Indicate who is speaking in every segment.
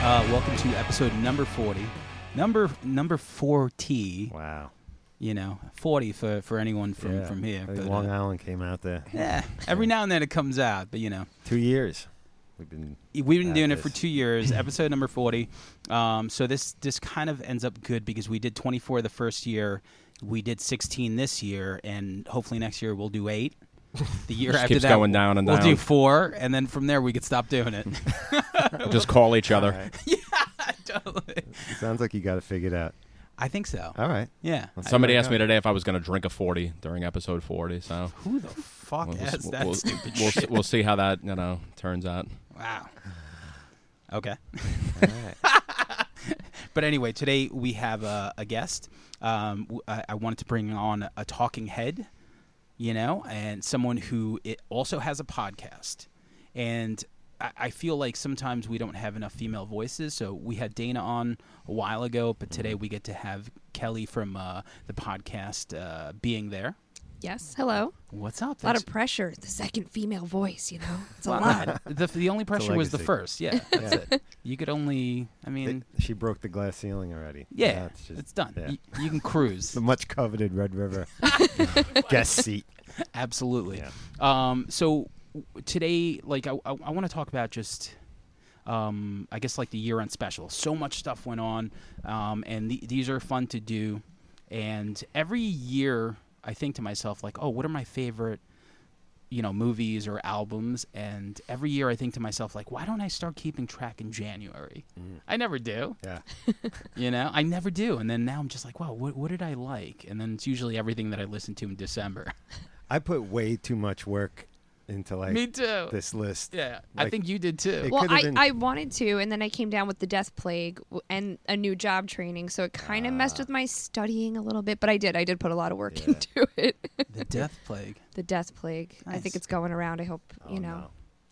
Speaker 1: uh, welcome to episode number 40. Number number 40,
Speaker 2: Wow.
Speaker 1: you know, 40 for, for anyone from,
Speaker 2: Yeah.
Speaker 1: from here.
Speaker 2: I think
Speaker 1: but,
Speaker 2: Long
Speaker 1: uh,
Speaker 2: Island came out there.
Speaker 1: yeah, every now and then it comes out, but you know.
Speaker 2: Two years. We've been.
Speaker 1: we've been
Speaker 2: at
Speaker 1: doing it
Speaker 2: this.
Speaker 1: for two years episode number 40 um, so this this kind of ends up good because we did 24 the first year we did 16 this year and hopefully next year we'll do eight the year
Speaker 3: Just
Speaker 1: after
Speaker 3: keeps
Speaker 1: that
Speaker 3: going down and
Speaker 1: we'll do
Speaker 3: down.
Speaker 1: four and then from there we could stop doing it
Speaker 3: Just call each other.
Speaker 1: Totally.
Speaker 2: Sounds like you got it figured out.
Speaker 1: i think so
Speaker 3: Oh.
Speaker 2: All right.
Speaker 1: yeah
Speaker 3: Somebody asked me today if I was going to drink a 40 during episode 40. So
Speaker 1: who the fuck
Speaker 3: we'll,
Speaker 1: asked
Speaker 3: we'll-
Speaker 1: that
Speaker 3: we'll-
Speaker 1: stupid
Speaker 3: we'll
Speaker 1: shit
Speaker 3: See, we'll see how that you know turns out.
Speaker 1: wow okay
Speaker 2: All right.
Speaker 1: But anyway, today we have a, a guest. Um, w- I, I wanted to bring on a talking head, you know, and someone who it also has a podcast. And I, I feel like sometimes we don't have enough female voices. So we had Dana on a while ago, but today we get to have Kelly from uh, the podcast uh, being there.
Speaker 4: Yes. Hello.
Speaker 1: What's up?
Speaker 4: A lot of
Speaker 1: That's-
Speaker 4: pressure. The second female voice, you know, it's a
Speaker 1: Well,
Speaker 4: lot.
Speaker 1: The, the only pressure was the
Speaker 2: legacy.
Speaker 1: first. Yeah, that's
Speaker 2: Yeah.
Speaker 1: it. You could only. I mean,
Speaker 2: They- she broke the glass ceiling already.
Speaker 1: yeah,
Speaker 2: Now
Speaker 1: it's,
Speaker 2: just-
Speaker 1: done.
Speaker 2: yeah.
Speaker 1: You, you can cruise.
Speaker 2: The much coveted Red River guest seat.
Speaker 1: Absolutely.
Speaker 2: Yeah.
Speaker 1: Um, so w- today, like, I, I, I want to talk about just, um, I guess, like the year end special. So much stuff went on, um, and the these are fun to do. And every year, I think to myself, like, oh, what are my favorite, you know, movies or albums? And every year, I think to myself, like, why don't I start keeping track in January?
Speaker 2: Mm.
Speaker 1: I never do.
Speaker 2: Yeah.
Speaker 1: You know, I never do. And then now I'm just like, wow, what, what did I like? And then it's usually everything that I listened to in December.
Speaker 2: I put way too much work into like
Speaker 1: Me too.
Speaker 2: this list.
Speaker 1: Yeah, I
Speaker 2: Like,
Speaker 1: think you did too.
Speaker 2: it-
Speaker 4: Well,
Speaker 2: could've
Speaker 4: I,
Speaker 2: been-
Speaker 4: I wanted to, and then I came down with the death plague w- and a new job training, so it kind of messed with my studying a little bit. But I did, I did put a lot of work
Speaker 2: Ah. Yeah.
Speaker 4: into it.
Speaker 1: the death plague.
Speaker 4: the death plague. I
Speaker 1: Nice.
Speaker 4: think it's going around. I hope
Speaker 2: Oh,
Speaker 4: you know.
Speaker 2: no.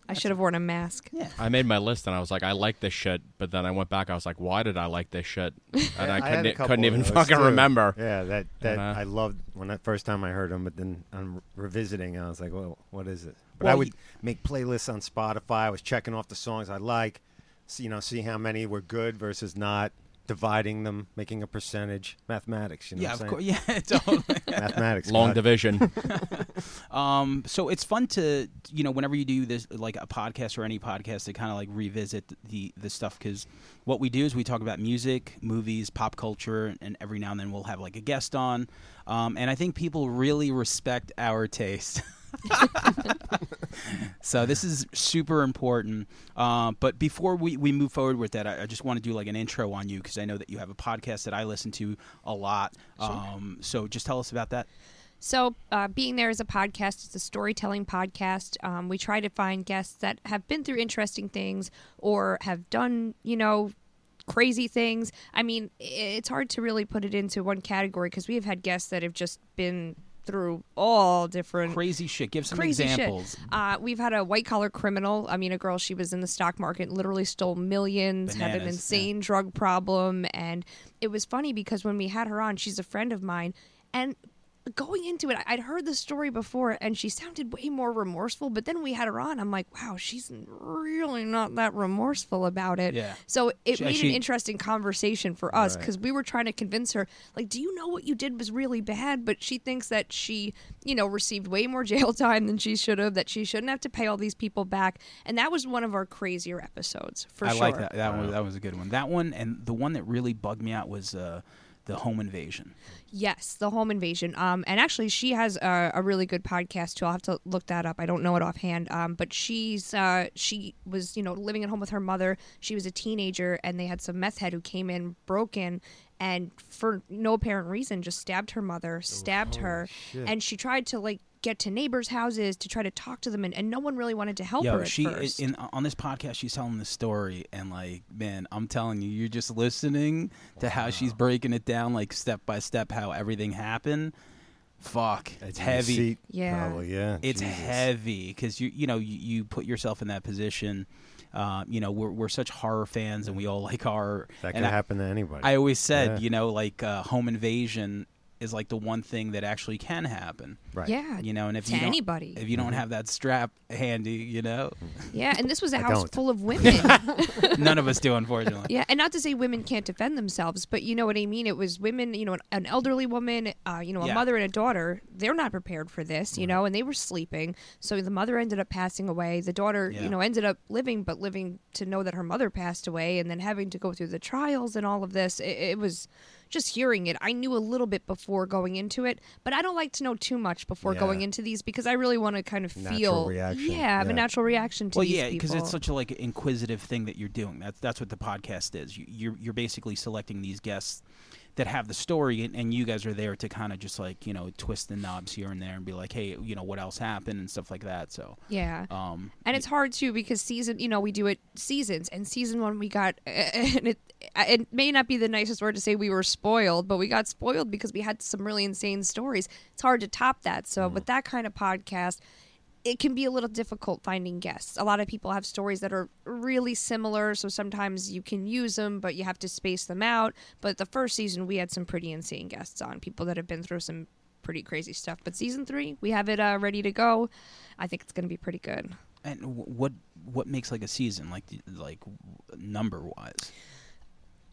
Speaker 4: I should have worn a mask.
Speaker 1: Yeah.
Speaker 3: I made my list and I was like, I like this shit, but then I went back. I was like, why did I like this shit? And I,
Speaker 2: had a
Speaker 3: couldn't,
Speaker 2: couple
Speaker 3: couldn't
Speaker 2: of
Speaker 3: even
Speaker 2: those,
Speaker 3: fucking
Speaker 2: too.
Speaker 3: remember.
Speaker 2: Yeah, that that
Speaker 3: Uh-huh.
Speaker 2: I loved when the first time I heard them, but then on revisiting, I was like, "Well, what is it?" But I
Speaker 1: Well,
Speaker 2: would
Speaker 1: you-
Speaker 2: make playlists on Spotify. I was checking off the songs I like, see, you know, see how many were good versus not, dividing them, making a percentage, mathematics. You know,
Speaker 1: yeah,
Speaker 2: what
Speaker 1: of
Speaker 2: I'm
Speaker 1: course.
Speaker 2: saying?
Speaker 1: Yeah, totally.
Speaker 2: mathematics.
Speaker 3: Long
Speaker 2: God.
Speaker 3: division.
Speaker 1: um, so it's fun to you know whenever you do this like a podcast or any podcast to kind of like revisit the the stuff because what we do is we talk about music, movies, pop culture, and every now and then we'll have like a guest on, um, and I think people really respect our taste. So this is super important. Um, but before we, we move forward with that, I, I just want to do like an intro on you because I know that you have a podcast that I listen to a lot. Um, so just tell us about that.
Speaker 4: So, uh, being there is a podcast. It's a storytelling podcast. Um, we try to find guests that have been through interesting things or have done, you know, crazy things. I mean, i- it's hard to really put it into one category because we have had guests that have just been through all different
Speaker 1: Crazy shit. Give some
Speaker 4: crazy
Speaker 1: examples.
Speaker 4: shit. Uh, we've had a white collar criminal. I mean, a girl. She was in the stock market, literally stole millions, had an
Speaker 1: Bananas,
Speaker 4: insane drug problem, and it was funny because when we had her on, she's a friend of mine, and going into it, I- I'd heard the story before, and she sounded way more remorseful. But then we had her on. I'm like, wow, she's really not that remorseful about it.
Speaker 1: Yeah.
Speaker 4: So it
Speaker 1: She-
Speaker 4: made
Speaker 1: she-
Speaker 4: an interesting conversation for us
Speaker 2: Right.
Speaker 4: because we were trying to convince her, like, do you know what you did was really bad? But she thinks that she, you know, received way more jail time than she should have, that she shouldn't have to pay all these people back. And that was one of our crazier episodes, for
Speaker 1: I
Speaker 4: sure.
Speaker 1: like that. That one. That was a good one. That one and the one that really bugged me out was uh, the home invasion.
Speaker 4: Yes, the home invasion. Um, and actually, she has a, a really good podcast too. I'll have to look that up. I don't know it offhand. Um, but she's uh, she was you know living at home with her mother. She was a teenager, and they had some meth head who came in, broke in, and for no apparent reason, just stabbed her
Speaker 1: Oh,
Speaker 4: mother, stabbed her, and she tried to like get to neighbors' houses to try to talk to them, and, and no one really wanted to help
Speaker 1: Yo,
Speaker 4: her. At
Speaker 1: she
Speaker 4: first.
Speaker 1: in on this podcast she's telling the story and like man, I'm telling you, you're just listening to how she's breaking it down like step by step how everything happened. Fuck, it's
Speaker 2: Edge of your
Speaker 1: heavy.
Speaker 2: seat,
Speaker 4: Yeah.
Speaker 2: probably, yeah.
Speaker 1: it's
Speaker 2: Jesus.
Speaker 1: heavy because you you know you, you put yourself in that position. Um, you know we're we're such horror fans and we all like horror.
Speaker 2: That could
Speaker 1: and I,
Speaker 2: happen to anybody.
Speaker 1: I always said
Speaker 2: Yeah.
Speaker 1: you know like uh, home invasion is like the one thing that actually can happen.
Speaker 2: Right. Mm-hmm.
Speaker 4: Yeah.
Speaker 1: You know, and if
Speaker 4: to
Speaker 1: you don't-
Speaker 4: anybody.
Speaker 1: If you don't have that strap handy, you know,
Speaker 4: yeah, and this was a
Speaker 2: I
Speaker 4: house
Speaker 2: don't.
Speaker 4: full of women.
Speaker 1: none of us do, unfortunately.
Speaker 4: Yeah, and not to say women can't defend themselves, but you know what I mean. It was women, you know, an, an elderly woman, uh, you know, a
Speaker 1: Yeah. Mm-hmm.
Speaker 4: mother and a daughter. They're not prepared for this, you know, and they were sleeping. So the mother ended up passing away. The daughter,
Speaker 1: Yeah.
Speaker 4: you know, ended up living, but living to know that her mother passed away, and then having to go through the trials and all of this. It, it was just hearing it. I knew a little bit before going into it, but I don't like to know too much before
Speaker 2: Yeah.
Speaker 4: going into these because I really want to kind of
Speaker 2: Natural
Speaker 4: feel,
Speaker 2: reaction.
Speaker 4: yeah, have a
Speaker 2: Yeah.
Speaker 4: natural reaction to
Speaker 1: Well,
Speaker 4: these
Speaker 1: yeah,
Speaker 4: people.
Speaker 1: because it's such a like inquisitive thing that you're doing. That's that's what the podcast is. You, you're you're basically selecting these guests that have the story, and, and you guys are there to kind of just like you know twist the knobs here and there and be like, hey, you know, what else happened and stuff like that. So,
Speaker 4: yeah.
Speaker 1: um,
Speaker 4: and it's hard too because season you know we do it seasons and season one we got and it it may not be the nicest word to say we were spoiled but we got spoiled because we had some really insane stories it's hard to top that so with that kind of podcast it can be a little difficult finding guests a lot of people have stories that are really similar so sometimes you can use them but you have to space them out but the first season we had some pretty insane guests on people that have been through some pretty crazy stuff but season three we have it uh, ready to go i think it's going to be pretty good
Speaker 1: and wh- what what makes like a season like the- like number wise?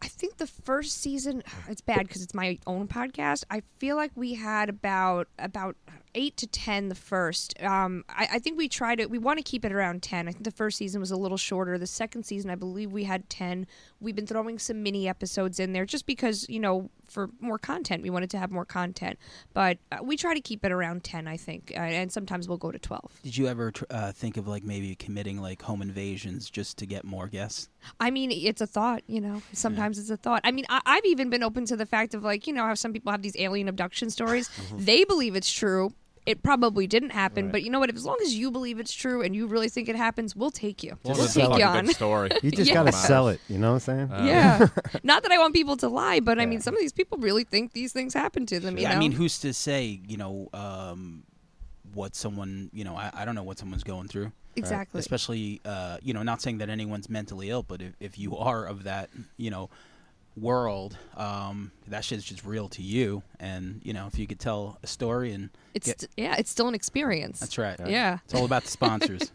Speaker 4: I think the first season it's bad because it's my own podcast. I feel like we had about about eight to ten the first. Um, I, I think we tried it. We want to keep it around ten. I think the first season was a little shorter. The second season, I believe we had ten. We've been throwing some mini episodes in there just because you know for more content. We wanted to have more content, but uh, we try to keep it around ten. I think, uh, and sometimes we'll go to twelve.
Speaker 1: Did you ever tr- uh, think of like maybe committing like home invasions just to get more guests?
Speaker 4: I mean, it's a thought, you know. Sometimes it's a thought. I mean, I, I've even been open to the fact of like, you know, how some people have these alien abduction stories. They believe it's true. It probably didn't happen, but you know what? As long as you believe it's true and you really think it happens, we'll take you.
Speaker 3: Well,
Speaker 4: we'll
Speaker 3: it's a
Speaker 4: take you
Speaker 3: fucking
Speaker 4: on.
Speaker 3: Good story.
Speaker 2: You just
Speaker 4: Yeah.
Speaker 2: gotta
Speaker 3: Matters.
Speaker 2: sell it. You know what I'm saying?
Speaker 4: yeah. Not that I want people to lie, but I mean, some of these people really think these things happen to them. You
Speaker 1: Yeah,
Speaker 4: know?
Speaker 1: I mean, who's to say, you know, um, what someone, you know, I, I don't know what someone's going through.
Speaker 4: exactly.
Speaker 1: Especially, uh, you know, not saying that anyone's mentally ill, but if, if you are of that, you know, world, um, that shit's just real to you. And, you know, if you could tell a story and
Speaker 4: It's
Speaker 1: get-
Speaker 4: st- yeah, it's still an experience.
Speaker 1: that's right.
Speaker 4: Yeah.
Speaker 1: It's all about the sponsors.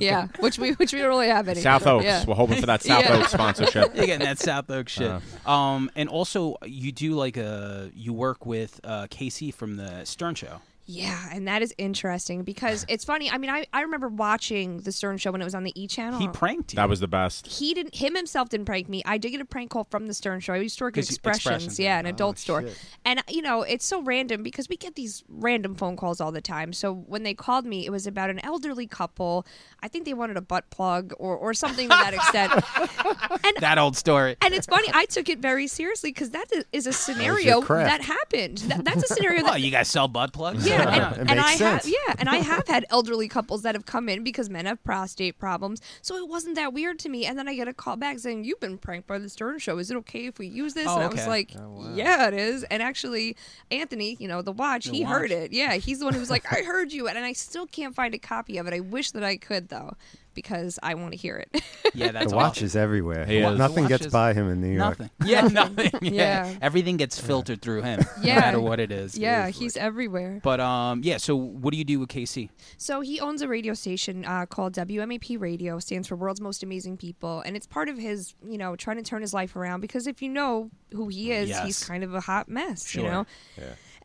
Speaker 4: Yeah, which we which we don't really have any.
Speaker 3: South Oaks.
Speaker 4: Yeah.
Speaker 3: We're hoping for that South
Speaker 4: Yeah.
Speaker 3: Oaks sponsorship.
Speaker 1: You're getting that South Oak shit.
Speaker 2: Uh.
Speaker 1: um, and also, you do like a, you work with uh, Casey from the Stern Show.
Speaker 4: Yeah, and that is interesting because it's funny. I mean, I, I remember watching the Stern Show when it was on the E Channel.
Speaker 1: He pranked you.
Speaker 3: That was the best.
Speaker 4: he didn't him himself didn't prank me. I did get a prank call from the Stern Show. I used to work at
Speaker 1: Because you-
Speaker 4: Expressions,
Speaker 1: Expressions,
Speaker 4: yeah,
Speaker 1: yeah. Oh,
Speaker 4: an adult store.
Speaker 2: shit.
Speaker 4: And you know, it's so random because we get these random phone calls all the time. So when they called me, it was about an elderly couple. I think they wanted a butt plug or or something to that extent.
Speaker 1: that old story.
Speaker 4: And it's funny, I took it very seriously because that is- is a scenario that,
Speaker 2: craft.
Speaker 4: happened. That, that's a scenario
Speaker 1: Oh,
Speaker 4: that
Speaker 1: you guys sell butt plugs?
Speaker 4: yeah, and,
Speaker 2: It
Speaker 4: and
Speaker 2: makes
Speaker 4: I have
Speaker 2: sense.
Speaker 4: yeah, and I have had elderly couples that have come in because men have prostate problems, so it wasn't that weird to me. And then I get a call back saying, "You've been pranked by the Stern Show. Is it okay if we use this?"
Speaker 1: Oh,
Speaker 4: and I was
Speaker 1: okay.
Speaker 4: like, "Yeah, it is." And actually, Anthony, you know, the watch, he heard
Speaker 1: watch.
Speaker 4: it. Yeah, he's the one who was like, "I heard you," and I still can't find a copy of it. I wish that I could though, because I want to hear it.
Speaker 1: yeah, that's awesome.
Speaker 2: The watch is everywhere.
Speaker 3: He is.
Speaker 2: Nothing
Speaker 1: The watch
Speaker 2: gets
Speaker 1: is-
Speaker 2: by him in New York.
Speaker 1: Nothing. Yeah, nothing. Yeah.
Speaker 4: Yeah.
Speaker 1: Everything gets filtered through him,
Speaker 4: Yeah.
Speaker 1: no matter what it is.
Speaker 4: yeah, he's everywhere.
Speaker 1: But um, yeah. So what do you do with KC?
Speaker 4: So he owns a radio station uh, called WMAP Radio, stands for World's Most Amazing People, and it's part of his, you know, trying to turn his life around because if you know who he is,
Speaker 1: Yes.
Speaker 4: he's kind of a hot mess, you
Speaker 1: Sure.
Speaker 4: know.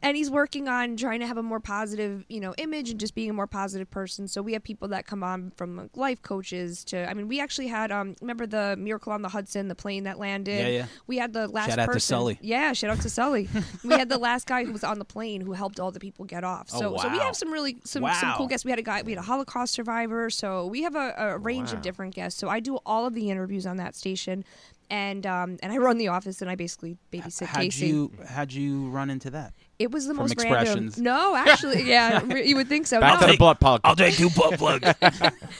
Speaker 4: And he's working on trying to have a more positive, you know, image and just being a more positive person. So we have people that come on from like, life coaches to, I mean, we actually had, um, remember the Miracle on the Hudson, the plane that landed.
Speaker 1: Yeah, yeah.
Speaker 4: We had the last
Speaker 1: Shout out to
Speaker 4: person.
Speaker 1: Sully.
Speaker 4: Yeah, shout out to Sully. we had the last guy who was on the plane who helped all the people get off.
Speaker 1: Oh,
Speaker 4: So, so we
Speaker 1: wow.
Speaker 4: have some really some, some
Speaker 1: Wow.
Speaker 4: cool guests. We had a guy, we had a Holocaust survivor. So we have a, a range of
Speaker 2: Wow.
Speaker 4: different guests. So I do all of the interviews on that station, and um, and I run the office and I basically babysit
Speaker 1: how'd
Speaker 4: Casey.
Speaker 1: you how'd you run into that?
Speaker 4: it was the
Speaker 1: from
Speaker 4: most
Speaker 1: Expressions?
Speaker 4: random. No, actually, yeah, re- you would think so.
Speaker 3: Back
Speaker 4: no,
Speaker 3: to the butt plug.
Speaker 1: I'll take two butt plugs.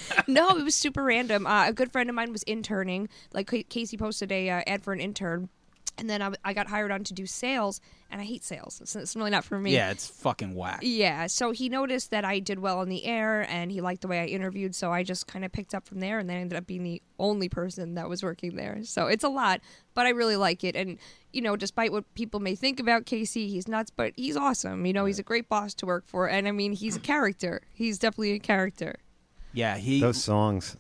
Speaker 4: no, it was super random. Uh, a good friend of mine was interning. Like Ca- Casey posted a uh, ad for an intern. And then I, w- I got hired on to do sales, and I hate sales. It's, it's really not for me.
Speaker 1: Yeah, it's fucking whack.
Speaker 4: Yeah, so he noticed that I did well on the air and he liked the way I interviewed, so I just kind of picked up from there and then ended up being the only person that was working there. So it's a lot, but I really like it. And, you know, despite what people may think about Casey, he's nuts, but he's awesome. You know, he's a great boss to work for. And I mean, he's a character. He's definitely a character.
Speaker 1: Yeah, he
Speaker 2: Those songs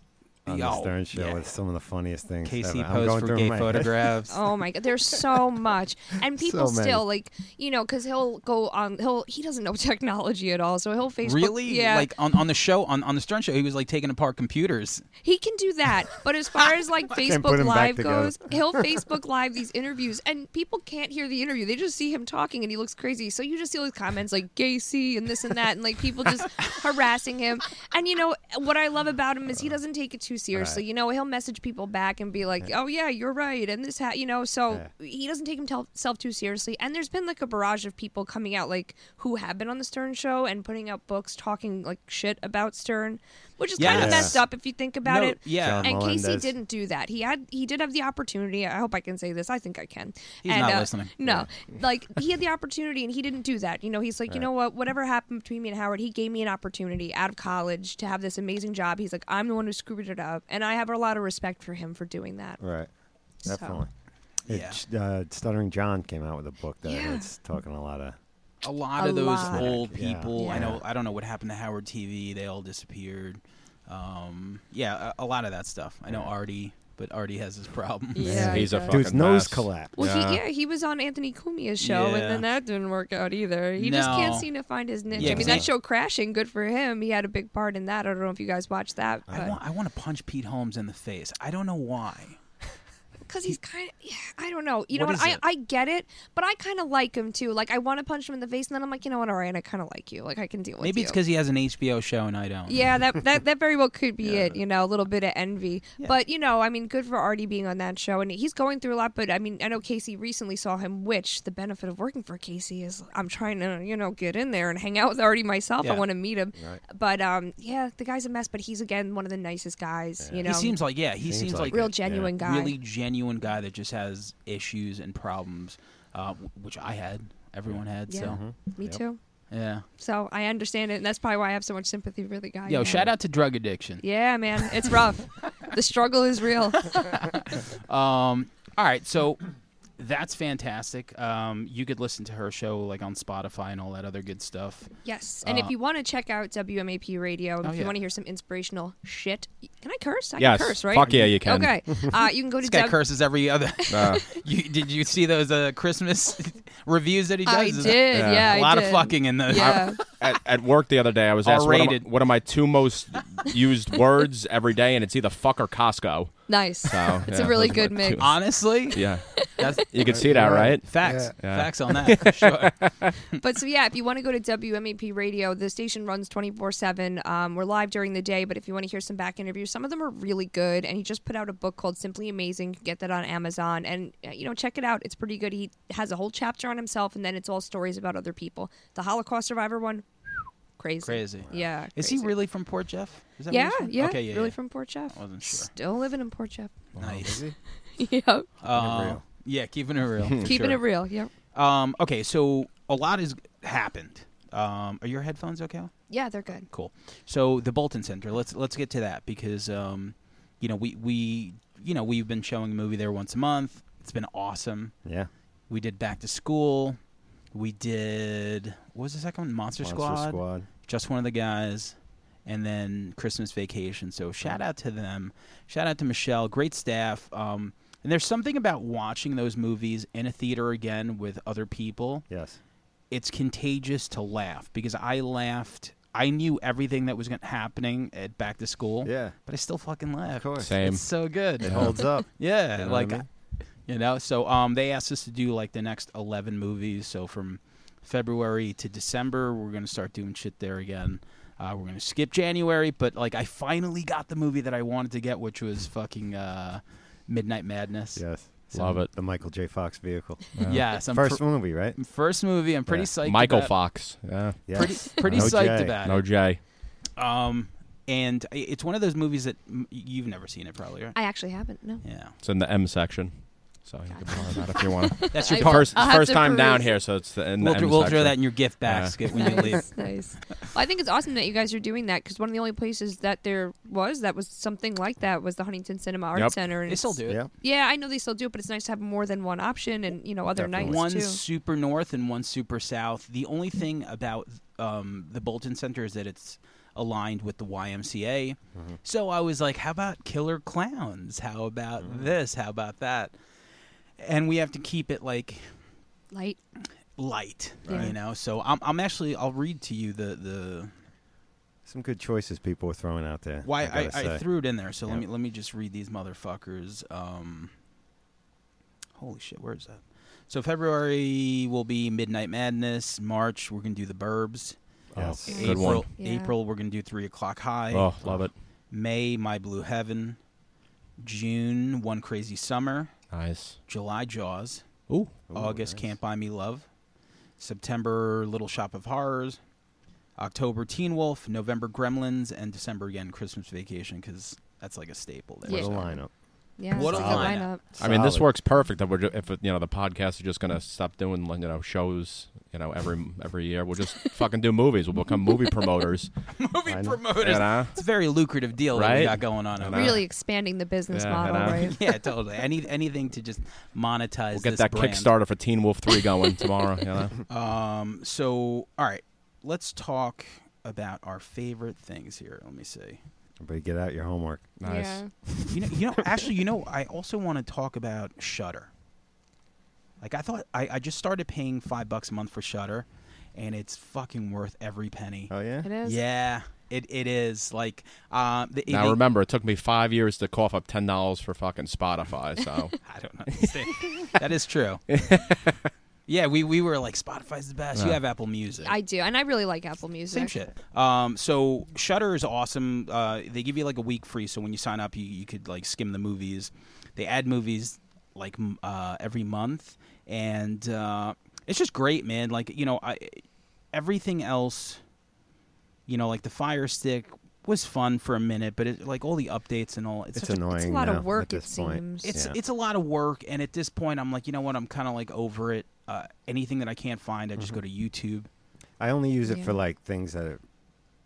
Speaker 2: on the
Speaker 1: Yo,
Speaker 2: Stern Show
Speaker 1: yeah.
Speaker 2: are some of the funniest things.
Speaker 1: Casey
Speaker 2: ever. I'm
Speaker 1: posed
Speaker 2: going
Speaker 1: for
Speaker 2: through
Speaker 1: gay
Speaker 2: my head.
Speaker 1: photographs.
Speaker 4: Oh my god, there's so much, and people
Speaker 2: many.
Speaker 4: still like, you know, because he'll go on, he'll he doesn't know technology at all, so he'll Facebook.
Speaker 1: Really?
Speaker 4: yeah,
Speaker 1: Like on, on the show on, on the Stern show, he was like taking apart computers.
Speaker 4: He can do that, but as far as like
Speaker 2: Can't put
Speaker 4: Facebook
Speaker 2: him back
Speaker 4: Live
Speaker 2: together.
Speaker 4: goes, he'll Facebook Live these interviews, and people can't hear the interview. They just see him talking, and he looks crazy. So you just see all these comments like "Gacy" and this and that, and like people just harassing him. And you know what I love about him is he doesn't take it too seriously.
Speaker 2: Right.
Speaker 4: You know, he'll message people back and be like, "Oh yeah, you're right," and this, ha-, you know. So he doesn't take himself too seriously. And there's been like a barrage of people coming out like who have been on the Stern Show and putting out books talking like shit about Stern, which is kind
Speaker 1: Yes.
Speaker 4: of messed up if you think about
Speaker 1: No,
Speaker 4: it.
Speaker 1: yeah.
Speaker 2: John
Speaker 4: And Casey
Speaker 2: Melendez.
Speaker 4: didn't do that. He had he did have the opportunity. I hope I can say this. I think I can.
Speaker 1: He's
Speaker 4: and,
Speaker 1: not
Speaker 4: uh,
Speaker 1: listening.
Speaker 4: No, like he had the opportunity and he didn't do that. You know, he's like, you know what? Whatever happened between me and Howard, he gave me an opportunity out of college to have this amazing job. He's like, I'm the one who screwed it up, and I have a lot of respect for him for doing that.
Speaker 2: Right.
Speaker 4: So-
Speaker 2: Definitely. It, uh, Stuttering John came out with a book that
Speaker 4: Yeah.
Speaker 2: it's talking a lot of.
Speaker 1: A lot
Speaker 4: A
Speaker 1: of those
Speaker 4: lot.
Speaker 1: old
Speaker 2: Yeah.
Speaker 1: people. I
Speaker 4: Yeah.
Speaker 1: know. I don't know what happened to Howard TV. They all disappeared. Um, yeah, a, a lot of that stuff. I know Artie, but Artie has his problems.
Speaker 4: Yeah,
Speaker 3: He's a
Speaker 4: he does.
Speaker 3: fucking
Speaker 2: Dude's nose
Speaker 3: mess.
Speaker 2: collapsed.
Speaker 4: Well, he
Speaker 3: Yeah.
Speaker 4: yeah he was on Anthony Cumia's show,
Speaker 1: Yeah.
Speaker 4: and then that didn't work out either. He just
Speaker 1: No.
Speaker 4: can't seem to find his niche.
Speaker 1: Yeah,
Speaker 4: I mean,
Speaker 1: 'cause he-
Speaker 4: that show crashing, good for him. He had a big part in that. I don't know if you guys watched that,
Speaker 1: I
Speaker 4: but-
Speaker 1: want, I want to punch Pete Holmes in the face. I don't know why.
Speaker 4: because he's kind of yeah, i don't know you know
Speaker 1: What
Speaker 4: what,
Speaker 1: is
Speaker 4: I,
Speaker 1: it?
Speaker 4: I get it but i kind of like him too like i want to punch him in the face and then i'm like you know what all right i kind of like you like i can deal with
Speaker 1: Maybe it's
Speaker 4: you.
Speaker 1: because he has an HBO show and I don't.
Speaker 4: yeah that, that that very well could be it you know a little bit of envy but you know i mean good for artie being on that show and he's going through a lot but i mean i know casey recently saw him which the benefit of working for casey is i'm trying to you know get in there and hang out with artie myself
Speaker 1: Yeah.
Speaker 4: i want to meet him
Speaker 2: Right.
Speaker 4: but um yeah the guy's a mess but he's again one of the nicest guys you know
Speaker 1: he seems like yeah. He
Speaker 2: Seems
Speaker 1: seems,
Speaker 2: like
Speaker 1: like
Speaker 2: it.
Speaker 4: real
Speaker 2: yeah,
Speaker 4: genuine guy
Speaker 1: really genuine guy that just has issues and problems, uh, w- which I had. Everyone had.
Speaker 4: Yeah.
Speaker 1: So
Speaker 4: me
Speaker 2: Yep.
Speaker 4: too
Speaker 1: yeah.
Speaker 4: So I understand it, and that's probably why I have so much sympathy for the guy.
Speaker 1: Yo,
Speaker 4: now.
Speaker 1: shout out to drug addiction.
Speaker 4: Yeah, man, it's rough. the struggle is real.
Speaker 1: Um, all right, so that's fantastic. Um, you could listen to her show like on Spotify and all that other good stuff.
Speaker 4: yes, and
Speaker 1: Uh,
Speaker 4: if you want to check out WMAP Radio, if
Speaker 1: Oh,
Speaker 4: you
Speaker 1: yeah.
Speaker 4: want to hear some inspirational shit, can I curse? I
Speaker 3: Yes.
Speaker 4: can curse, right?
Speaker 3: Fuck yeah, you can.
Speaker 4: Okay, uh, you can go to
Speaker 1: This guy
Speaker 4: W-
Speaker 1: curses every other.
Speaker 3: Uh,
Speaker 1: you, did you see those uh, Christmas reviews that he does?
Speaker 4: I
Speaker 1: There's
Speaker 4: did,
Speaker 3: Yeah.
Speaker 4: yeah,
Speaker 1: A
Speaker 4: I
Speaker 1: lot of
Speaker 4: did.
Speaker 1: fucking in those.
Speaker 4: Yeah,
Speaker 3: at, at work the other day, I was asked what are, my,
Speaker 1: R-rated.
Speaker 3: what are my two most used words every day, and it's either fuck or Costco.
Speaker 4: nice.
Speaker 3: So,
Speaker 4: it's
Speaker 3: yeah,
Speaker 4: a really
Speaker 3: those are
Speaker 4: good
Speaker 3: my
Speaker 4: mix.
Speaker 3: two.
Speaker 1: Honestly,
Speaker 3: Yeah,
Speaker 1: that's
Speaker 3: you can see that, right?
Speaker 1: facts.
Speaker 3: Yeah.
Speaker 1: Facts on that. for Sure.
Speaker 4: but so yeah, if you want to go to WMAP Radio, the station runs twenty four seven. um, We're live during the day, but if you want to hear some back interviews, some of them are really good. And he just put out a book called Simply Amazing. You can get that on Amazon, and uh, you know check it out. It's pretty good. He has a whole chapter on himself, and then it's all stories about other people. The Holocaust survivor one, crazy,
Speaker 1: Crazy.
Speaker 4: yeah.
Speaker 1: Is he
Speaker 4: crazy.
Speaker 1: really from Port Jeff? Is that where
Speaker 4: Yeah,
Speaker 1: he's from?
Speaker 4: yeah,
Speaker 1: Okay, yeah,
Speaker 4: really
Speaker 1: yeah.
Speaker 4: from Port Jeff.
Speaker 1: I wasn't sure.
Speaker 4: Still living in Port Jeff.
Speaker 1: Nice.
Speaker 4: yep,
Speaker 1: Uh,
Speaker 2: real.
Speaker 1: Yeah, keeping it real. for
Speaker 4: keeping
Speaker 1: sure.
Speaker 4: it real. Yep.
Speaker 1: Um, okay, so a lot has happened. Um, are your headphones okay?
Speaker 4: Yeah, they're good.
Speaker 1: Cool. So the Bolton Center. Let's let's get to that because um, you know we we you know we've been showing a movie there once a month. It's been awesome.
Speaker 2: Yeah.
Speaker 1: We did Back to School. We did what was the second one? Monster,
Speaker 2: Monster Squad.
Speaker 1: Just one of the guys. And then Christmas Vacation. So shout out to them. Shout out to Michelle. Great staff. Um, and there's something about watching those movies in a theater again with other people
Speaker 2: Yes.
Speaker 1: it's contagious to laugh because I laughed. I knew everything that was going happening at back to school.
Speaker 2: Yeah.
Speaker 1: But I still fucking laughed.
Speaker 2: Of course.
Speaker 3: Same.
Speaker 1: It's so good.
Speaker 2: It holds up.
Speaker 1: Yeah,
Speaker 2: You know what I
Speaker 1: like
Speaker 2: mean?
Speaker 1: you know, so um they asked us to do like the next 11 movies, so from February to December, we're going to start doing shit there again. Uh, we're going to skip January, but like I finally got the movie that I wanted to get, which was fucking uh Midnight Madness.
Speaker 2: Yes.
Speaker 3: Love it.
Speaker 2: The Michael J. Fox vehicle.
Speaker 1: Yes, I'm
Speaker 2: First
Speaker 1: fir-
Speaker 2: movie, right?
Speaker 1: first movie. I'm pretty
Speaker 2: Yeah.
Speaker 1: psyched.
Speaker 3: Michael
Speaker 1: about-
Speaker 3: Fox. Yeah.
Speaker 2: Yeah.
Speaker 1: Pretty pretty
Speaker 2: No
Speaker 1: psyched
Speaker 2: J.
Speaker 1: about it.
Speaker 3: No J.
Speaker 1: Um, and i- it's one of those movies that m- you've never seen it, probably, right?
Speaker 4: I actually haven't. No.
Speaker 1: yeah.
Speaker 3: It's in the M section. So you can borrow that if you want.
Speaker 1: That's your
Speaker 4: I-
Speaker 1: part.
Speaker 3: first
Speaker 4: I'll have
Speaker 3: first
Speaker 4: to
Speaker 3: time down
Speaker 4: peruse.
Speaker 3: here, so it's the in the
Speaker 1: We'll,
Speaker 3: M
Speaker 1: dr- we'll
Speaker 3: section.
Speaker 1: throw that in your gift
Speaker 3: Yeah.
Speaker 1: basket when you leave.
Speaker 4: nice, nice. Well, I think it's awesome that you guys are doing that because one of the only places that there was that was something like that was the Huntington Cinema Arts
Speaker 3: Yep.
Speaker 4: Center. And
Speaker 1: They still do
Speaker 4: it's-
Speaker 1: it.
Speaker 2: Yeah.
Speaker 4: Yeah, I know they still do it, but it's nice to have more than one option and you know other
Speaker 2: Definitely.
Speaker 4: nights
Speaker 1: One
Speaker 4: too.
Speaker 1: super north and one super south. The only thing about um, the Bolton Center is that it's aligned with the YMCA. So I was like, how about Killer Clowns? How about this? How about that? And we have to keep it like
Speaker 4: Light.
Speaker 1: light,
Speaker 4: Right.
Speaker 1: you know. So I'm, I'm actually I'll read to you the the
Speaker 2: Some good choices people were throwing out there.
Speaker 1: why
Speaker 2: I,
Speaker 1: I,
Speaker 2: gotta
Speaker 1: I,
Speaker 2: say.
Speaker 1: threw it in there. So let
Speaker 2: Yep.
Speaker 1: me let me just read these motherfuckers. Um, holy shit, where is that? So February will be Midnight Madness. March we're gonna do the Burbs.
Speaker 3: Yes.
Speaker 4: Okay.
Speaker 3: Good
Speaker 1: April,
Speaker 3: one.
Speaker 4: Yeah.
Speaker 1: April we're gonna do Three O'clock High.
Speaker 3: Oh, love it.
Speaker 1: May My Blue Heaven. June One Crazy Summer.
Speaker 3: Nice.
Speaker 1: July Jaws.
Speaker 3: Ooh.
Speaker 2: Ooh,
Speaker 1: August
Speaker 2: nice.
Speaker 1: Can't Buy Me Love, September Little Shop of Horrors, October Teen Wolf, November Gremlins, and December again Christmas Vacation because that's like a staple there.
Speaker 2: What
Speaker 4: Yeah.
Speaker 2: a lineup.
Speaker 4: Yeah.
Speaker 1: What
Speaker 4: it's
Speaker 1: a
Speaker 4: good
Speaker 1: lineup.
Speaker 3: I mean, this
Speaker 2: Solid.
Speaker 3: works perfect. That we're ju- if you know the podcast is just gonna stop doing like, you know shows you know every every year. We'll just fucking do movies. We'll become movie promoters.
Speaker 1: Movie
Speaker 2: I know.
Speaker 1: promoters.
Speaker 3: you know?
Speaker 1: It's a very lucrative deal that we
Speaker 3: Right?
Speaker 1: got going on. over
Speaker 3: I know.
Speaker 4: Really expanding the business
Speaker 3: Yeah,
Speaker 4: model,
Speaker 3: and, uh,
Speaker 4: right?
Speaker 1: Yeah, totally. Any anything to just monetize.
Speaker 3: We'll get
Speaker 1: this
Speaker 3: that
Speaker 1: brand.
Speaker 3: Kickstarter for Teen Wolf Three going tomorrow. You know.
Speaker 1: Um. So, all right, let's talk about our favorite things here. Let me see.
Speaker 2: Everybody get out your homework.
Speaker 3: Nice.
Speaker 4: Yeah.
Speaker 1: You know, you know. Actually, you know, I also want to talk about Shutter. Like I thought, I, I just started paying five bucks a month for Shutter, and it's fucking worth every penny.
Speaker 2: Oh yeah.
Speaker 4: It is.
Speaker 1: yeah, it it is. Like, um, the,
Speaker 3: Now
Speaker 1: they-
Speaker 3: remember, it took me five years to cough up ten dollars for fucking Spotify. So
Speaker 1: I don't understand. that is true. yeah, we we were like Spotify's the best. You
Speaker 3: Yeah.
Speaker 1: have Apple Music.
Speaker 4: I do, and I really like Apple Music.
Speaker 1: Same shit. Um, so Shutter is awesome. Uh, they give you like a week free, so when you sign up, you, you could like skim the movies. They add movies like m- uh, every month, and uh, it's just great, man. Like you know, I everything else, you know, like the Fire Stick was fun for a minute, but it, like all the updates and all, it's,
Speaker 2: It's
Speaker 1: such a-
Speaker 2: annoying.
Speaker 4: It's a lot
Speaker 2: now
Speaker 4: of work.
Speaker 2: At
Speaker 4: It
Speaker 2: this point.
Speaker 4: seems.
Speaker 1: it's
Speaker 2: Yeah.
Speaker 1: it's a lot of work, and at this point, I'm like, you know what? I'm kind of like over it. Uh, anything that I can't find, I
Speaker 2: Mm-hmm.
Speaker 1: just go to YouTube.
Speaker 2: I only use it
Speaker 4: Yeah.
Speaker 2: for like things that are,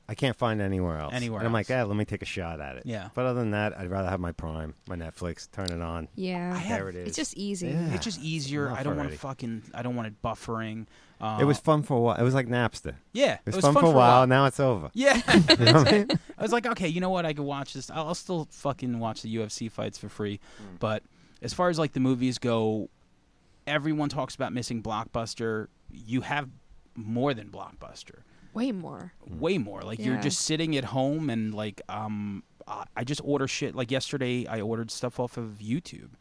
Speaker 2: I can't find anywhere else.
Speaker 1: Anywhere
Speaker 2: And I'm like,
Speaker 1: else.
Speaker 2: ah, let me take a shot at it.
Speaker 1: Yeah.
Speaker 2: But other than that, I'd rather have my Prime, my Netflix, turn it on.
Speaker 4: Yeah.
Speaker 1: I have-
Speaker 2: There it is.
Speaker 4: it's just easy.
Speaker 2: Yeah.
Speaker 1: It's just easier.
Speaker 2: Enough
Speaker 1: I don't want
Speaker 2: already.
Speaker 1: to fucking. I don't want it buffering. Uh,
Speaker 2: It was fun for a while. It was like Napster. It
Speaker 1: yeah.
Speaker 2: was, fun, for a while. Now it's over.
Speaker 1: Yeah.
Speaker 2: You know what I mean?
Speaker 1: I was like, okay, you know what? I could watch this. I'll I'll still fucking watch the UFC fights for free.
Speaker 2: Mm.
Speaker 1: But as far as like the movies go, everyone talks about missing blockbuster. You have more than blockbuster.
Speaker 4: Way more.
Speaker 1: way more. Like you're
Speaker 4: Yeah.
Speaker 1: just sitting at home and like um, I I just order shit. Like yesterday, I ordered stuff off of YouTube.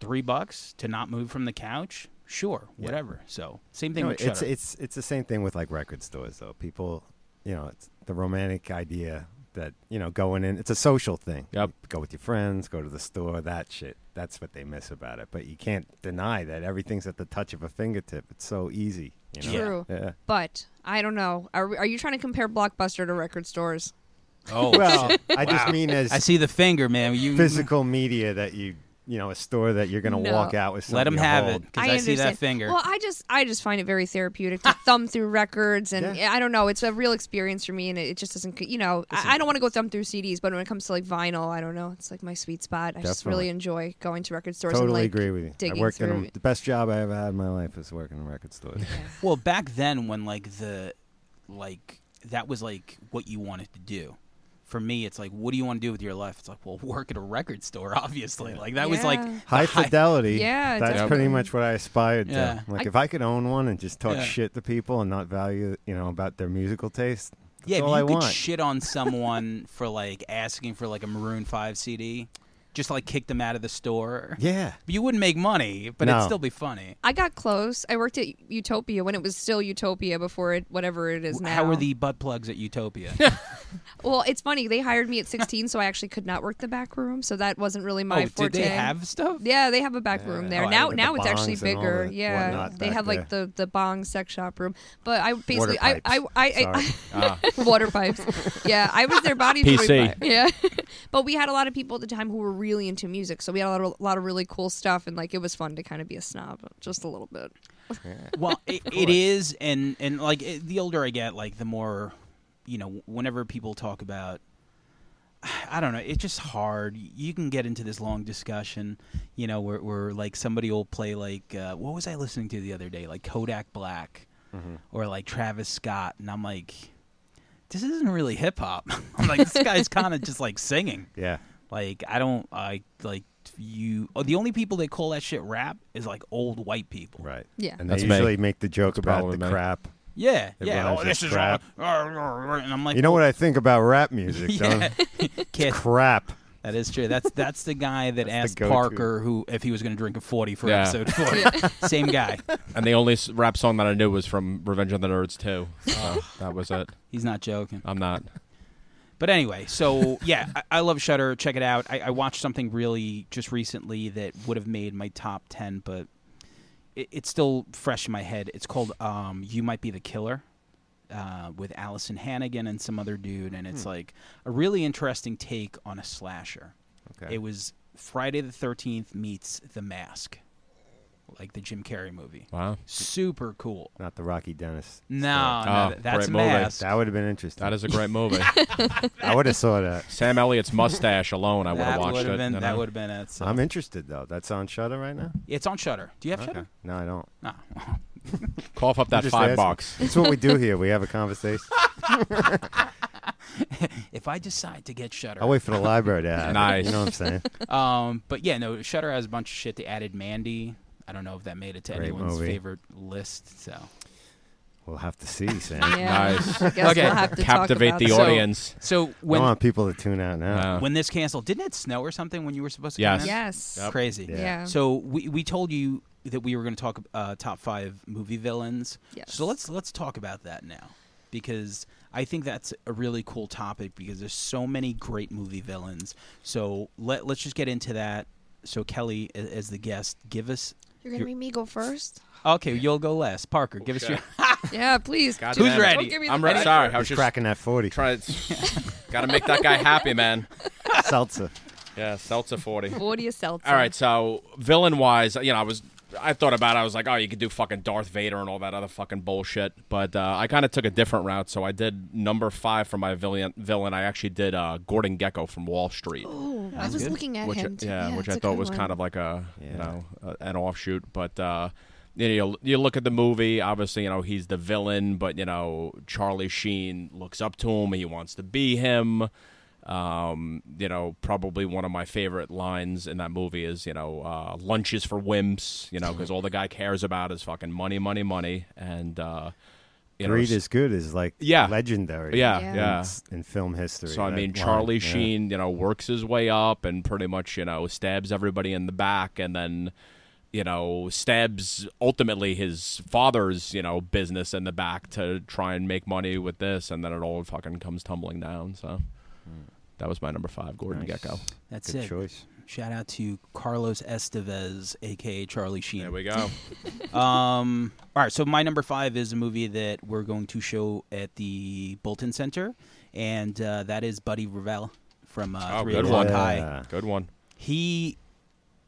Speaker 1: Three bucks to not move from the couch. Sure,
Speaker 2: Yeah.
Speaker 1: whatever. So same thing
Speaker 2: No,
Speaker 1: with
Speaker 2: it's
Speaker 1: Shudder.
Speaker 2: it's it's the same thing with like record stores though. People, you know, it's the romantic idea that you know going in. It's a social thing.
Speaker 3: Yep.
Speaker 2: Go with your friends. Go to the store. That shit. That's what they miss about it. But you can't deny that everything's at the touch of a fingertip. It's so easy. You know?
Speaker 1: Yeah.
Speaker 4: True.
Speaker 2: Yeah.
Speaker 4: But I don't know. Are, are you trying to compare Blockbuster to record stores?
Speaker 1: oh,
Speaker 2: Well,
Speaker 1: shit.
Speaker 2: I just mean as
Speaker 1: I see the finger, man. You
Speaker 2: physical media that you you know a store that you're going to
Speaker 4: No.
Speaker 2: walk out with.
Speaker 1: let him
Speaker 2: something you
Speaker 1: have it
Speaker 2: hold.
Speaker 1: because I, see that
Speaker 4: understand.
Speaker 1: finger.
Speaker 4: Well, I just I just find it very therapeutic to thumb through records, and
Speaker 2: Yeah.
Speaker 4: I don't know, it's a real experience for me, and it, it just doesn't, you know, I, I don't want to go thumb through CDs, but when it comes to like vinyl, I don't know, it's like my sweet spot. I just
Speaker 2: Definitely.
Speaker 4: really enjoy going to record stores.
Speaker 2: Totally
Speaker 4: and, like,
Speaker 2: agree with you. I
Speaker 4: digging
Speaker 2: worked in
Speaker 4: through
Speaker 2: a,
Speaker 4: it.
Speaker 2: the best job I ever had in my life was working in a record store.
Speaker 1: Well, back then when like the like that was like what you wanted to do. For me, it's like, what do you want to do with your life? It's like, well, work at a record store, obviously. Like that was like
Speaker 4: Yeah.
Speaker 2: High fidelity.
Speaker 4: Yeah,
Speaker 2: that's
Speaker 4: definitely.
Speaker 2: pretty much what I aspired to.
Speaker 1: Yeah.
Speaker 2: Like
Speaker 4: I-
Speaker 2: if I could own one and just talk
Speaker 1: Yeah.
Speaker 2: shit to people and not value, you know, about their musical taste. That's
Speaker 1: yeah, if
Speaker 2: all
Speaker 1: you
Speaker 2: I
Speaker 1: could
Speaker 2: want.
Speaker 1: shit on someone for like asking for like a Maroon Five CD, just like kick them out of the store.
Speaker 2: yeah.
Speaker 1: You wouldn't make money, but it'd
Speaker 2: No.
Speaker 1: still be funny.
Speaker 4: I got close. I worked at Utopia when it was still Utopia before it, whatever it is now.
Speaker 1: How were the butt plugs at Utopia? Oh,
Speaker 4: Well, it's funny. They hired me at 16, so I actually could not work the back room, so that wasn't really my
Speaker 1: oh,
Speaker 4: forte.
Speaker 1: did they have stuff?
Speaker 4: Yeah, they have a back room there.
Speaker 1: Oh, I
Speaker 4: now
Speaker 1: remember
Speaker 4: now
Speaker 2: the
Speaker 4: it's actually
Speaker 2: bongs and all
Speaker 4: bigger.
Speaker 2: the
Speaker 4: Yeah.
Speaker 2: whatnot
Speaker 4: They
Speaker 2: back
Speaker 4: have like the the bong sex shop room. But I basically I
Speaker 2: pipes.
Speaker 4: I I, I
Speaker 2: Sorry.
Speaker 3: Ah,
Speaker 4: water pipes. Yeah, I was their body
Speaker 3: PC.
Speaker 4: Yeah. But we had a lot of people at the time who were really into music, so we had a lot of, a lot of really cool stuff, and like it was fun to kind of be a snob just a little bit.
Speaker 1: well it, it is and and like it, the older i get like the more you know whenever people talk about i don't know it's just hard you can get into this long discussion you know where, where like somebody will play like uh, what was i listening to the other day like kodak black or like travis scott and i'm like this isn't really hip-hop i'm like this guy's kind of just like singing
Speaker 2: Yeah.
Speaker 1: like i don't i like you oh, the only people that call that shit rap is like old white people
Speaker 2: Right.
Speaker 4: Yeah.
Speaker 2: And
Speaker 3: That's
Speaker 2: they
Speaker 3: me.
Speaker 2: usually make the joke about
Speaker 3: probably
Speaker 2: the
Speaker 3: me.
Speaker 2: crap.
Speaker 1: Yeah,
Speaker 2: It
Speaker 1: yeah.
Speaker 2: rhymes
Speaker 1: Oh,
Speaker 2: with
Speaker 1: this is all,
Speaker 2: crap.
Speaker 1: and I'm like,
Speaker 2: You know what I think about rap music?
Speaker 1: Yeah.
Speaker 2: Don?
Speaker 1: kid,
Speaker 2: Crap.
Speaker 1: that is true. That's that's the guy that
Speaker 2: That's
Speaker 1: asked
Speaker 2: the go-to.
Speaker 1: Parker who if he was going to drink a forty for
Speaker 3: Yeah.
Speaker 1: episode forty. Same guy.
Speaker 3: And the only s- rap song that I knew was from Revenge of the Nerds too. So that was it.
Speaker 1: He's not joking.
Speaker 3: I'm not.
Speaker 1: But anyway, so yeah, I, I love Shutter. Check it out. I, I watched something really just recently that would have made my top ten, but it, it's still fresh in my head. It's called um, "You Might Be the Killer." Uh, with Allison Hannigan and some other dude, and
Speaker 2: Hmm.
Speaker 1: it's like a really interesting take on a slasher.
Speaker 2: Okay.
Speaker 1: It was Friday the 13th meets The Mask, like the Jim Carrey movie.
Speaker 3: Wow.
Speaker 1: Super cool.
Speaker 2: Not the Rocky Dennis.
Speaker 1: No,
Speaker 3: Oh,
Speaker 1: no, that's
Speaker 3: great
Speaker 1: a
Speaker 3: movie.
Speaker 1: mask.
Speaker 2: That would have been interesting.
Speaker 3: That is a great movie.
Speaker 2: I would have saw that.
Speaker 3: Sam Elliott's mustache alone, I would have
Speaker 1: That
Speaker 3: watched
Speaker 1: would've
Speaker 3: it.
Speaker 1: Been,
Speaker 3: you
Speaker 1: That
Speaker 3: know?
Speaker 1: would have been it. so-
Speaker 2: I'm interested though. That's on Shutter right now.
Speaker 1: It's on Shutter. Do you have
Speaker 2: Okay.
Speaker 1: Shutter?
Speaker 2: No, I don't.
Speaker 1: No.
Speaker 3: Cough up that
Speaker 2: Just
Speaker 3: five
Speaker 2: ask-
Speaker 3: bucks.
Speaker 2: That's what we do here. We have a conversation.
Speaker 1: if I decide to get Shutter,
Speaker 2: I wait for the library to have. it.
Speaker 3: Nice.
Speaker 2: You know what I'm saying?
Speaker 1: um, but yeah, no, Shutter has a bunch of shit. They added Mandy. I don't know if that made it to
Speaker 2: Great
Speaker 1: anyone's
Speaker 2: movie.
Speaker 1: favorite list. So,
Speaker 2: We'll have to see, Sam.
Speaker 4: Yeah.
Speaker 3: Nice.
Speaker 4: I guess
Speaker 1: Okay.
Speaker 4: we'll have to talk
Speaker 3: Captivate
Speaker 4: about
Speaker 3: the
Speaker 1: So-
Speaker 4: that.
Speaker 3: audience.
Speaker 1: so
Speaker 2: I
Speaker 1: when
Speaker 2: don't want people to tune out now.
Speaker 3: Uh,
Speaker 1: when this canceled, didn't it snow or something when you were supposed to?
Speaker 3: Yes.
Speaker 1: Come in?
Speaker 4: Yes.
Speaker 3: Yep.
Speaker 1: Crazy.
Speaker 2: Yeah.
Speaker 4: Yeah.
Speaker 1: So we we told you that we were going to talk uh, top five movie villains.
Speaker 4: Yes.
Speaker 1: So let's let's talk about that now because I think that's a really cool topic because there's so many great movie villains. So let let's just get into that. So Kelly, a- as the guest, give us.
Speaker 4: You're gonna
Speaker 1: You're-
Speaker 4: make me go first?
Speaker 1: Okay, you'll go last. Parker, give us your.
Speaker 4: Yeah, please.
Speaker 3: God
Speaker 4: do
Speaker 3: damn
Speaker 4: it.
Speaker 3: it.
Speaker 1: ready?
Speaker 4: Don't give me the
Speaker 3: I'm ready.
Speaker 4: mic.
Speaker 3: Sorry, I was
Speaker 2: He's
Speaker 3: just
Speaker 2: cracking that 40.
Speaker 3: trying to. Got to make that guy happy, man.
Speaker 2: Seltzer.
Speaker 3: Yeah, Seltzer forty.
Speaker 4: Audio seltzer.
Speaker 3: All right, so villain wise, you know, I was I thought about it. I was like, oh, you could do fucking Darth Vader and all that other fucking bullshit. But uh, I kind of took a different route, so I did number five for my villain. Villain, I actually did uh, Gordon Gecko from Wall Street.
Speaker 4: Oh, I
Speaker 1: Sounds
Speaker 4: was
Speaker 1: good.
Speaker 4: looking at
Speaker 3: which
Speaker 4: him. too.
Speaker 3: yeah, which
Speaker 4: it's
Speaker 3: I
Speaker 4: a
Speaker 3: thought
Speaker 4: good
Speaker 3: was
Speaker 4: one.
Speaker 3: kind of like a
Speaker 2: Yeah.
Speaker 3: you know a, an offshoot, but uh, you know you look at the movie. Obviously, you know he's the villain, but you know Charlie Sheen looks up to him. He wants to be him. Um, you know, probably one of my favorite lines in that movie is you know uh, lunches for wimps. You know, because all the guy cares about is fucking money, money, money, and uh, you know,
Speaker 2: Greed is good is like
Speaker 3: Yeah.
Speaker 2: legendary.
Speaker 3: yeah,
Speaker 4: Yeah.
Speaker 3: yeah.
Speaker 2: In, in film history.
Speaker 3: So I
Speaker 2: that
Speaker 3: mean,
Speaker 2: line.
Speaker 3: Charlie
Speaker 2: Yeah.
Speaker 3: Sheen, you know, works his way up and pretty much, you know, stabs everybody in the back, and then, you know, stabs ultimately his father's, you know, business in the back to try and make money with this, and then it all fucking comes tumbling down. So that was my number five, Gordon
Speaker 2: Nice.
Speaker 3: Gecko.
Speaker 1: That's
Speaker 2: Good
Speaker 1: it.
Speaker 2: choice.
Speaker 1: Shout out to Carlos Estevez, aka Charlie Sheen.
Speaker 3: There we go.
Speaker 1: Um, all right, so my number five is a movie that we're going to show at the Bolton Center, and uh, that is Buddy Revell from uh,
Speaker 3: Oh,
Speaker 1: Three
Speaker 3: good
Speaker 1: O'clock
Speaker 2: one.
Speaker 1: High.
Speaker 2: Yeah.
Speaker 3: Good one.
Speaker 1: He,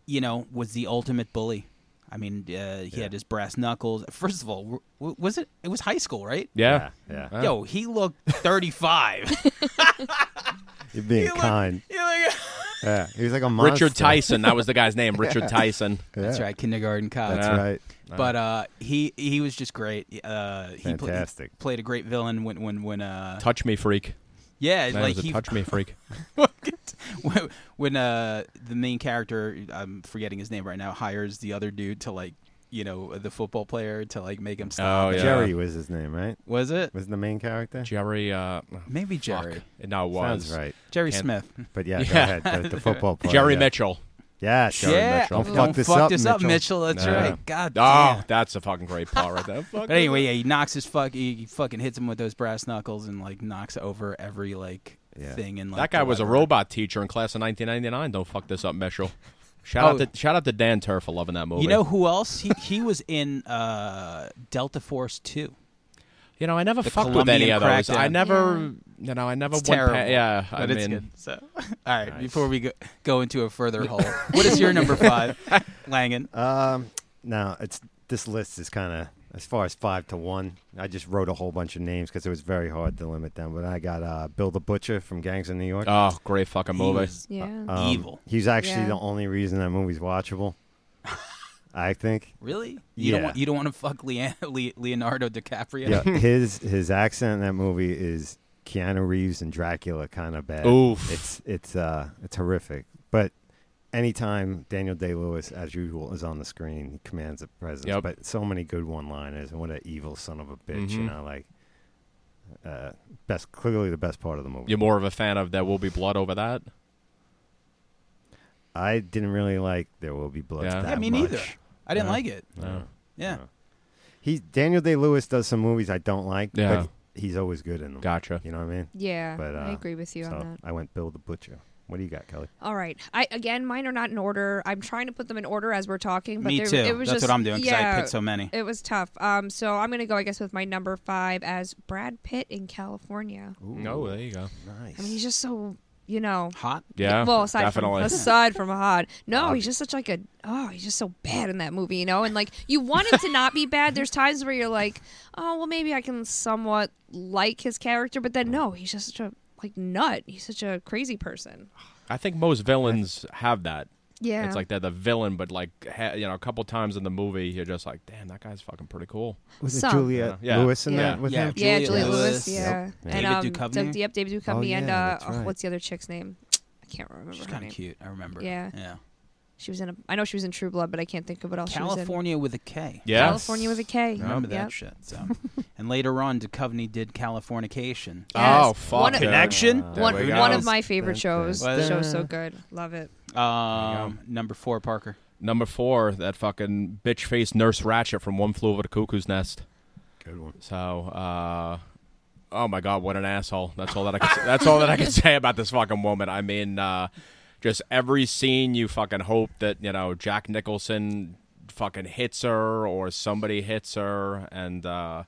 Speaker 1: you know, was the ultimate bully. I mean, uh, he had his brass knuckles. First of all, w- w- was it? It was high school, right?
Speaker 3: Yeah.
Speaker 2: Yeah.
Speaker 3: Yeah.
Speaker 1: Yo, he looked thirty-five.
Speaker 2: You're being
Speaker 1: He looked-
Speaker 2: kind.
Speaker 1: he looked-
Speaker 2: Yeah. He was like a monster.
Speaker 3: Richard Tyson, that was the guy's name, Richard Tyson.
Speaker 2: Yeah.
Speaker 1: That's right, kindergarten cop.
Speaker 2: That's
Speaker 3: Yeah.
Speaker 2: right.
Speaker 1: But uh, he he was just great. Uh, he pla- he
Speaker 2: Fantastic.
Speaker 1: played a great villain when when when uh,
Speaker 3: Touch me, freak.
Speaker 1: yeah,
Speaker 3: That
Speaker 1: like
Speaker 3: was a
Speaker 1: he
Speaker 3: touch me, freak.
Speaker 1: when, when uh the main character I'm forgetting his name right now hires the other dude to like you know the football player to like make him stop.
Speaker 3: Oh, yeah.
Speaker 2: Jerry was his name, right?
Speaker 1: Was it
Speaker 2: Was the main character?
Speaker 3: Jerry. Uh,
Speaker 1: maybe
Speaker 3: fuck.
Speaker 1: Jerry
Speaker 3: No, it was
Speaker 2: Sounds right.
Speaker 1: Jerry
Speaker 3: Can't-
Speaker 1: Smith?
Speaker 2: But yeah, go
Speaker 3: Yeah.
Speaker 2: ahead. The, the football player.
Speaker 3: Jerry
Speaker 2: yeah.
Speaker 3: Mitchell.
Speaker 2: Yeah, Jerry
Speaker 1: yeah,
Speaker 2: Mitchell.
Speaker 1: Don't,
Speaker 2: Don't fuck this up, Mitchell.
Speaker 1: That's
Speaker 3: Yeah.
Speaker 1: right. God.
Speaker 3: Oh,
Speaker 1: damn.
Speaker 3: that's a fucking great part right there. Fuck
Speaker 1: But anyway, yeah, he knocks his fuck. He, he fucking hits him with those brass knuckles and like knocks over every like
Speaker 2: Yeah.
Speaker 1: thing. And like
Speaker 3: that guy was a
Speaker 1: whatever.
Speaker 3: robot teacher in class of 1999. Don't fuck this up, Mitchell. Shout
Speaker 1: Oh.
Speaker 3: out to shout out to Dan Tur for loving that movie.
Speaker 1: You know who else? He he was in uh, Delta Force Two.
Speaker 3: You know, I never
Speaker 1: The
Speaker 3: fucked with any
Speaker 1: Colombian
Speaker 3: of those.
Speaker 1: Crackdown.
Speaker 3: I never, you know, I never
Speaker 1: It's
Speaker 3: went. pa-
Speaker 1: terrible,
Speaker 3: yeah,
Speaker 1: but
Speaker 3: I
Speaker 1: it's
Speaker 3: mean,
Speaker 1: good. So, all right,
Speaker 3: Nice.
Speaker 1: before we go, go into a further hole, what is your number five, Langen?
Speaker 2: Um, no, it's this list is kind of as far as five to one. I just wrote a whole bunch of names because it was very hard to limit them. But I got uh, Bill the Butcher from Gangs of New York.
Speaker 3: oh, great fucking movie.
Speaker 1: uh,
Speaker 4: Yeah.
Speaker 2: Um,
Speaker 1: evil.
Speaker 2: He's actually
Speaker 4: Yeah.
Speaker 2: the only reason that movie's watchable. I think.
Speaker 1: Really? You don't
Speaker 2: Yeah.
Speaker 1: want, you don't want to fuck Lea- Le- Leonardo DiCaprio.
Speaker 2: Yeah, his his accent in that movie is Keanu Reeves and Dracula kind of bad.
Speaker 3: Oof.
Speaker 2: It's it's uh it's horrific. But anytime Daniel Day Lewis, as usual, is on the screen, he commands a presence.
Speaker 3: Yep.
Speaker 2: But so many good one liners and what an evil son of a bitch, you
Speaker 3: Mhm.
Speaker 2: know, like uh best clearly the best part of the movie.
Speaker 3: You're more of a fan of There Will Be Blood over that?
Speaker 2: I didn't really like There Will Be Blood.
Speaker 3: Yeah.
Speaker 2: that
Speaker 1: Yeah, me neither.
Speaker 2: much.
Speaker 1: I didn't
Speaker 2: Uh-huh.
Speaker 3: Yeah.
Speaker 1: like it.
Speaker 3: No.
Speaker 1: Yeah.
Speaker 2: No. He Daniel Day Lewis does some movies I don't like,
Speaker 3: Yeah.
Speaker 2: but he's always good in them.
Speaker 3: Oh, Gotcha.
Speaker 2: You know what I mean?
Speaker 4: Yeah,
Speaker 2: But,
Speaker 4: I
Speaker 2: uh,
Speaker 4: agree with you
Speaker 2: so
Speaker 4: on that.
Speaker 2: I went Bill the Butcher. What do you got, Kelly?
Speaker 4: All right. I again, mine are not in order. I'm trying to put them in order as we're talking. But
Speaker 1: Me
Speaker 4: there-
Speaker 1: too.
Speaker 4: It was
Speaker 1: That's
Speaker 4: just,
Speaker 1: what I'm doing because
Speaker 4: yeah,
Speaker 1: I picked so many.
Speaker 4: It was tough. Um, so I'm gonna go, I guess, with my number five as Brad Pitt in California.
Speaker 3: No, there you go.
Speaker 2: nice.
Speaker 4: I mean, he's just so you know.
Speaker 1: Hot.
Speaker 3: Yeah,
Speaker 4: well, aside
Speaker 3: definitely.
Speaker 4: from aside from hot, no, he's just such like a oh, he's just so bad in that movie, you know. And like you want it to not be bad. There's times where you're like, oh, well, maybe I can somewhat like his character, but then no, he's just such a like nut. He's such a crazy person.
Speaker 3: I think most villains have that.
Speaker 4: Yeah,
Speaker 3: It's like they're the villain, but like ha- you know, a couple times in the movie, you're just like, damn, that guy's fucking pretty cool.
Speaker 2: was it
Speaker 4: some.
Speaker 2: Juliet
Speaker 3: Yeah.
Speaker 2: Lewis in
Speaker 4: Yeah.
Speaker 2: that with
Speaker 1: Yeah.
Speaker 2: him?
Speaker 4: Yeah,
Speaker 1: Julia
Speaker 4: Julia Lewis.
Speaker 1: Lewis.
Speaker 4: yeah.
Speaker 2: Yep.
Speaker 4: And
Speaker 1: David
Speaker 4: um,
Speaker 1: Duchovny?
Speaker 4: Doug- yep, David Duchovny
Speaker 2: Oh,
Speaker 4: and
Speaker 2: yeah,
Speaker 4: uh,
Speaker 2: that's
Speaker 4: oh,
Speaker 2: right.
Speaker 4: what's the other chick's name? I can't remember.
Speaker 1: She's
Speaker 4: her
Speaker 1: kind of
Speaker 4: name.
Speaker 1: cute. I remember.
Speaker 4: Yeah.
Speaker 1: Yeah.
Speaker 4: She was in a. I know she was in True Blood, but I can't think of what else she was in.
Speaker 1: California with a K.
Speaker 3: Yeah.
Speaker 4: California with a K.
Speaker 1: Remember
Speaker 4: Yep.
Speaker 1: that shit. So, and later on, Duchovny did Californication.
Speaker 4: Yes.
Speaker 3: Oh fuck!
Speaker 4: One of-
Speaker 3: it.
Speaker 1: Connection?
Speaker 2: Uh,
Speaker 3: There
Speaker 4: One,
Speaker 3: we go.
Speaker 4: one of my favorite shows.
Speaker 1: Well,
Speaker 4: The show's
Speaker 2: uh,
Speaker 4: so good. Love it.
Speaker 1: Um, number four, Parker.
Speaker 3: number four, that fucking bitch faced Nurse Ratchet from One Flew Over the Cuckoo's Nest.
Speaker 2: Good one.
Speaker 3: So, uh, oh my god, what an asshole! That's all that I could, that's all that I can say about this fucking woman. I mean, uh, just every scene, you fucking hope that you know Jack Nicholson fucking hits her or somebody hits her, and uh,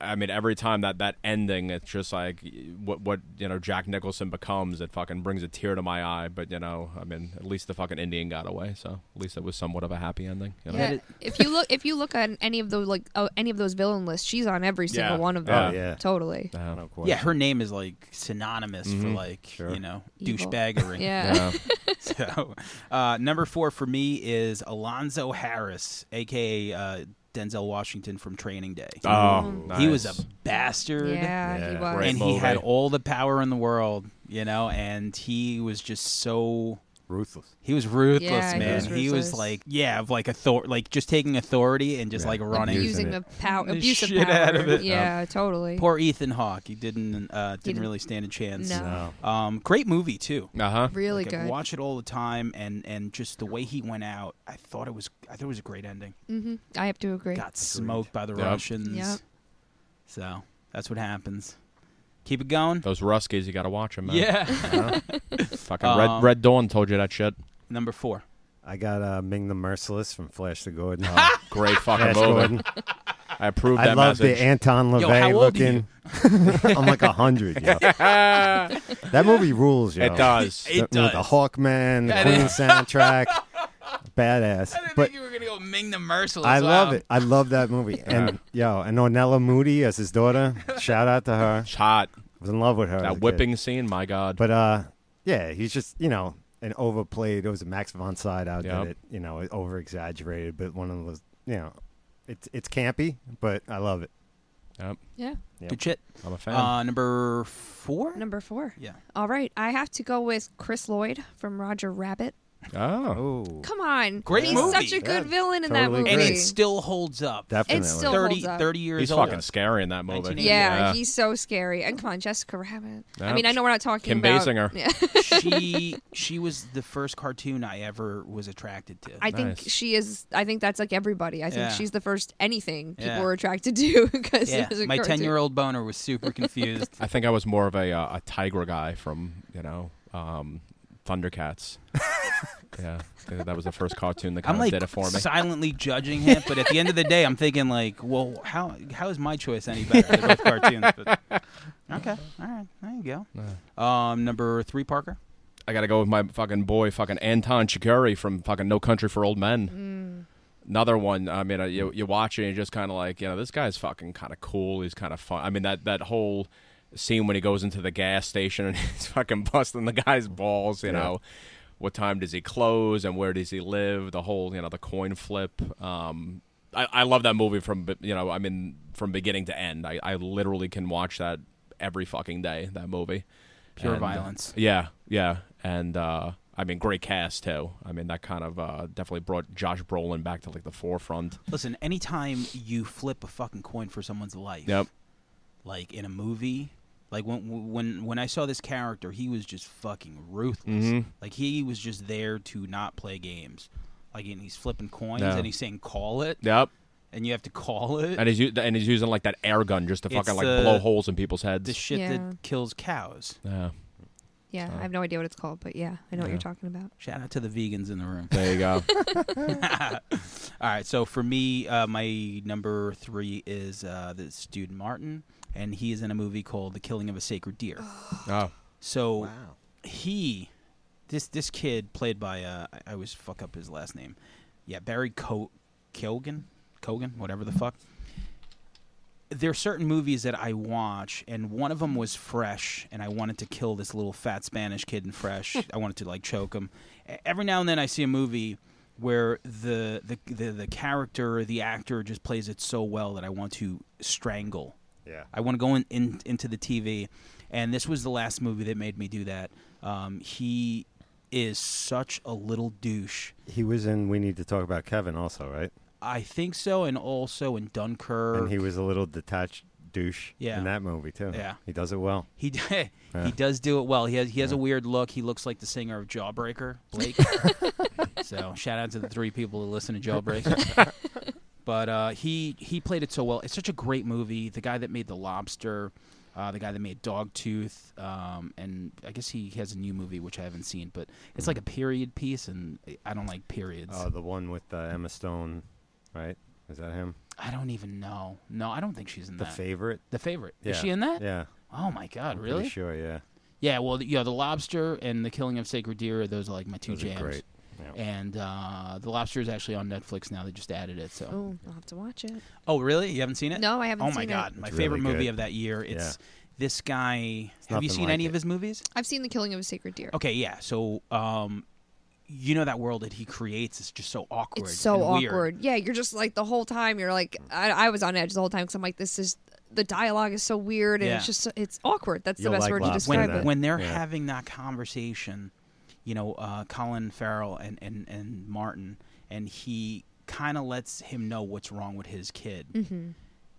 Speaker 3: I mean, every time that that ending, it's just like what what you know Jack Nicholson becomes. It fucking brings a tear to my eye. But you know, I mean, at least the fucking Indian got away, so at least it was somewhat of a happy ending. You know?
Speaker 4: Yeah. if you look, if you look at any of those like oh, any of those villain lists, she's on every
Speaker 3: Yeah.
Speaker 4: single one of
Speaker 3: Oh,
Speaker 4: them.
Speaker 2: yeah.
Speaker 4: Totally.
Speaker 3: Uh,
Speaker 2: No question.
Speaker 1: Yeah, her name is like synonymous for
Speaker 3: Mhm.
Speaker 1: like
Speaker 2: Mm-hmm. Sure.
Speaker 1: you know
Speaker 4: Evil.
Speaker 1: douchebaggery.
Speaker 4: Yeah.
Speaker 3: yeah.
Speaker 1: So, uh, number four for me is Alonzo Harris, aka uh, Denzel Washington from Training Day.
Speaker 3: Oh,
Speaker 1: He was
Speaker 3: nice.
Speaker 1: a bastard.
Speaker 4: Yeah, he
Speaker 2: Yeah,
Speaker 4: was.
Speaker 3: Great
Speaker 1: and he
Speaker 3: movie.
Speaker 1: had all the power in the world, you know, and he was just so
Speaker 2: Ruthless.
Speaker 1: he was ruthless,
Speaker 4: Yeah, he
Speaker 1: man.
Speaker 2: was
Speaker 1: was
Speaker 4: ruthless.
Speaker 1: like, yeah, of like author, like just taking authority and just
Speaker 2: Yeah.
Speaker 1: like running.
Speaker 4: Abusing
Speaker 2: Using
Speaker 4: the power,
Speaker 1: The
Speaker 4: abuse of
Speaker 1: shit
Speaker 4: power.
Speaker 1: out of it.
Speaker 4: Yeah, totally.
Speaker 1: Poor Ethan Hawke, he didn't uh, didn't,
Speaker 4: didn't-
Speaker 1: really stand a chance.
Speaker 4: No.
Speaker 2: No.
Speaker 1: Um, great movie too.
Speaker 3: Uh huh.
Speaker 4: really
Speaker 1: Like, I
Speaker 4: good.
Speaker 1: watch it all the time, and and just the way he went out, I thought it was I thought it was a great ending.
Speaker 4: hmm I have to agree.
Speaker 1: Got smoked by the
Speaker 3: Yep.
Speaker 1: Russians.
Speaker 4: Yep.
Speaker 1: So that's what happens. Keep it going.
Speaker 3: Those Ruskies, you got to watch them, man.
Speaker 1: Yeah.
Speaker 3: Fucking
Speaker 1: Um,
Speaker 3: Red Red Dawn told you that shit.
Speaker 1: Number four.
Speaker 2: I got uh, Ming the Merciless from Flash the Gordon.
Speaker 3: Great fucking
Speaker 2: Flash
Speaker 3: movie.
Speaker 2: Gordon.
Speaker 3: I approve
Speaker 2: I
Speaker 3: that
Speaker 2: love the
Speaker 3: message.
Speaker 2: Anton
Speaker 1: Yo, how
Speaker 2: LaVey
Speaker 1: old are you?
Speaker 2: looking. I'm like a hundred. yo. That movie rules, yo.
Speaker 3: it does.
Speaker 1: It
Speaker 2: With the
Speaker 1: does.
Speaker 2: Hawkman, the
Speaker 1: That
Speaker 2: Queen soundtrack, badass. but
Speaker 1: you were gonna go Ming the Merciless.
Speaker 2: I love it. I love that movie. And yo, and Ornella Moody as his daughter. Shout out to her.
Speaker 3: it's hot.
Speaker 2: I was in love with her. as a
Speaker 3: That
Speaker 2: kid.
Speaker 3: whipping scene, my god.
Speaker 2: But uh, yeah, he's just you know an overplayed. It was a Max von Sydow
Speaker 3: Yep.
Speaker 2: did it. You know, over exaggerated, but one of those. You know, it's it's campy, but I love it.
Speaker 3: Yep,
Speaker 4: Yeah.
Speaker 1: Good shit.
Speaker 3: I'm a fan.
Speaker 1: Uh, number four.
Speaker 4: Number four.
Speaker 1: Yeah.
Speaker 4: All right, I have to go with Chris Lloyd from Roger Rabbit.
Speaker 3: oh,
Speaker 2: Oh,
Speaker 4: Come on,
Speaker 1: Great
Speaker 4: he's
Speaker 1: movie.
Speaker 4: such a good
Speaker 2: Yeah,
Speaker 4: villain in that
Speaker 2: totally
Speaker 4: movie.
Speaker 1: And
Speaker 2: agree.
Speaker 1: it still holds up.
Speaker 2: definitely.
Speaker 4: still-
Speaker 1: Thirty, thirty 30,
Speaker 4: holds up.
Speaker 1: years
Speaker 3: he's
Speaker 1: old.
Speaker 3: fucking scary in that movie.
Speaker 1: 1980.
Speaker 4: yeah, he's so scary. And come on, Jessica Rabbit. I
Speaker 3: Yeah.
Speaker 4: mean, I know we're not talking
Speaker 3: Kim
Speaker 4: about
Speaker 3: Basinger.
Speaker 4: Yeah,
Speaker 1: she she was the first cartoon I ever was attracted to.
Speaker 4: I think
Speaker 3: Nice.
Speaker 4: she is. I think that's like everybody. I think
Speaker 1: Yeah.
Speaker 4: she's the first anything people
Speaker 1: Yeah.
Speaker 4: were attracted to because
Speaker 1: yeah,
Speaker 4: it was a
Speaker 1: my
Speaker 4: cartoon.
Speaker 1: ten-year-old boner was super confused.
Speaker 3: I think I was more of a uh, a tiger guy from you know um, Thundercats. Yeah, I think that was the first cartoon that kind
Speaker 1: I'm
Speaker 3: of
Speaker 1: like
Speaker 3: did it for me.
Speaker 1: silently judging him, but at the end of the day, I'm thinking like, well, how how is my choice any better? They're both cartoons. But, okay, all right, there you go. Um, number three, Parker.
Speaker 3: I gotta go with my fucking boy, fucking Anton Chigurh from fucking No Country for Old Men. Another one. I mean, uh, you you watch it, and you're just kind of like, you know, this guy's fucking kind of cool. He's kind of fun. I mean, that that whole scene when he goes into the gas station and he's fucking busting the guy's balls. You know, what time does he close and where does he live? The whole, you know, the coin flip. Um, I, I love that movie from be- you know, I mean, from beginning to end. I, I literally can watch that every fucking day. That movie.
Speaker 1: Pure
Speaker 3: And, uh,
Speaker 1: violence.
Speaker 3: yeah, yeah, and uh, I mean, great cast too. I mean, that kind of uh, definitely brought Josh Brolin back to like the forefront.
Speaker 1: Listen, anytime you flip a fucking coin for someone's life,
Speaker 3: Yep.
Speaker 1: like in a movie, like when when when I saw this character, he was just fucking ruthless.
Speaker 3: Mm-hmm.
Speaker 1: Like he was just there to not play games. Like and he's flipping coins
Speaker 3: Yeah.
Speaker 1: and he's saying call it,
Speaker 3: Yep.
Speaker 1: and you have to call it.
Speaker 3: And he's u- and he's using like that air gun just to
Speaker 1: It's,
Speaker 3: fucking like
Speaker 1: uh,
Speaker 3: blow holes in people's heads.
Speaker 1: the shit
Speaker 4: Yeah.
Speaker 1: that kills cows.
Speaker 3: yeah.
Speaker 4: Yeah, I have no idea what it's called, but yeah, I know what you're talking about.
Speaker 1: Shout out to the vegans in the room.
Speaker 3: There you go.
Speaker 1: All right, so for me, uh, my number three is uh, this dude Martin, and he is in a movie called The Killing of a Sacred Deer.
Speaker 3: oh.
Speaker 1: So
Speaker 2: Wow.
Speaker 1: he, this this kid played by uh, I- I always fuck up his last name, yeah Barry Co- Kogan, Kogan, whatever the fuck. There are certain movies that I watch, and one of them was Fresh, and I wanted to kill this little fat Spanish kid in Fresh. I wanted to like choke him. E- Every now and then, I see a movie where the the the, the character, the actor, just plays it so well that I want to strangle
Speaker 2: Yeah.
Speaker 1: I want to go in, in into the TV, and this was the last movie that made me do that. Um, he is such a little douche.
Speaker 2: He was in We Need to Talk About Kevin also, right?
Speaker 1: I think so, and also in Dunkirk,
Speaker 2: And he was a little detached douche
Speaker 1: Yeah.
Speaker 2: in that movie too.
Speaker 1: Yeah.
Speaker 2: He does it well.
Speaker 1: he d- he does do it well. He has he has a weird look. He looks like the singer of Jawbreaker, Blake. so shout out to the three people who listen to Jawbreaker. but uh, he he played it so well. It's such a great movie. The guy that made The Lobster, uh, the guy that made Dogtooth, um, and I guess he has a new movie which I haven't seen, but it's like a period piece, and I don't like periods.
Speaker 2: Oh, the one with Hmm. uh, Emma Stone, right? Is that him?
Speaker 1: I don't even know. No, I don't think she's in
Speaker 2: The
Speaker 1: that.
Speaker 2: favorite?
Speaker 1: the favorite.
Speaker 2: Yeah.
Speaker 1: Is she in that?
Speaker 2: Yeah.
Speaker 1: Oh my God!
Speaker 2: I'm pretty
Speaker 1: really?
Speaker 2: sure, yeah.
Speaker 1: Yeah, well, you know, the lobster and the killing of sacred deer, those are like my two
Speaker 2: Those are
Speaker 1: jams.
Speaker 2: great. Yeah.
Speaker 1: And uh, the lobster is actually on Netflix now. They just added it. So,
Speaker 4: Oh, I'll have to watch it.
Speaker 1: oh, really? You haven't seen it?
Speaker 4: No, I haven't
Speaker 1: Oh my
Speaker 4: seen it.
Speaker 1: god, my
Speaker 2: It's
Speaker 1: favorite
Speaker 2: really
Speaker 1: movie
Speaker 2: good.
Speaker 1: of that year. It's this guy. have you
Speaker 2: nothing
Speaker 1: seen
Speaker 2: like
Speaker 1: any
Speaker 2: it.
Speaker 1: of his movies?
Speaker 4: I've seen The Killing of a Sacred Deer.
Speaker 1: Okay, yeah. So, um, you know that world that he creates is just so awkward.
Speaker 4: It's so
Speaker 1: and weird.
Speaker 4: awkward. Yeah, you're just like the whole time. You're like, I, I was on edge the whole time because I'm like, this is the dialogue is so weird and
Speaker 1: Yeah.
Speaker 4: it's just it's awkward. That's
Speaker 2: You'll
Speaker 4: the best
Speaker 2: like
Speaker 4: word to
Speaker 2: Lobster
Speaker 4: describe
Speaker 2: then.
Speaker 4: it.
Speaker 1: when they're
Speaker 2: Yeah.
Speaker 1: having that conversation, you know, uh, Colin Farrell and, and, and Martin, and he kind of lets him know what's wrong with his kid.
Speaker 4: Mm-hmm.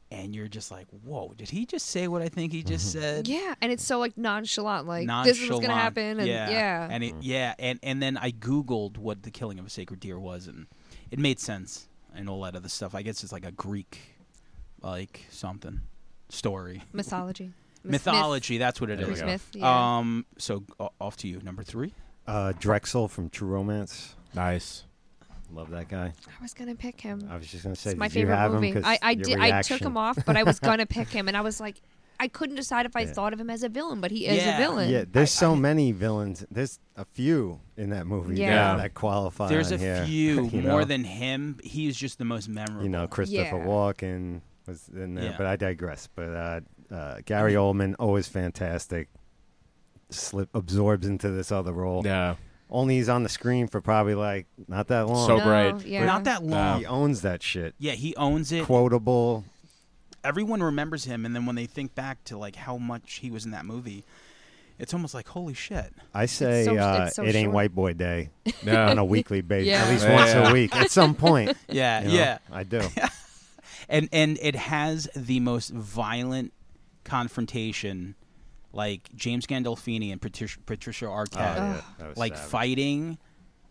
Speaker 1: And you're just like, whoa, did he just say what I think he just
Speaker 4: Mm-hmm.
Speaker 1: said?
Speaker 4: yeah, and it's so like nonchalant. Like this is what's gonna
Speaker 1: Nonchalant.
Speaker 4: happen. And yeah,
Speaker 1: And it, yeah. And, and then I Googled what the killing of a sacred deer was, and it made sense and all that other stuff. I guess it's like a Greek, like something, story.
Speaker 4: mythology, Myth-
Speaker 1: Mythology, that's what it
Speaker 2: There we
Speaker 1: is.
Speaker 2: go.
Speaker 4: myth, yeah.
Speaker 1: Um, so o- off to you, number three.
Speaker 2: Uh, Drexel from True Romance.
Speaker 3: Nice.
Speaker 2: Love that guy.
Speaker 4: I was gonna pick him.
Speaker 2: I was just gonna say,
Speaker 4: It's my
Speaker 2: Uh, did you
Speaker 4: favorite
Speaker 2: have him?
Speaker 4: movie.
Speaker 2: 'Cause
Speaker 4: I I
Speaker 2: your
Speaker 4: did. I took
Speaker 2: reaction-
Speaker 4: him off, but I was gonna pick him, and I was like, I couldn't decide if I
Speaker 2: Yeah.
Speaker 4: thought of him as a villain, but he is
Speaker 1: Yeah.
Speaker 4: a villain.
Speaker 2: Yeah, there's so many villains. There's a few in that movie that-
Speaker 4: Yeah.
Speaker 2: that qualify.
Speaker 1: There's a
Speaker 2: on here,
Speaker 1: few
Speaker 2: you know?
Speaker 1: more than him. He's just the most memorable.
Speaker 2: you know Christopher
Speaker 4: Yeah.
Speaker 2: Walken was in there,
Speaker 1: Yeah.
Speaker 2: but I digress. But uh, uh, Gary
Speaker 4: Mm-hmm.
Speaker 2: Oldman always fantastic. Slip absorbs into this other role.
Speaker 3: Yeah.
Speaker 2: Only he's on the screen for probably like not that long.
Speaker 3: So
Speaker 4: No,
Speaker 3: great.
Speaker 4: Yeah.
Speaker 1: Not that long.
Speaker 2: he owns that shit.
Speaker 1: Yeah, he owns it.
Speaker 2: Quotable.
Speaker 1: Everyone remembers him, and then when they think back to like how much he was in that movie, it's almost like holy shit.
Speaker 2: I say
Speaker 4: so-
Speaker 2: uh,
Speaker 4: it's so
Speaker 2: it ain't
Speaker 4: short.
Speaker 2: white boy day on
Speaker 3: Yeah.
Speaker 2: a weekly basis,
Speaker 4: Yeah.
Speaker 2: at least
Speaker 3: Yeah.
Speaker 2: once a week at some point.
Speaker 1: Yeah,
Speaker 2: you know?
Speaker 1: yeah.
Speaker 2: I do.
Speaker 1: And and it has the most violent confrontation, like James Gandolfini and Patricia, Patricia Arquette,
Speaker 2: Oh, yeah. That was
Speaker 1: like
Speaker 2: savage.
Speaker 1: fighting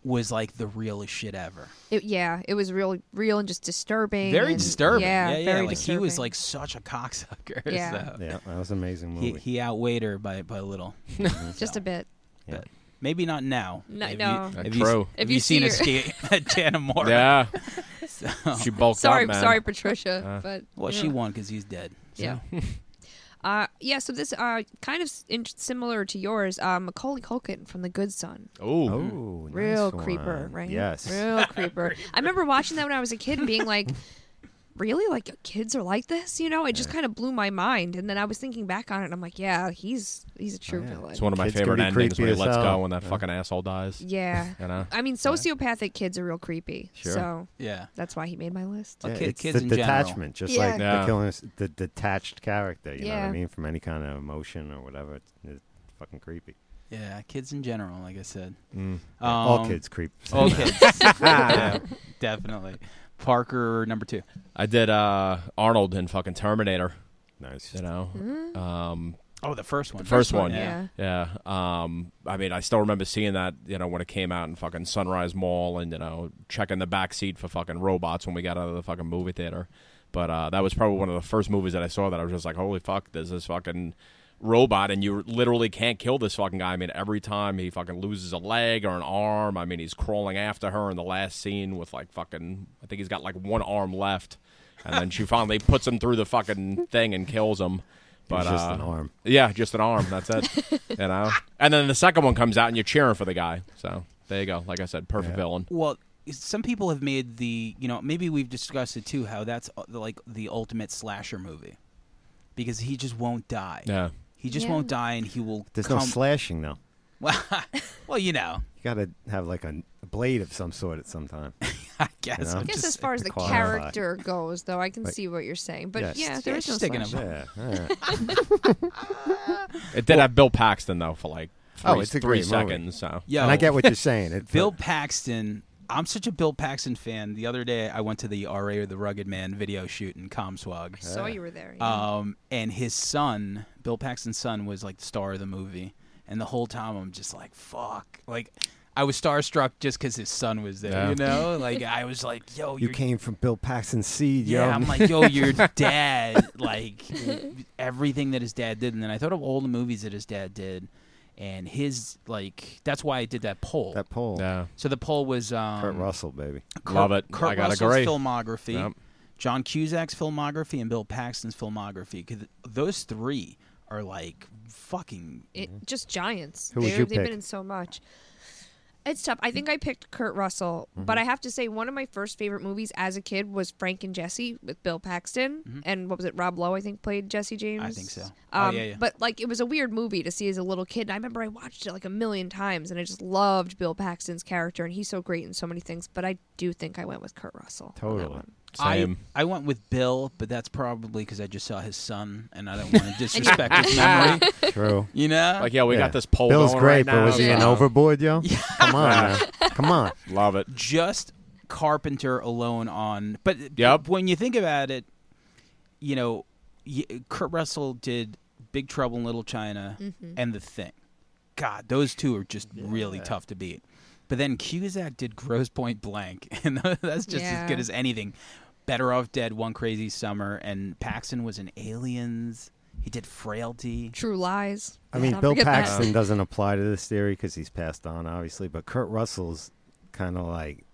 Speaker 1: was like the realest shit ever.
Speaker 4: It, yeah, it was real, real and just disturbing.
Speaker 1: Very
Speaker 4: and-
Speaker 1: disturbing.
Speaker 4: Yeah,
Speaker 1: yeah.
Speaker 4: very
Speaker 1: like he was
Speaker 4: disturbing.
Speaker 1: like such a cocksucker.
Speaker 4: Yeah.
Speaker 1: so.
Speaker 2: Yeah, that was an amazing
Speaker 1: He,
Speaker 2: movie.
Speaker 1: he outweighed her by by a little.
Speaker 4: just a bit.
Speaker 2: Yeah.
Speaker 1: But- Maybe not now.
Speaker 4: No-
Speaker 1: Have you-
Speaker 4: no.
Speaker 3: Uh,
Speaker 1: have you,
Speaker 3: true.
Speaker 1: Have you, seen a skate at Dannemora?
Speaker 3: Yeah, she bulked
Speaker 4: Sorry,
Speaker 3: up, man.
Speaker 4: sorry, Patricia.
Speaker 3: Uh,
Speaker 4: but
Speaker 1: Well, she won because he's dead. So.
Speaker 4: Yeah. uh, yeah. So this uh, kind of s- in- similar to yours, uh, Macaulay Culkin from The Good Son.
Speaker 3: Oh,
Speaker 2: Oh,
Speaker 4: Real
Speaker 2: nice
Speaker 4: creeper,
Speaker 2: one.
Speaker 4: right?
Speaker 2: Yes.
Speaker 4: Real creeper. I remember watching that when I was a kid, and being like, "Really? Like kids are like this?" You know, it just kind of blew my mind. And then I was thinking back on it, and I'm like, "Yeah, he's he's a true
Speaker 2: yeah.
Speaker 4: villain."
Speaker 3: it's one of my
Speaker 2: Kids can
Speaker 3: favorite
Speaker 2: be
Speaker 3: endings when
Speaker 2: creepy
Speaker 3: he
Speaker 2: as
Speaker 3: lets
Speaker 2: hell.
Speaker 3: go when that fucking asshole dies.
Speaker 4: yeah.
Speaker 3: You know,
Speaker 4: I mean, sociopathic kids are real creepy.
Speaker 2: Sure.
Speaker 4: So
Speaker 1: Yeah.
Speaker 4: that's why he made my list.
Speaker 1: Okay,
Speaker 2: it's
Speaker 1: kids
Speaker 2: the
Speaker 1: in general.
Speaker 2: detachment, just
Speaker 4: Yeah.
Speaker 2: like
Speaker 3: Yeah.
Speaker 2: the killing is the detached character. You know what
Speaker 4: Yeah.
Speaker 2: I mean? From any kind of emotion or whatever, it's, it's fucking creepy.
Speaker 1: Yeah. Kids in general, like I said.
Speaker 3: Mm.
Speaker 1: Um, oh,
Speaker 2: All kids creep.
Speaker 1: All kids. Yeah, definitely. Parker number two.
Speaker 3: I did uh, Arnold in fucking Terminator.
Speaker 2: nice.
Speaker 3: You know,
Speaker 1: Mm.
Speaker 3: um,
Speaker 1: Oh, the first one.
Speaker 3: The first one,
Speaker 4: yeah.
Speaker 3: Yeah. Um. I mean, I still remember seeing that. You know, when it came out in fucking Sunrise Mall, and you know, checking the back seat for fucking robots when we got out of the fucking movie theater. But uh, that was probably one of the first movies that I saw that I was just like, holy fuck, there's this fucking robot, and you literally can't kill this fucking guy. I mean, every time he fucking loses a leg or an arm, I mean, he's crawling after her in the last scene with like fucking, I think he's got like one arm left. And then she finally puts him through the fucking thing and kills him. But
Speaker 2: it's just
Speaker 3: uh,
Speaker 2: an arm.
Speaker 3: yeah, just an arm. That's it. you know. And then the second one comes out, and you're cheering for the guy. So there you go. Like I said, perfect villain.
Speaker 1: Well, some people have made the you know maybe we've discussed it too how that's uh, like the ultimate slasher movie because he just won't die.
Speaker 3: Yeah.
Speaker 1: He just
Speaker 4: Yeah.
Speaker 1: won't die, and he will.
Speaker 2: There's
Speaker 1: come,
Speaker 2: no slashing though.
Speaker 1: Well, well, you know,
Speaker 2: You gotta have like a, a blade of some sort at some time.
Speaker 1: I guess.
Speaker 2: know?
Speaker 1: I'm
Speaker 4: I guess
Speaker 1: just,
Speaker 4: as far as
Speaker 2: to
Speaker 4: the
Speaker 2: qualify.
Speaker 4: character goes, though, I can
Speaker 2: Like-
Speaker 4: see what you're saying. But
Speaker 2: Yeah,
Speaker 4: yeah,
Speaker 2: it's-
Speaker 4: there
Speaker 1: yeah,
Speaker 4: is no
Speaker 1: sticking 'em
Speaker 4: slash.
Speaker 2: yeah. all right.
Speaker 3: It did have Bill Paxton though for like three,
Speaker 2: Oh, it's a
Speaker 3: three
Speaker 2: great movie.
Speaker 3: seconds. So
Speaker 1: Yo,
Speaker 2: and I get what you're saying. It
Speaker 1: Bill Paxton. I'm such a Bill Paxton fan. The other day, I went to the RA or the Rugged Man video shoot in Comswag.
Speaker 4: I saw you were there.
Speaker 2: Mm.
Speaker 4: yeah.
Speaker 1: Um, and his son, Bill Paxton's son, was like the star of the movie. And the whole time, I'm just like, fuck. Like, I was starstruck just because his son was there,
Speaker 3: Yeah.
Speaker 1: you know? Like, I was like, yo,
Speaker 2: you
Speaker 1: you're-
Speaker 2: came from Bill Paxton's seed, yo.
Speaker 1: Yeah, I'm like, yo, your dad, like everything that his dad did, and then I thought of all the movies that his dad did, and his like that's why I did that poll.
Speaker 2: that pole.
Speaker 3: yeah,
Speaker 1: so the poll was um,
Speaker 2: Kurt Russell, baby.
Speaker 1: Kurt-
Speaker 3: Love it.
Speaker 1: Kurt
Speaker 3: I gotta
Speaker 1: Russell's
Speaker 3: agree.
Speaker 1: filmography,
Speaker 3: Yep.
Speaker 1: John Cusack's filmography, and Bill Paxton's filmography. 'cause those three are like fucking.
Speaker 4: It, just giants.
Speaker 2: Mm-hmm. Who would
Speaker 4: They're-
Speaker 2: you
Speaker 4: they've
Speaker 2: pick?
Speaker 4: been in so much. It's tough. I think I picked Kurt Russell,
Speaker 2: Mm-hmm.
Speaker 4: but I have to say one of my first favorite movies as a kid was Frank and Jesse with Bill Paxton and what was it? Rob Lowe, I think, played Jesse James.
Speaker 1: Mm-hmm. think so.
Speaker 4: Um,
Speaker 1: Oh, yeah, yeah.
Speaker 4: But like, it was a weird movie to see as a little kid. And I remember I watched it like a million times, and I just loved Bill Paxton's character, and he's so great in so many things. But I do think I went with Kurt Russell. on that
Speaker 2: Totally.
Speaker 4: one.
Speaker 1: I,
Speaker 3: same.
Speaker 1: I went with Bill, but that's probably because I just saw his son, and I don't want to disrespect his memory.
Speaker 2: True.
Speaker 1: You know,
Speaker 3: like yeah, we
Speaker 2: Yeah.
Speaker 3: got this poll.
Speaker 2: Bill's
Speaker 3: going
Speaker 2: great,
Speaker 3: right
Speaker 2: but
Speaker 3: now,
Speaker 2: was he an
Speaker 3: so-
Speaker 2: overboard, yo? Come on, man. come on.
Speaker 3: Love it.
Speaker 1: just Carpenter alone on. But
Speaker 3: Yep.
Speaker 1: when you think about it, you know, y- Kurt Russell did Big Trouble in Little China
Speaker 4: Mm-hmm.
Speaker 1: and The Thing. God, those two are just really tough to beat. But then Cusack did Gross Point Blank, and that's just as good
Speaker 4: Yeah.
Speaker 1: as anything. Better Off Dead, One Crazy Summer, and Paxton was in Aliens. He did Frailty.
Speaker 4: True Lies.
Speaker 2: I mean,
Speaker 4: Don't
Speaker 2: Bill
Speaker 4: forget that.
Speaker 2: Paxton doesn't apply to this theory because he's passed on, obviously. But Kurt Russell's kind of like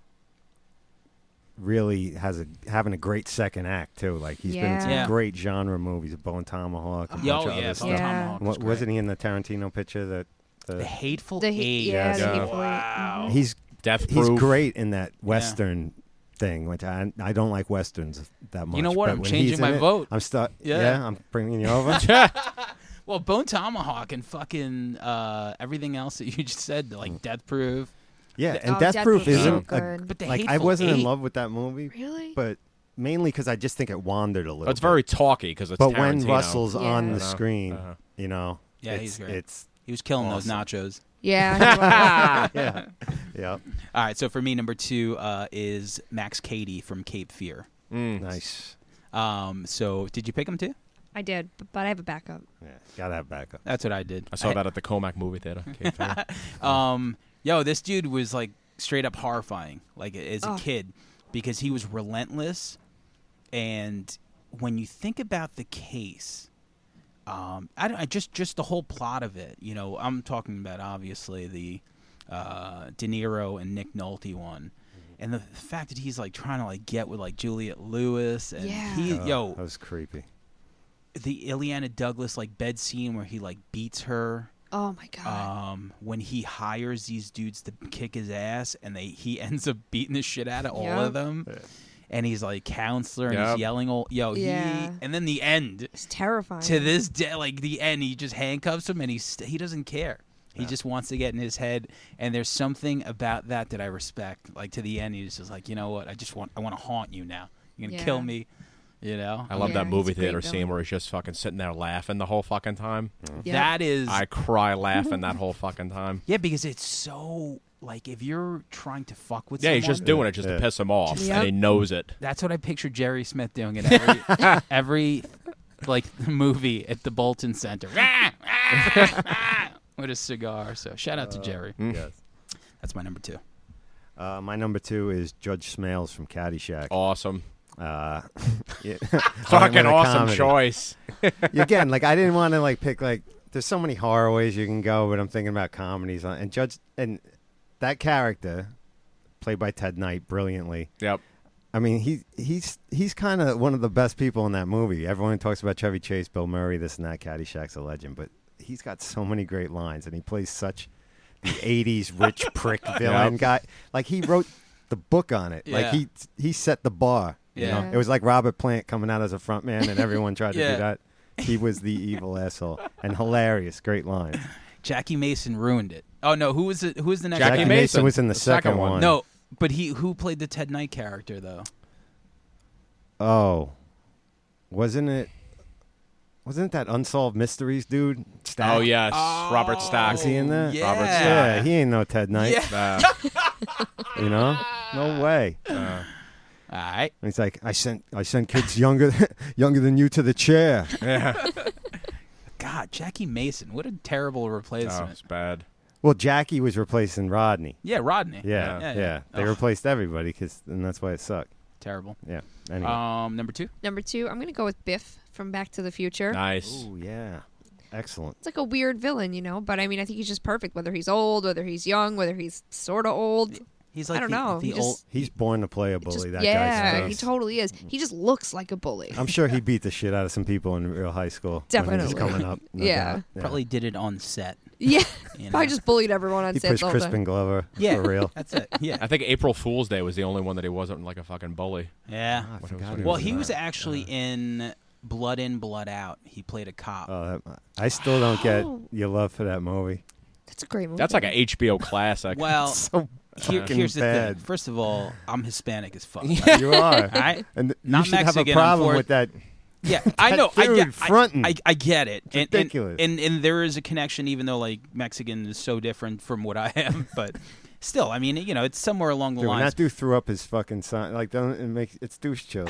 Speaker 2: really has a having a great second act too. Like he's been in some
Speaker 1: Yeah.
Speaker 2: great genre movies, Bow and Tomahawk.
Speaker 4: Oh.
Speaker 2: And a
Speaker 1: Yo,
Speaker 2: bunch of
Speaker 1: yeah,
Speaker 2: other
Speaker 1: Bone
Speaker 2: stuff.
Speaker 4: Yeah.
Speaker 1: Tomahawk was
Speaker 2: What,
Speaker 1: great.
Speaker 2: wasn't he in the Tarantino picture? That the,
Speaker 1: The Hateful
Speaker 4: The he-
Speaker 1: Eight?
Speaker 2: Yeah.
Speaker 4: yeah, the hateful eight. Mhm.
Speaker 2: he's
Speaker 3: Death
Speaker 2: he's
Speaker 3: proof.
Speaker 2: great in that western thing, which I I don't like westerns that much.
Speaker 1: know what?
Speaker 2: but
Speaker 1: I'm
Speaker 2: when
Speaker 1: changing
Speaker 2: he's in
Speaker 1: my
Speaker 2: it,
Speaker 1: vote.
Speaker 2: I'm stuck.
Speaker 1: Yeah.
Speaker 2: Yeah. I'm bringing you over.
Speaker 1: Well, Bone Tomahawk and fucking uh, everything else that you just said,
Speaker 2: Mm.
Speaker 1: like Death Proof.
Speaker 2: yeah, and
Speaker 4: Oh,
Speaker 2: Death, Proof
Speaker 4: Proof is so
Speaker 2: isn't a,
Speaker 4: good.
Speaker 1: But the
Speaker 2: like I
Speaker 1: Hateful
Speaker 2: wasn't in
Speaker 1: Eight-
Speaker 2: love with that movie,
Speaker 4: Really?
Speaker 2: but mainly because I just think it wandered a little.
Speaker 3: That's
Speaker 2: bit.
Speaker 3: very talky because it's.
Speaker 2: But when
Speaker 3: Tarantino.
Speaker 2: Russell's on
Speaker 4: Yeah.
Speaker 2: the
Speaker 3: Uh-huh,
Speaker 2: screen,
Speaker 3: uh-huh.
Speaker 2: you know,
Speaker 1: Yeah,
Speaker 2: it's,
Speaker 1: he's great.
Speaker 2: It's
Speaker 1: He was killing those nachos.
Speaker 4: Yeah.
Speaker 2: yeah, yeah,
Speaker 1: All right, so for me, number two uh, is Max Cady from Cape Fear.
Speaker 2: nice.
Speaker 1: Um, so did you pick him too?
Speaker 4: I did, b- but I have a backup.
Speaker 2: Yeah, gotta have backup.
Speaker 1: That's what I did.
Speaker 3: I saw that at the Comac movie theater. Cape Fear.
Speaker 1: Um, yo, this dude was like straight up horrifying, like as a
Speaker 4: Oh.
Speaker 1: kid, because he was relentless. And when you think about the case, um, I, don't, I just just the whole plot of it. You know, I'm talking about obviously the uh, De Niro and Nick Nolte one. And the fact that he's like trying to like get with like Juliet Lewis and
Speaker 4: Yeah.
Speaker 1: he
Speaker 2: Ugh,
Speaker 1: Uh, yo
Speaker 2: that was creepy.
Speaker 1: the Ileana Douglas like bed scene where he like beats her
Speaker 4: Oh my
Speaker 2: Uh,
Speaker 4: god.
Speaker 1: um, when he hires these dudes to kick his ass, and they he ends up beating the shit out of all
Speaker 4: Yep.
Speaker 1: of them, and he's like counselor and
Speaker 3: Yep.
Speaker 1: he's yelling, all, "Yo,
Speaker 4: Yeah.
Speaker 1: he!" And then the end
Speaker 4: it's terrifying.
Speaker 1: to this day, like the end, he just handcuffs him and he st- he doesn't care. He just wants to get in his head, and there's something about that that I respect. Like to the end, he's just like, you know what? I just want I want to haunt you now. You're gonna kill
Speaker 4: Yeah.
Speaker 1: me, you know.
Speaker 3: I love
Speaker 4: Yeah,
Speaker 3: that
Speaker 4: he's
Speaker 3: movie
Speaker 4: a great
Speaker 3: theater scene
Speaker 4: villain.
Speaker 3: where he's just fucking sitting there laughing the whole fucking time.
Speaker 2: Mm.
Speaker 4: Yeah.
Speaker 1: That is
Speaker 3: I cry laughing that whole fucking time.
Speaker 1: yeah, because it's so like if you're trying to fuck with
Speaker 3: Yeah,
Speaker 1: someone,
Speaker 3: he's just doing it just
Speaker 2: Yeah.
Speaker 3: to piss him off,
Speaker 4: Yep.
Speaker 3: and he knows it.
Speaker 1: That's what I picture Jerry Smith doing in every every like movie at the Bolton Center. With a cigar. So shout out to Jerry.
Speaker 3: Mm.
Speaker 2: Yes.
Speaker 1: That's my number two.
Speaker 2: Uh, my number two is Judge Smales from Caddyshack.
Speaker 3: Awesome,
Speaker 2: Uh, yeah.
Speaker 3: Oh. fucking
Speaker 2: Heartland of
Speaker 3: awesome
Speaker 2: comedy.
Speaker 3: choice.
Speaker 2: Again, like I didn't want to like pick like. There's so many horror ways you can go, but I'm thinking about comedies uh, and Judge and that character, played by Ted Knight, brilliantly.
Speaker 3: Yep. Oh,
Speaker 2: I mean, he he's he's kind of one of the best people in that movie. Everyone talks about Chevy Chase, Bill Murray, this and that. Caddyshack's a legend, but he's got so many great lines, and he plays such the '80s rich prick villain
Speaker 3: Yep.
Speaker 2: guy. Like he wrote the book on it. Like
Speaker 1: Yeah.
Speaker 2: he he set the bar. you
Speaker 1: Yeah.
Speaker 2: know? it was like Robert Plant coming out as a front man, and everyone tried to
Speaker 1: Yeah.
Speaker 2: do that. He was the evil asshole, and hilarious, great lines.
Speaker 1: Jackie Mason ruined it. Oh no, who was it who was the next
Speaker 3: Jackie
Speaker 1: guy?
Speaker 2: Mason,
Speaker 3: Mason,
Speaker 2: was in the,
Speaker 3: the second
Speaker 2: second,
Speaker 3: one.
Speaker 2: one.
Speaker 1: No, but he who played the Ted Knight character though?
Speaker 2: Oh, wasn't it? Wasn't it that unsolved mysteries dude? Stack?
Speaker 3: Oh yes, Robert Stack.
Speaker 2: Oh, Is he in that?
Speaker 1: Yeah.
Speaker 3: Robert
Speaker 2: Yeah,
Speaker 3: Stack.
Speaker 2: he ain't no Ted Knight.
Speaker 1: Yeah.
Speaker 3: Uh,
Speaker 2: You know, no way. And
Speaker 3: uh,
Speaker 1: All right.
Speaker 2: he's like, I sent, I sent kids younger, younger than you to the chair.
Speaker 3: yeah.
Speaker 1: God, Jackie Mason, what a terrible
Speaker 3: Oh,
Speaker 1: replacement.
Speaker 3: it's bad.
Speaker 2: Well, Jackie was replacing Rodney.
Speaker 1: Yeah, Rodney. Yeah,
Speaker 2: Yeah, yeah.
Speaker 1: yeah.
Speaker 2: They
Speaker 1: Ugh.
Speaker 2: replaced everybody, cause, and that's why it sucked.
Speaker 1: Terrible.
Speaker 2: Yeah. Anyway.
Speaker 1: Um number two?
Speaker 4: Number two, I'm gonna go with Biff from Back to the Future.
Speaker 3: Nice.
Speaker 2: Ooh, yeah. Excellent.
Speaker 4: It's like a weird villain, you know, but I mean, I think he's just perfect. Whether he's old, whether he's young, whether he's sort of old,
Speaker 1: He's like
Speaker 4: don't
Speaker 1: the,
Speaker 4: know,
Speaker 1: the
Speaker 4: he just-
Speaker 1: old
Speaker 2: He's born to play a bully.
Speaker 4: just,
Speaker 2: that guy's
Speaker 4: yeah,
Speaker 2: face.
Speaker 4: he totally is. He just looks like a bully.
Speaker 2: I'm sure he beat the shit out of some people in real high school. When he was
Speaker 4: Definitely.
Speaker 2: coming up. no
Speaker 4: Yeah.
Speaker 2: doubt.
Speaker 1: probably did it on set.
Speaker 4: yeah,
Speaker 1: You know?
Speaker 4: probably just bullied everyone on
Speaker 2: He
Speaker 4: set
Speaker 2: pushed
Speaker 4: the whole time.
Speaker 2: Crispin Glover
Speaker 1: yeah,
Speaker 2: for real.
Speaker 1: That's it. Yeah.
Speaker 3: I think April Fool's Day was the only one that he wasn't like a fucking bully.
Speaker 1: Yeah.
Speaker 2: I
Speaker 3: What
Speaker 2: forgot
Speaker 3: was
Speaker 2: he
Speaker 3: it?
Speaker 1: Well,
Speaker 2: in
Speaker 1: Ah, he
Speaker 2: that.
Speaker 1: was actually in Blood In, Blood Out. He played a cop.
Speaker 2: Oh, that, I still don't get
Speaker 4: Wow.
Speaker 2: your love for that movie.
Speaker 4: That's a great movie.
Speaker 3: That's like an HBO classic.
Speaker 1: well,
Speaker 2: so
Speaker 1: here-
Speaker 2: fucking
Speaker 1: here's the
Speaker 2: bad.
Speaker 1: thing. First of all, I'm Hispanic as fuck.
Speaker 2: You are.
Speaker 1: All right.
Speaker 2: And
Speaker 1: Not
Speaker 2: you should have a
Speaker 1: Mexican,
Speaker 2: problem
Speaker 1: unfor-
Speaker 2: with that.
Speaker 1: Yeah, I know. I
Speaker 2: dude
Speaker 1: get.
Speaker 2: fronting.
Speaker 1: I, I, I get it. And, and-
Speaker 2: ridiculous.
Speaker 1: And, and there is a connection, even though like Mexican is so different from what I am, but still, I mean, you know, it's somewhere along the
Speaker 2: Dude, when
Speaker 1: lines.
Speaker 2: that dude threw up his fucking sign, like, don't it make it's douche chills.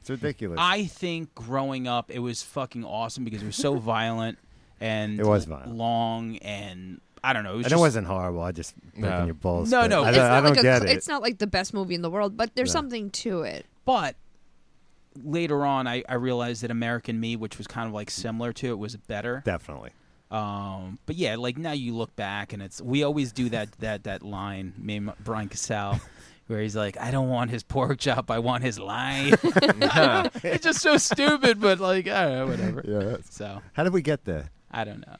Speaker 2: It's ridiculous.
Speaker 1: I think growing up, it was fucking awesome because it was so violent and
Speaker 2: It was violent.
Speaker 1: long and I don't know. It was
Speaker 2: and
Speaker 1: just,
Speaker 2: it wasn't horrible. I just breaking
Speaker 3: No.
Speaker 2: your balls.
Speaker 1: No,
Speaker 2: but
Speaker 1: no, it's
Speaker 2: I,
Speaker 4: it's
Speaker 2: don't-
Speaker 4: not
Speaker 2: I don't
Speaker 4: like a,
Speaker 2: get
Speaker 4: cl-
Speaker 2: it.
Speaker 4: It's not like the best movie in the world, but there's
Speaker 2: No.
Speaker 4: something to it.
Speaker 1: But later on, I, I realized that American Me, which was kind of like similar to it, was better.
Speaker 2: Definitely.
Speaker 1: Um, but yeah, like now you look back and it's we always do that that that line, me and Brian Cassell, where he's like, "I don't want his pork chop, I want his life." it's just so stupid, but like, I don't know, whatever.
Speaker 2: Yeah. that's-
Speaker 1: So
Speaker 2: How did we get there?
Speaker 1: I don't know.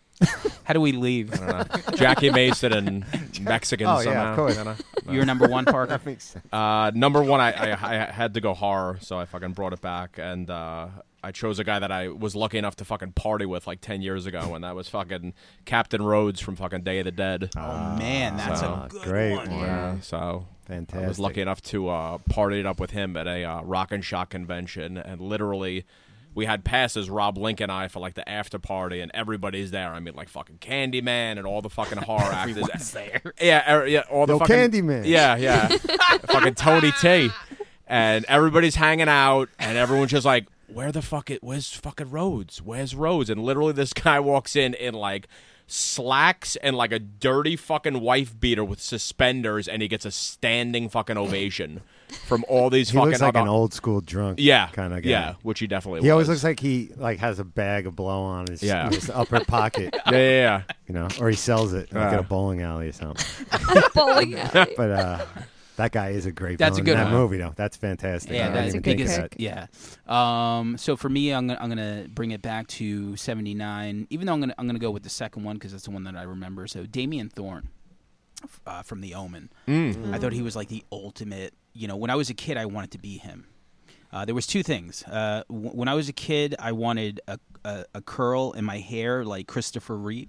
Speaker 1: How do we leave?
Speaker 3: I don't know. Uh, Jackie Mason and Mexican
Speaker 2: Oh, yeah,
Speaker 3: somehow.
Speaker 2: of course.
Speaker 3: you know?
Speaker 1: You're number one, Parker.
Speaker 2: That makes sense.
Speaker 3: Uh, number one, I, I, I had to go horror, so I fucking brought it back, and uh, I chose a guy that I was lucky enough to fucking party with like ten years ago, and that was fucking Captain Rhodes from fucking Day of the Dead.
Speaker 1: Oh man, that's
Speaker 3: so
Speaker 1: a good
Speaker 2: great
Speaker 1: one.
Speaker 2: one.
Speaker 3: Yeah, so
Speaker 2: Fantastic.
Speaker 3: I was lucky enough to uh, party it up with him at a uh, Rock and Shock convention, and literally. We had passes, Rob Link and I, for like the after party, and everybody's there. I mean, like fucking Candyman and all the fucking horror actors.
Speaker 1: Everyone's there.
Speaker 3: Yeah, er, yeah, all the
Speaker 2: Yo,
Speaker 3: fucking
Speaker 2: Candyman.
Speaker 3: Yeah, yeah, fucking Tony T. And everybody's hanging out, and everyone's just like, "Where the fuck it? Where's fucking Rhodes? Where's Rhodes?" And literally, this guy walks in in like slacks and like a dirty fucking wife beater with suspenders, and he gets a standing fucking ovation from all these
Speaker 2: He
Speaker 3: fucking
Speaker 2: looks like
Speaker 3: other-
Speaker 2: an old school drunk.
Speaker 3: yeah
Speaker 2: kind of guy.
Speaker 3: yeah, which he definitely
Speaker 2: He always
Speaker 3: was.
Speaker 2: looks like he like has a bag of blow on his,
Speaker 3: Yeah.
Speaker 2: his upper pocket,
Speaker 3: yeah yeah
Speaker 2: you know, or he sells it like
Speaker 3: Yeah.
Speaker 2: at a bowling alley or something.
Speaker 4: Bowling alley.
Speaker 2: But uh, that guy is a great.
Speaker 1: That's a
Speaker 2: villain
Speaker 1: good
Speaker 2: in that
Speaker 1: one.
Speaker 2: movie though. That's fantastic. I
Speaker 1: Yeah,
Speaker 2: didn't
Speaker 1: that's the
Speaker 2: even think of
Speaker 1: biggest.
Speaker 2: that.
Speaker 1: Yeah. Um, so for me, I'm gonna, I'm gonna bring it back to '79. Even though I'm gonna I'm gonna go with the second one because that's the one that I remember. So Damien Thorne f- uh, from The Omen. I thought he was like the ultimate. You know, when I was a kid, I wanted to be him. Uh, there was two things. Uh, w- when I was a kid, I wanted a, a, a curl in my hair like Christopher Reeve,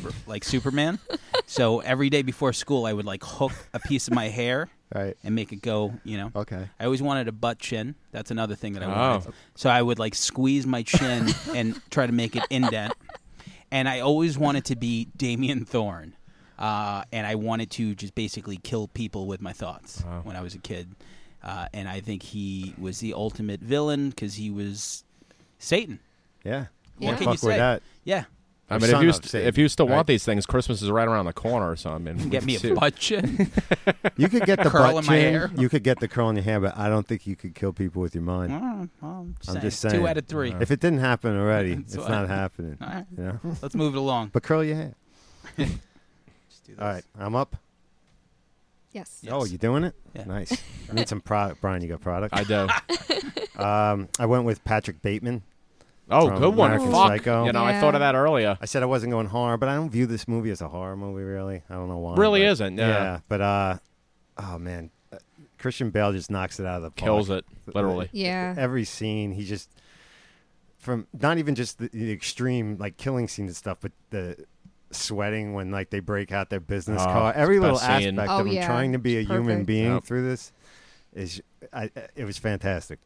Speaker 1: for- like Superman. so every day before school, I would like hook a piece of my hair
Speaker 2: Right.
Speaker 1: and make it go. You know.
Speaker 2: Okay.
Speaker 1: I always wanted a butt chin. That's another thing that I
Speaker 3: Oh.
Speaker 1: wanted. So I would like squeeze my chin and try to make it indent. And I always wanted to be Damien Thorne. Uh, and I wanted to just basically kill people with my thoughts when I was a kid. Uh, and I think he was the ultimate villain because he was Satan.
Speaker 2: Yeah.
Speaker 1: What
Speaker 2: Can't
Speaker 1: can
Speaker 2: fuck
Speaker 1: you say?
Speaker 2: with that.
Speaker 1: Yeah.
Speaker 3: I
Speaker 2: Or
Speaker 3: mean, if
Speaker 2: son
Speaker 3: you
Speaker 2: of
Speaker 3: st-
Speaker 2: Satan,
Speaker 3: if you still
Speaker 2: right?
Speaker 3: want these things, Christmas is right around the corner. So I mean,
Speaker 1: Get me a
Speaker 3: shoot.
Speaker 1: butt chin.
Speaker 2: You could get the
Speaker 1: Curl
Speaker 2: butt
Speaker 1: in my
Speaker 2: chin,
Speaker 1: hair.
Speaker 2: You could get the curl in your hair, but I don't think you could kill people with your mind.
Speaker 1: Oh, well, I'm,
Speaker 2: I'm just
Speaker 1: saying.
Speaker 2: saying.
Speaker 1: Two out of three.
Speaker 2: If it didn't happen already, it's
Speaker 1: That's why.
Speaker 2: not happening.
Speaker 1: All right.
Speaker 2: You know?
Speaker 1: Let's move it along.
Speaker 2: But curl your hair.
Speaker 1: Let's do this.
Speaker 2: All right, I'm up.
Speaker 4: Yes.
Speaker 1: Yeah.
Speaker 2: Oh,
Speaker 1: Yes.
Speaker 2: you doing it?
Speaker 1: Yeah.
Speaker 2: Nice. I need some product. Brian, you got product?
Speaker 3: I do.
Speaker 2: um, I went with Patrick Bateman.
Speaker 3: Oh,
Speaker 2: From
Speaker 3: good one.
Speaker 2: American
Speaker 3: Fuck.
Speaker 2: Psycho.
Speaker 3: You know, I
Speaker 4: Yeah.
Speaker 3: thought of that earlier.
Speaker 2: I said I wasn't going horror, but I don't view this movie as a horror movie, really. I don't know why.
Speaker 3: Really
Speaker 2: but-
Speaker 3: isn't, yeah.
Speaker 2: But, uh, oh, man. Uh, Christian Bale just knocks it out of the park.
Speaker 3: Kills it, literally.
Speaker 4: Yeah.
Speaker 2: every scene he just from not even just the, the extreme like killing scenes and stuff but the sweating when like they break out their business
Speaker 3: Oh,
Speaker 2: car every
Speaker 3: it's the
Speaker 2: little
Speaker 3: best scene.
Speaker 2: aspect
Speaker 4: Oh,
Speaker 2: of him
Speaker 4: yeah.
Speaker 2: trying to be a
Speaker 4: It's
Speaker 2: human
Speaker 4: perfect.
Speaker 2: being
Speaker 3: Yep.
Speaker 2: through this is I, it was fantastic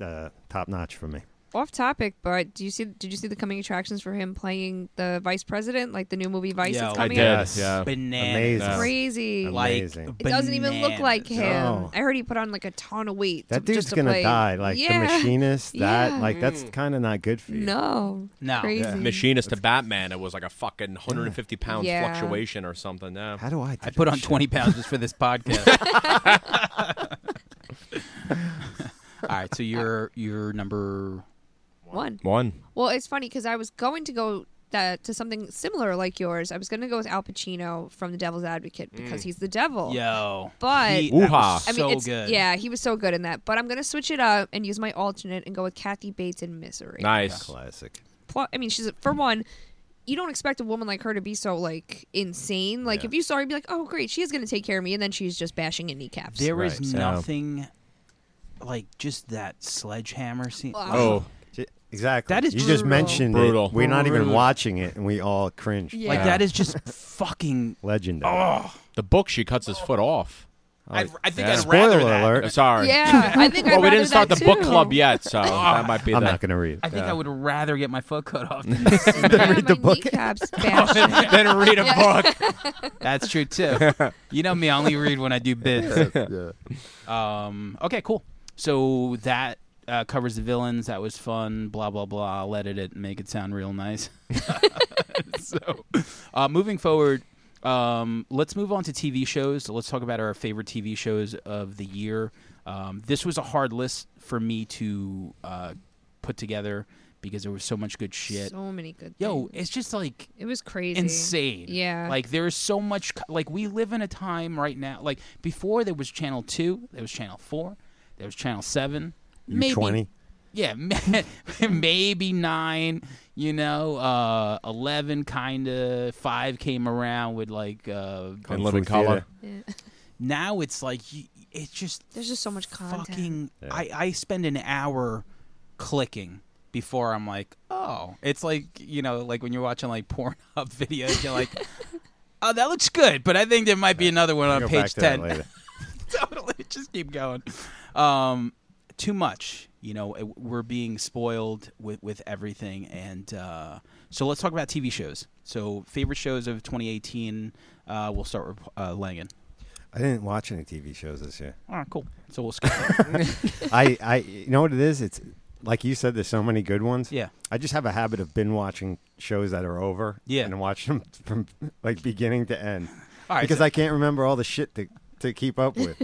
Speaker 2: uh, top notch for me
Speaker 4: Off topic, but do you see? Did you see the coming attractions for him playing the vice president, like the new movie Vice?
Speaker 1: Yeah,
Speaker 4: that's
Speaker 1: I
Speaker 3: I
Speaker 4: coming
Speaker 3: did.
Speaker 4: out?
Speaker 2: Yes.
Speaker 3: Yeah.
Speaker 1: Bananas.
Speaker 2: Amazing.
Speaker 4: Crazy.
Speaker 2: Amazing.
Speaker 1: Oh. Like,
Speaker 2: It
Speaker 4: It doesn't even look like
Speaker 1: bananas.
Speaker 4: him.
Speaker 2: No.
Speaker 4: I heard he put on like a ton of weight.
Speaker 2: that
Speaker 4: to,
Speaker 2: dude's
Speaker 4: just to
Speaker 2: gonna
Speaker 4: play.
Speaker 2: die like
Speaker 4: yeah.
Speaker 2: the machinist that
Speaker 4: Yeah.
Speaker 2: like that's kind of not good for you
Speaker 4: No.
Speaker 1: No.
Speaker 4: Crazy.
Speaker 2: Yeah.
Speaker 3: Machinist to Batman, it was like a fucking 150 pound
Speaker 4: Yeah.
Speaker 3: fluctuation or something. Yeah.
Speaker 2: how do i
Speaker 1: I
Speaker 2: do
Speaker 1: put
Speaker 2: this
Speaker 1: on
Speaker 2: shit?
Speaker 1: 20 pounds just for this podcast. All right, so you're you're number
Speaker 4: One.
Speaker 3: One.
Speaker 4: Well, it's funny because I was going to go that to something similar like yours. I was going to go with Al Pacino from The Devil's Advocate because he's the devil.
Speaker 1: yo.
Speaker 4: But-
Speaker 1: he, that was
Speaker 3: Woo-ha.
Speaker 4: I
Speaker 1: Mm.
Speaker 4: mean,
Speaker 1: so
Speaker 4: it's,
Speaker 1: good.
Speaker 4: yeah, he was so good in that. But I'm gonna switch it up and use my alternate and go with Kathy Bates in Misery.
Speaker 3: Nice.
Speaker 2: classic
Speaker 4: Pl- I mean, she's for one, you don't expect a woman like her to be so like insane. Like
Speaker 2: Yeah.
Speaker 4: if you saw her, you'd be like, oh great, she's gonna take care of me, and then she's just bashing in kneecaps.
Speaker 1: There is
Speaker 2: Right, so-
Speaker 1: nothing like just that sledgehammer scene.
Speaker 4: Wow.
Speaker 3: Oh,
Speaker 2: J- exactly
Speaker 1: That is
Speaker 2: you just
Speaker 4: brutal.
Speaker 2: mentioned
Speaker 3: Brutal.
Speaker 2: it we're not even
Speaker 1: Brutal.
Speaker 2: watching it and we all cringe
Speaker 4: Yeah.
Speaker 1: Like that is just fucking
Speaker 2: legendary
Speaker 3: the book she cuts his foot off.
Speaker 1: I, I think
Speaker 3: yeah.
Speaker 1: I'd rather
Speaker 2: Spoiler
Speaker 1: that.
Speaker 2: alert.
Speaker 3: Uh, Sorry.
Speaker 4: yeah, I think.
Speaker 3: Well,
Speaker 4: I'd
Speaker 3: we
Speaker 4: rather
Speaker 3: didn't start
Speaker 4: that
Speaker 3: the book
Speaker 4: too.
Speaker 3: club yet, so that might be
Speaker 2: I'm
Speaker 3: the.
Speaker 2: not going to read it.
Speaker 1: I think
Speaker 3: Yeah.
Speaker 1: I would rather get my foot cut off than this.
Speaker 4: Yeah,
Speaker 2: Read the
Speaker 4: my
Speaker 2: book.
Speaker 4: Kneecaps bashing.
Speaker 3: then read a book.
Speaker 1: That's true too. You know me, I only read when I do bids. Um, okay, cool. So that uh, covers the villains. That was fun. Blah blah blah. I'll edit it and make it sound real nice. so, uh, moving forward, um, let's move on to TV shows. Let's talk about our favorite TV shows of the year. Um, this was a hard list for me to uh, put together because there was so much good shit.
Speaker 4: So many good.
Speaker 1: Yo,
Speaker 4: things.
Speaker 1: it's just like
Speaker 4: it was crazy.
Speaker 1: insane.
Speaker 4: Yeah.
Speaker 1: Like there's so much co- like we live in a time right now like before there was channel 2, there was channel 4, there was channel 7, maybe
Speaker 2: You're 20.
Speaker 1: yeah, maybe 9, you know, uh 11 kind of 5 came around with like uh
Speaker 2: Kung
Speaker 3: In Living
Speaker 2: Fu
Speaker 3: Color.
Speaker 2: Theater.
Speaker 4: Yeah.
Speaker 1: now it's like y- it's just
Speaker 4: There's just so much content.
Speaker 1: fucking
Speaker 2: Yeah.
Speaker 1: I, I spend an hour clicking before I'm like, oh. It's like, you know, like when you're watching like Pornhub videos, you're like, oh, that looks good, but I think there might be another one on
Speaker 2: Go back
Speaker 1: page
Speaker 2: to that
Speaker 1: 10.
Speaker 2: later.
Speaker 1: totally. Just keep going. Um, too much. You know, it- we're being spoiled with, with everything. And uh, so let's talk about TV shows. So, favorite shows of 2018, uh, we'll start with uh, Langan.
Speaker 2: I didn't watch any TV shows this year.
Speaker 1: All right, cool. So we'll skip that.
Speaker 2: I, I, you know what it is? It's like you said, there's so many good ones.
Speaker 1: Yeah.
Speaker 2: I just have a habit of binge watching shows that are over.
Speaker 1: Yeah.
Speaker 2: And watch them from like beginning to end.
Speaker 1: All right,
Speaker 2: because
Speaker 1: so-
Speaker 2: I can't remember all the shit to, to keep up with.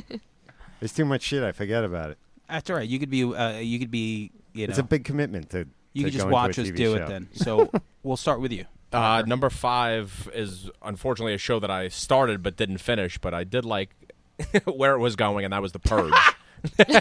Speaker 2: there's too much shit. I forget about it.
Speaker 1: That's all right. You could be. Uh, you could be. You know.
Speaker 2: It's a big commitment to.
Speaker 1: you
Speaker 2: to
Speaker 1: could just
Speaker 2: go into a
Speaker 1: watch us
Speaker 2: TV
Speaker 1: do
Speaker 2: show.
Speaker 1: it then. So we'll start with you.
Speaker 3: Uh, number five is unfortunately a show that I started but didn't finish, but I did like where it was going, and that was The Purge.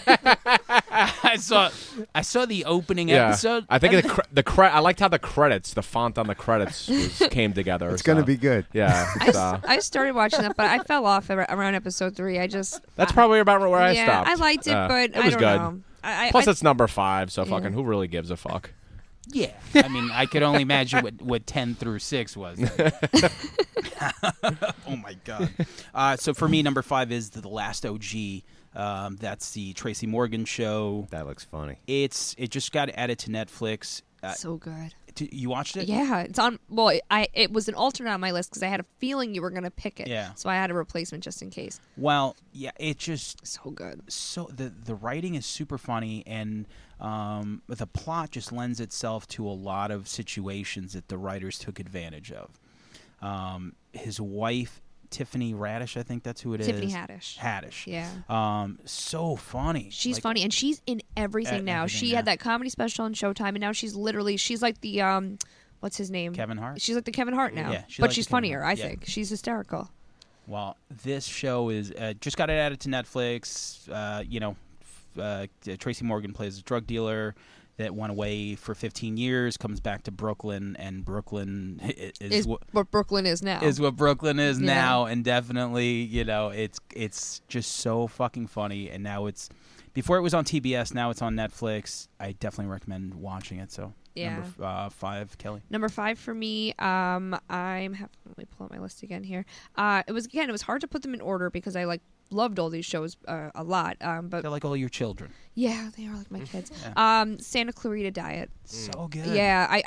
Speaker 1: I saw. I saw the opening episode.
Speaker 3: I think
Speaker 1: and
Speaker 3: the cre- the cre- I liked how the credits, the font on the credits was, came together.
Speaker 2: It's going to
Speaker 3: so-
Speaker 2: be good.
Speaker 3: Yeah,
Speaker 4: I,
Speaker 3: it's,
Speaker 4: s-
Speaker 3: uh,
Speaker 4: I started watching that, but I fell off ar- around episode three. I just
Speaker 3: that's probably about where I
Speaker 4: yeah,
Speaker 3: stopped.
Speaker 4: I liked it,
Speaker 3: Yeah,
Speaker 4: but
Speaker 3: it
Speaker 4: I
Speaker 3: was
Speaker 4: don't
Speaker 3: good.
Speaker 4: know. I, I-
Speaker 3: Plus,
Speaker 4: I,
Speaker 3: it's number five, so
Speaker 4: Yeah.
Speaker 3: fucking who really gives a fuck?
Speaker 1: yeah. I mean, I could only imagine what, what ten through six was. oh my god. Uh, so for me, number five is the, the last OG. Um, that's the Tracy Morgan show.
Speaker 2: That looks funny.
Speaker 1: It's it just got added to Netflix. Uh,
Speaker 4: so good.
Speaker 1: d- you watched it?
Speaker 4: Yeah, it's on. Well, it- I it was an alternate on my list because I had a feeling you were gonna pick it.
Speaker 1: Yeah.
Speaker 4: So I had a replacement just in case.
Speaker 1: Well, yeah. It just
Speaker 4: So good.
Speaker 1: so the the writing is super funny and um, the plot just lends itself to a lot of situations that the writers took advantage of. Um, his wife Tiffany Radish, I think that's who it is.
Speaker 4: Tiffany Haddish.
Speaker 1: Haddish.
Speaker 4: Yeah.
Speaker 1: Um, so funny.
Speaker 4: She's
Speaker 1: Like,
Speaker 4: funny, and she's in everything
Speaker 1: e-
Speaker 4: now.
Speaker 1: everything
Speaker 4: she
Speaker 1: now.
Speaker 4: had that comedy special on Showtime, and now she's literally she's like the um, what's his name?
Speaker 1: Kevin Hart?
Speaker 4: She's like the Kevin Hart now,
Speaker 1: Yeah, she's
Speaker 4: but
Speaker 1: like
Speaker 4: she's
Speaker 1: the Kevin
Speaker 4: funnier. I
Speaker 1: Hart. Yeah.
Speaker 4: think she's hysterical.
Speaker 1: Well, this show is uh, just got it added to Netflix. Uh, you know, f- uh, Tracy Morgan plays a drug dealer that went away for 15 years, comes back to Brooklyn, and Brooklyn i- i- is,
Speaker 4: Is,
Speaker 1: wh-
Speaker 4: what Brooklyn is now.
Speaker 1: is what Brooklyn is
Speaker 4: Yeah.
Speaker 1: now, and definitely, you know, it's it's just so fucking funny. And now it's before it was on TBS, now it's on Netflix. I definitely recommend watching it. So
Speaker 4: Yeah.
Speaker 1: number f- uh, five, Kelly.
Speaker 4: Number five for me, um, I'm have, let me pull up my list again here. Uh, it was again, it was hard to put them in order because I like loved all these shows uh, a lot. Um, but
Speaker 1: They're like all your children.
Speaker 4: yeah, they are like
Speaker 1: Mm-hmm.
Speaker 4: my kids. Um, Santa Clarita Diet.
Speaker 1: So Oh, good.
Speaker 4: Yeah, I,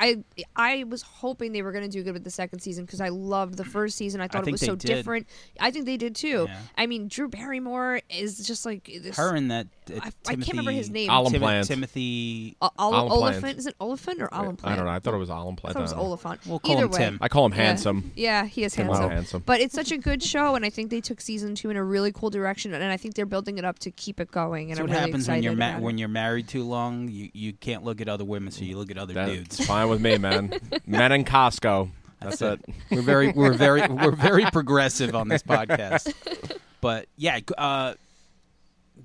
Speaker 4: I I was hoping they were gonna do good with the second season because I loved the first season. I thought it
Speaker 1: think
Speaker 4: was
Speaker 1: they
Speaker 4: so
Speaker 1: did.
Speaker 4: different. I think they did too.
Speaker 1: Yeah.
Speaker 4: I mean, Drew Barrymore is just like this,
Speaker 1: her and that. Uh,
Speaker 4: I- I
Speaker 1: Timothy,
Speaker 4: can't remember his name.
Speaker 3: Oliphant.
Speaker 1: Tim- Timothy.
Speaker 4: O- Ol-
Speaker 3: Alan Plant.
Speaker 4: Oliphant. Is it Oliphant or Alan
Speaker 3: I don't know. I thought it was Alan
Speaker 4: I
Speaker 3: Plant.
Speaker 4: thought it was
Speaker 3: I don't know.
Speaker 4: Oliphant.
Speaker 1: We'll call
Speaker 4: Either
Speaker 1: him
Speaker 4: way.
Speaker 1: Tim.
Speaker 3: I call him
Speaker 4: Yeah.
Speaker 3: handsome.
Speaker 4: Yeah, he is
Speaker 3: Tim
Speaker 4: handsome.
Speaker 3: Allen. Handsome.
Speaker 4: But it's such a good show, and I think they took season two in a really cool direction, and I think they're building it up to keep it going. And
Speaker 1: That's
Speaker 4: I'm
Speaker 1: what
Speaker 4: really
Speaker 1: happens when
Speaker 4: excited
Speaker 1: you're ma-
Speaker 4: about it.
Speaker 1: when you're married too long. You you can't look at other women, so you look at other
Speaker 3: That's
Speaker 1: dudes.
Speaker 3: fine with me, man. Men in Costco. That's
Speaker 1: That's
Speaker 3: it.
Speaker 1: We're very we're very we're very progressive on this podcast. But yeah, g- uh,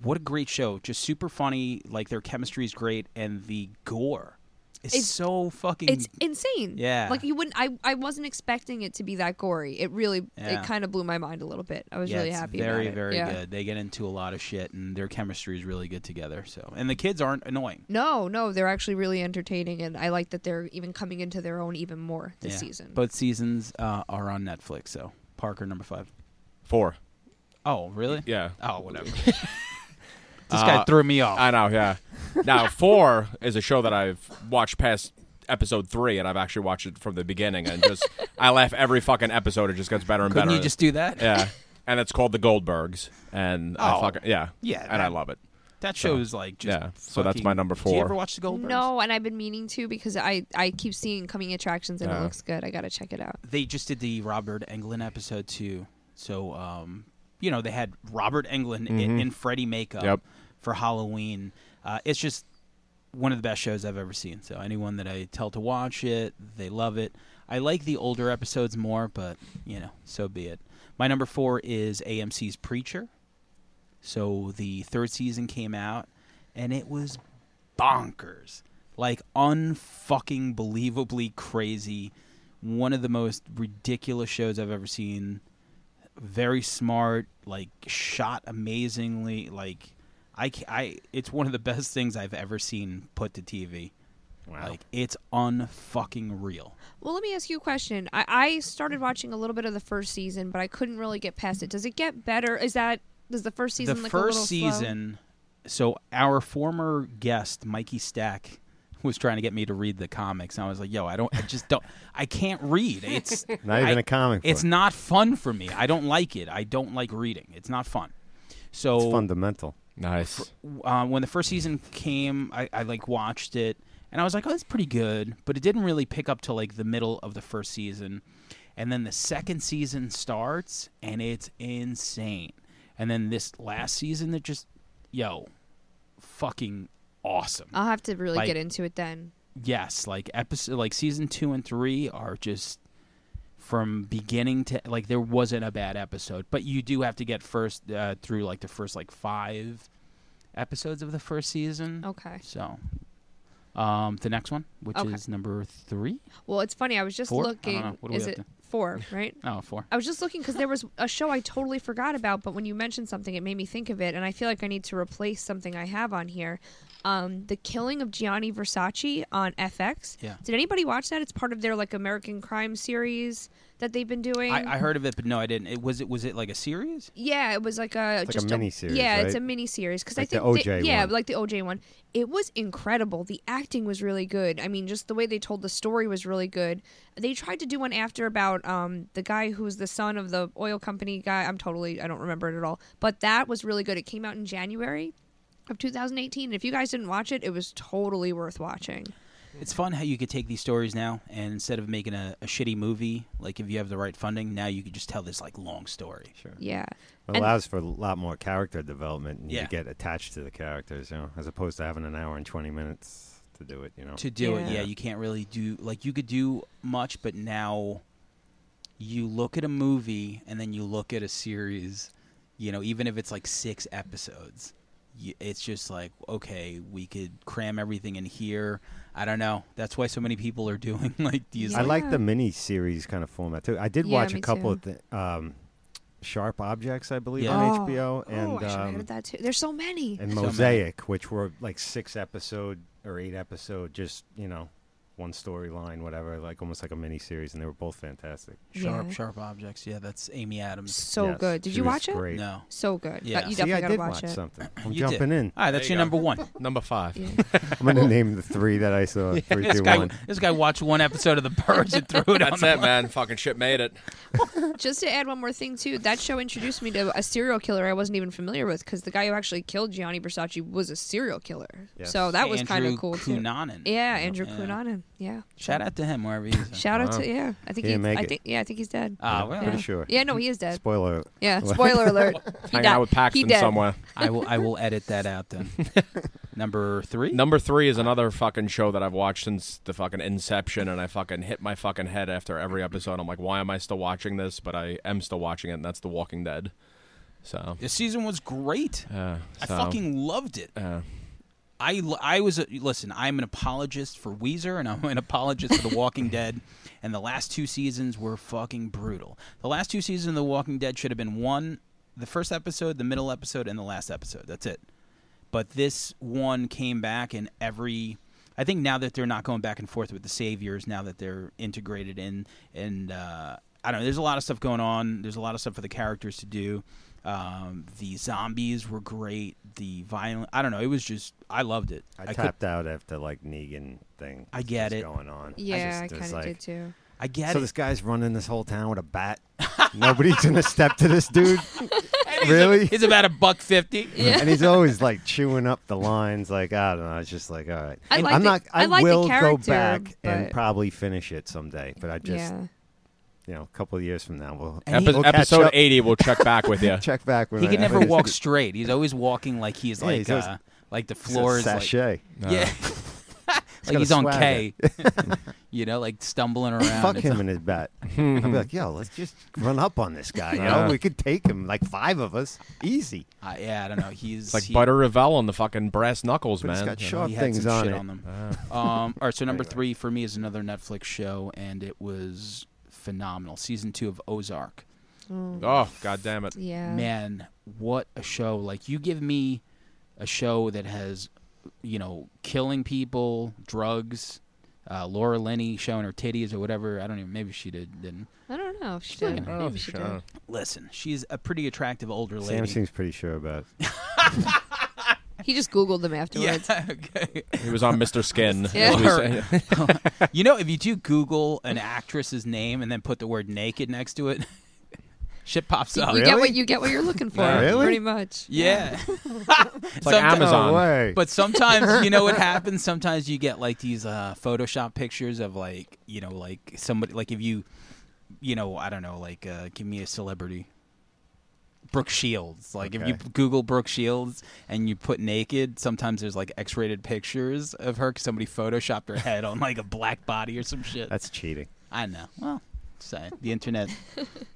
Speaker 1: what a great show! Just super funny. Like their chemistry is great, and the gore is
Speaker 4: It's-
Speaker 1: so fucking.
Speaker 4: It's insane.
Speaker 1: Yeah.
Speaker 4: like you wouldn't. I I wasn't expecting it to be that gory. It really
Speaker 1: Yeah.
Speaker 4: it kind of blew my mind a little bit. I was
Speaker 1: yeah,
Speaker 4: really
Speaker 1: it's
Speaker 4: happy.
Speaker 1: very
Speaker 4: about it.
Speaker 1: very
Speaker 4: Yeah.
Speaker 1: good. They get into a lot of shit, and their chemistry is really good together. So, and the kids aren't annoying.
Speaker 4: No, no, they're actually really entertaining, and I like that they're even coming into their own even more this
Speaker 1: Yeah.
Speaker 4: season.
Speaker 1: Both seasons uh, are on Netflix. So Parker number five.
Speaker 3: Four.
Speaker 1: Oh really?
Speaker 3: Yeah.
Speaker 1: Oh whatever. this guy
Speaker 3: Uh,
Speaker 1: threw me off.
Speaker 3: I know, yeah. Now, four is a show that I've watched past episode three, and I've actually watched it from the beginning, and just I laugh every fucking episode. It just gets better and
Speaker 1: Couldn't
Speaker 3: better.
Speaker 1: you just do that?
Speaker 3: yeah, and it's called The Goldbergs, and I
Speaker 1: Oh.
Speaker 3: fucking yeah,
Speaker 1: Yeah,
Speaker 3: and
Speaker 1: that-
Speaker 3: I love it.
Speaker 1: That
Speaker 3: So,
Speaker 1: show is like just
Speaker 3: yeah, so that's
Speaker 1: fucking-
Speaker 3: my number
Speaker 1: Do you
Speaker 3: four.
Speaker 1: ever watch the Goldbergs?
Speaker 4: no, and I've been meaning to because I I keep seeing coming attractions, and it
Speaker 1: Uh-huh.
Speaker 3: Yeah.
Speaker 4: looks good. I gotta check it out.
Speaker 1: They just did the Robert Englund episode too. So um, you know they had Robert Englund in, in Freddy makeup
Speaker 3: Mm-hmm. Yep.
Speaker 1: for Halloween. Uh, it's just one of the best shows I've ever seen. So anyone that I tell to watch it, they love it. I like the older episodes more, but you know, so be it. My number four is AMC's Preacher. So the third season came out, and it was bonkers, like unfucking believably crazy. One of the most ridiculous shows I've ever seen. Very smart, like shot amazingly. Like I, ca- I, it's one of the best things I've ever seen put to TV.
Speaker 2: Wow.
Speaker 1: Like it's unfucking real.
Speaker 4: Well, let me ask you a question. I, I started watching a little bit of the first season, but I couldn't really get past it. Does it get better? Is that does the first season
Speaker 1: the
Speaker 4: like a
Speaker 1: first
Speaker 4: little slow?
Speaker 1: season so our former guest mikey stack was trying to get me to read the comics and i was like yo i don't i just don't i can't read it's
Speaker 2: Not even
Speaker 1: I-
Speaker 2: a comic
Speaker 1: it's
Speaker 2: book.
Speaker 1: not fun for me i don't like it i don't like reading it's not fun so
Speaker 2: it's fundamental.
Speaker 3: Nice.
Speaker 1: uh, when the first season came, I, I like watched it and I was like, oh, it's pretty good, but it didn't really pick up till like the middle of the first season, and then the second season starts and it's insane, and then this last season that just, yo, fucking awesome.
Speaker 4: I'll have to really
Speaker 1: Like-
Speaker 4: get into it then.
Speaker 1: yes, like episode, like season two and three are just from beginning to like there wasn't a bad episode, but you do have to get first uh, through like the first like five episodes of the first season.
Speaker 4: Okay.
Speaker 1: So, um, the next one, which
Speaker 4: Okay.
Speaker 1: is number three,
Speaker 4: Well, it's funny. I was just
Speaker 1: Four? I don't know.
Speaker 4: looking.
Speaker 1: What do we
Speaker 4: Is
Speaker 1: have
Speaker 4: it
Speaker 1: to-
Speaker 4: four? Right.
Speaker 1: oh, four.
Speaker 4: I was just looking because there was a show I totally forgot about, but when you mentioned something, it made me think of it, and I feel like I need to replace something I have on here. Um, the Killing of Gianni Versace on FX.
Speaker 1: Yeah.
Speaker 4: Did anybody watch that? It's part of their like American crime series that they've been doing.
Speaker 1: I, I heard of it, but no, I didn't. It was it was it like a series?
Speaker 4: Yeah, it was like a
Speaker 2: like a
Speaker 4: just
Speaker 2: miniseries,
Speaker 4: Yeah, it's a
Speaker 2: right?
Speaker 4: mini series because
Speaker 2: Like
Speaker 4: I
Speaker 2: the
Speaker 4: think they-
Speaker 2: OJ
Speaker 4: yeah,
Speaker 2: one.
Speaker 4: like the OJ one. It was incredible. The acting was really good. I mean, just the way they told the story was really good. They tried to do one after about um, the guy who's the son of the oil company guy. I'm totally I don't remember it at all, but that was really good. It came out in January of 2018. And if you guys didn't watch it, it was totally worth watching.
Speaker 1: It's fun how you could take these stories now, and instead of making a, a shitty movie, like if you have the right funding, now you could just tell this like long story.
Speaker 2: Sure.
Speaker 4: Yeah,
Speaker 2: It
Speaker 4: And-
Speaker 2: allows for a lot more character development and
Speaker 1: Yeah.
Speaker 2: you get attached to the characters, you know, as opposed to having an hour and 20 minutes to do it, you know.
Speaker 1: to do it. Yeah,
Speaker 4: Yeah.
Speaker 1: you can't really do like you could do much, but now you look at a movie and then you look at a series. You know, even if it's like six episodes, you, it's just like okay, we could cram everything in here. I don't know. That's why so many people are doing like these.
Speaker 2: I
Speaker 1: like,
Speaker 2: like
Speaker 4: Yeah.
Speaker 2: the mini series kind of format too. I did
Speaker 4: Yeah,
Speaker 2: watch a
Speaker 4: me
Speaker 2: couple
Speaker 4: too.
Speaker 2: of the, um, Sharp Objects, I believe,
Speaker 1: Yeah.
Speaker 2: on
Speaker 4: Oh.
Speaker 2: HBO, and
Speaker 4: oh, I should have
Speaker 2: um,
Speaker 4: added that too. There's so many.
Speaker 2: and
Speaker 1: So many.
Speaker 2: Mosaic, which were like six episode or eight episode, just you know, one storyline, whatever, like almost like a mini series, and they were both fantastic.
Speaker 1: sharp,
Speaker 4: Yeah.
Speaker 1: sharp objects. Yeah, that's Amy Adams.
Speaker 4: So
Speaker 2: Yes,
Speaker 4: good. Did
Speaker 2: she
Speaker 4: you
Speaker 2: was
Speaker 4: watch it?
Speaker 2: Great.
Speaker 1: No.
Speaker 4: So good.
Speaker 1: Yeah.
Speaker 4: You
Speaker 2: See,
Speaker 4: definitely
Speaker 2: I
Speaker 4: gotta
Speaker 2: did
Speaker 4: watch,
Speaker 2: watch,
Speaker 4: it.
Speaker 2: something. I'm
Speaker 1: You
Speaker 2: jumping in.
Speaker 1: All right, that's
Speaker 3: There you
Speaker 1: your number
Speaker 3: go.
Speaker 1: one.
Speaker 3: Number five.
Speaker 4: Yeah.
Speaker 2: I'm gonna name the three that I saw. Three,
Speaker 1: This
Speaker 2: two,
Speaker 1: guy,
Speaker 2: one.
Speaker 1: this guy watched one episode of The Purge and threw it on
Speaker 3: That's
Speaker 1: the
Speaker 3: it, man. Fucking shit made it.
Speaker 4: Just to add one more thing too, that show introduced me to a serial killer I wasn't even familiar with because the guy who actually killed Gianni Versace was a serial killer.
Speaker 2: Yes.
Speaker 4: So that was kind of
Speaker 1: Andrew
Speaker 4: cool
Speaker 1: Cunanan.
Speaker 4: too. Yeah, Andrew
Speaker 1: Yeah.
Speaker 4: Cunanan. Yeah.
Speaker 1: Shout out to him wherever he's. at.
Speaker 4: Shout out
Speaker 2: Wow.
Speaker 4: to yeah. I
Speaker 2: Uh-huh.
Speaker 4: think
Speaker 2: He
Speaker 4: he,
Speaker 2: didn't make
Speaker 4: I
Speaker 2: it.
Speaker 4: think yeah, I think he's dead.
Speaker 1: Ah, well,
Speaker 2: Pretty
Speaker 4: Yeah.
Speaker 2: sure.
Speaker 4: Yeah, no, he is dead.
Speaker 2: Spoiler.
Speaker 4: Yeah. Spoiler alert. He
Speaker 3: Hanging
Speaker 4: died.
Speaker 3: out with
Speaker 4: he
Speaker 3: Paxton
Speaker 4: dead.
Speaker 3: somewhere.
Speaker 1: I will. I will edit that out then. Number three.
Speaker 3: Number three is another fucking show that I've watched since the fucking inception, and I fucking hit my fucking head after every episode. I'm like, why am I still watching this? But I am still watching it, and that's The Walking Dead. So,
Speaker 1: This season was great.
Speaker 3: uh,
Speaker 1: I
Speaker 3: so,
Speaker 1: fucking loved it.
Speaker 3: uh,
Speaker 1: I, l- I was a, listen. I'm an apologist for Weezer, and I'm an apologist for The Walking Dead. And the last two seasons were fucking brutal. The last two seasons of The Walking Dead should have been one: the first episode, the middle episode, and the last episode. That's it. But this one came back, and every. I think now that they're not going back and forth with the saviors, now that they're integrated in, and uh, I don't know. There's a lot of stuff going on. There's a lot of stuff for the characters to do. Um, the zombies were great. The violent. I don't know. It was just. I loved it.
Speaker 2: I,
Speaker 1: could-
Speaker 2: tapped out after like Negan thing.
Speaker 1: I get
Speaker 2: was
Speaker 1: it.
Speaker 2: Going on.
Speaker 4: Yeah,
Speaker 2: just
Speaker 4: I
Speaker 2: was
Speaker 4: kind of
Speaker 2: like,
Speaker 4: did too.
Speaker 1: I get
Speaker 2: So
Speaker 1: it.
Speaker 2: this guy's running this whole town with a bat. Nobody's gonna step to this dude. really?
Speaker 1: It's about a buck fifty.
Speaker 2: and he's always like chewing up the lines. Like I don't know. It's just like all right.
Speaker 4: I like
Speaker 2: am
Speaker 4: the-
Speaker 2: not. I,
Speaker 4: I like the
Speaker 2: will go
Speaker 4: character,
Speaker 2: back
Speaker 4: but-
Speaker 2: and probably finish it someday. But I just
Speaker 4: yeah.
Speaker 2: you know a couple of years from now we'll,
Speaker 1: And he-
Speaker 3: epi-
Speaker 2: we'll catch
Speaker 3: episode
Speaker 2: up,
Speaker 3: eighty, we'll check back with you.
Speaker 2: Check back when
Speaker 1: He
Speaker 2: I-
Speaker 1: can
Speaker 2: I
Speaker 1: never
Speaker 2: finish
Speaker 1: walk
Speaker 2: it.
Speaker 1: straight. He's always walking like he's
Speaker 2: Yeah,
Speaker 1: like
Speaker 2: he's always-
Speaker 1: uh, like the
Speaker 2: It's a
Speaker 1: floor is like
Speaker 2: sachet.
Speaker 3: Uh,
Speaker 1: yeah. like
Speaker 2: got
Speaker 1: he's
Speaker 2: a
Speaker 1: on
Speaker 2: swagger.
Speaker 1: K. you know, like stumbling around.
Speaker 2: Fuck
Speaker 1: It's
Speaker 2: him
Speaker 1: like-
Speaker 2: and his bat. I'd be like, yo, let's just run up on this guy. You know,
Speaker 3: Uh.
Speaker 2: we could take him like five of us, easy.
Speaker 1: I- Uh, yeah, I don't know. He's
Speaker 3: It's like
Speaker 1: he,
Speaker 3: Butter Revell on the fucking brass knuckles,
Speaker 2: But
Speaker 3: man.
Speaker 2: it's got
Speaker 3: You know?
Speaker 2: sharp
Speaker 1: he had
Speaker 2: things
Speaker 1: some
Speaker 2: on
Speaker 1: shit
Speaker 2: it.
Speaker 1: on them. Um, all right, so number
Speaker 2: Anyway.
Speaker 1: three for me is another Netflix show, and it was phenomenal. Season two of Ozark.
Speaker 4: Mm,
Speaker 3: Oh god damn it!
Speaker 4: yeah.
Speaker 1: man, what a show! Like you give me a show that has, you know, killing people, drugs, uh, Laura Linney showing her titties or whatever. I don't even. Maybe she did. Didn't
Speaker 4: I don't know if she
Speaker 1: She's
Speaker 4: did.
Speaker 1: like,
Speaker 2: Oh,
Speaker 4: Maybe
Speaker 3: Oh,
Speaker 4: she did.
Speaker 1: listen. She's a pretty attractive older lady.
Speaker 2: Sam seems pretty sure about it.
Speaker 4: He just googled them
Speaker 1: yeah.
Speaker 4: afterwards.
Speaker 1: Okay.
Speaker 3: He was on Mr. Skin.
Speaker 4: Yeah.
Speaker 3: as we say.
Speaker 1: you know, if you do Google an actress's name and then put the word naked next to it, shit pops up.
Speaker 4: You get what
Speaker 2: Really?
Speaker 4: you get what you're looking for.
Speaker 2: Really?
Speaker 4: Pretty much.
Speaker 1: Yeah.
Speaker 3: It's like
Speaker 1: Sometimes-
Speaker 3: Amazon.
Speaker 2: No way.
Speaker 1: But sometimes you know what happens. Sometimes you get like these uh, Photoshop pictures of like you know like somebody like if you you know I don't know like uh, give me a celebrity. Brooke Shields. Like if you
Speaker 2: Okay.
Speaker 1: Google Brooke Shields and you put naked, sometimes there's like X-rated pictures of her 'cause somebody photoshopped her head on like a black body or some shit.
Speaker 2: That's cheating.
Speaker 1: I know. Well, say the internet.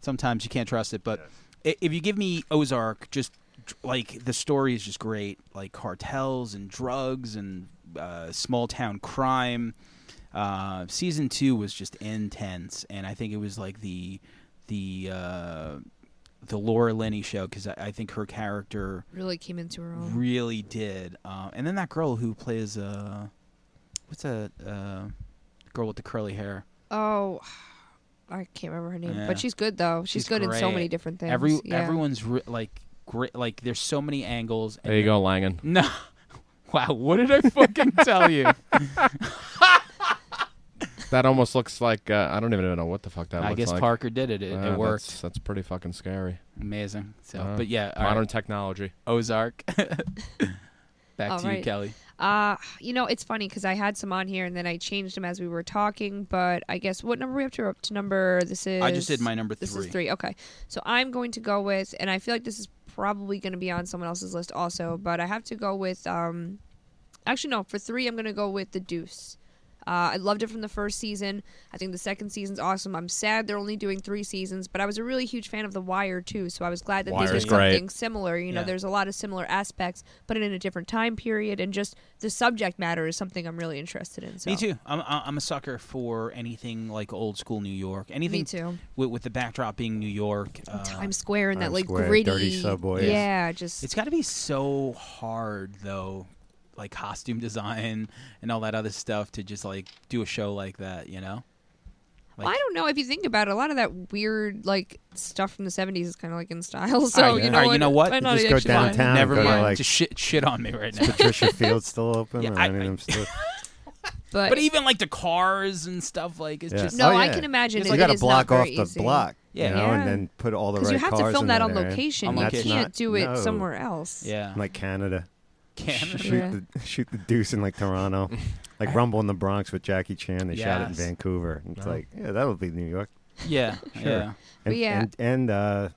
Speaker 1: sometimes you can't trust it, but i if you give me Ozark, just dr- like the story is just great, like cartels and drugs and uh, small town crime. Uh, season two was just intense, and I think it was like the the uh, the Laura Linney show because I, I think her character
Speaker 4: Really came into her own.
Speaker 1: really did. Uh, and then that girl who plays uh, what's that uh, girl with the curly hair?
Speaker 4: Oh, I can't remember her name,
Speaker 1: Yeah.
Speaker 4: but she's good though. She's,
Speaker 1: She's
Speaker 4: good in so
Speaker 1: great.
Speaker 4: many different things.
Speaker 1: Every
Speaker 4: Yeah.
Speaker 1: everyone's re- like great. Like there's so many angles. and
Speaker 3: There you go, Langan.
Speaker 1: No. Wow, what did I fucking tell you?
Speaker 3: That almost looks like uh, I don't even know what the fuck that
Speaker 1: I
Speaker 3: looks
Speaker 1: guess
Speaker 3: like.
Speaker 1: Parker did it. It,
Speaker 3: Ah,
Speaker 1: it worked.
Speaker 3: That's, that's pretty fucking scary.
Speaker 1: Amazing. So,
Speaker 3: Wow.
Speaker 1: but yeah, all right.
Speaker 3: Modern technology.
Speaker 1: Ozark. Back
Speaker 4: All
Speaker 1: to you,
Speaker 4: right.
Speaker 1: Kelly.
Speaker 4: Uh, you know, it's funny because I had some on here and then I changed them as we were talking. But I guess what number we up to? We're up to number. This is.
Speaker 1: I just did my number
Speaker 4: This
Speaker 1: three.
Speaker 4: is three. Okay, so I'm going to go with, and I feel like this is probably going to be on someone else's list also, but I have to go with. um Actually, no. For three, I'm going to go with the Deuce. Uh, I loved it from the first season. I think the second season's awesome. I'm sad they're only doing three seasons, but I was a really huge fan of The Wire too, so I was glad that they
Speaker 3: Wire's
Speaker 4: did
Speaker 3: great.
Speaker 4: something similar. You know,
Speaker 1: Yeah.
Speaker 4: there's a lot of similar aspects, but in a different time period, and just the subject matter is something I'm really interested in. So.
Speaker 1: Me too. I'm I- I'm a sucker for anything like old school New York. Anything
Speaker 4: too.
Speaker 1: With, with the backdrop being New York. Uh,
Speaker 4: Times Square and that
Speaker 2: Times
Speaker 4: like
Speaker 2: Square,
Speaker 4: gritty,
Speaker 2: dirty subways.
Speaker 4: Yeah, just
Speaker 1: It's got to be so hard though, like costume design and all that other stuff to just like do a show like that, you know? Like,
Speaker 4: well, I don't know if you think about it. A lot of that weird like stuff from the '70s is kind of like in style. So
Speaker 1: Alright,
Speaker 4: you
Speaker 1: yeah.
Speaker 4: know,
Speaker 1: Alright,
Speaker 4: what?
Speaker 1: you know what?
Speaker 4: Might not
Speaker 2: Just go
Speaker 4: actually mind.
Speaker 2: downtown.
Speaker 1: never
Speaker 2: go to,
Speaker 1: mind.
Speaker 2: like-
Speaker 1: just shit, shit on me right now.
Speaker 2: Patricia Field still open?
Speaker 1: Yeah,
Speaker 2: or
Speaker 1: I-
Speaker 2: any of them still-
Speaker 4: But,
Speaker 1: But even like the cars and stuff, like it's
Speaker 2: Yeah.
Speaker 1: just
Speaker 2: Oh,
Speaker 4: no, I
Speaker 2: yeah.
Speaker 4: can imagine
Speaker 1: Just
Speaker 4: it,
Speaker 2: you
Speaker 4: it
Speaker 2: got to
Speaker 4: is not
Speaker 2: block off
Speaker 4: very
Speaker 2: the
Speaker 4: easy.
Speaker 2: block,
Speaker 1: Yeah.
Speaker 2: you know,
Speaker 4: Yeah.
Speaker 2: and then put all the right
Speaker 4: because you have to
Speaker 2: cars
Speaker 4: film
Speaker 2: in
Speaker 4: that on
Speaker 2: area.
Speaker 4: location.
Speaker 1: On
Speaker 4: you
Speaker 1: location.
Speaker 4: can't
Speaker 2: That's
Speaker 4: do
Speaker 2: not-
Speaker 4: it
Speaker 2: no.
Speaker 4: somewhere else.
Speaker 1: yeah.
Speaker 2: like Canada.
Speaker 1: Canada.
Speaker 2: Shoot
Speaker 4: Yeah.
Speaker 2: the shoot the deuce in like Toronto, like Rumble in the Bronx with Jackie Chan. They shot it in
Speaker 1: Yes.
Speaker 2: Vancouver. It's
Speaker 3: No.
Speaker 2: like yeah, that'll be New York.
Speaker 1: yeah, yeah.
Speaker 4: But
Speaker 2: And,
Speaker 4: yeah.
Speaker 2: and, and uh,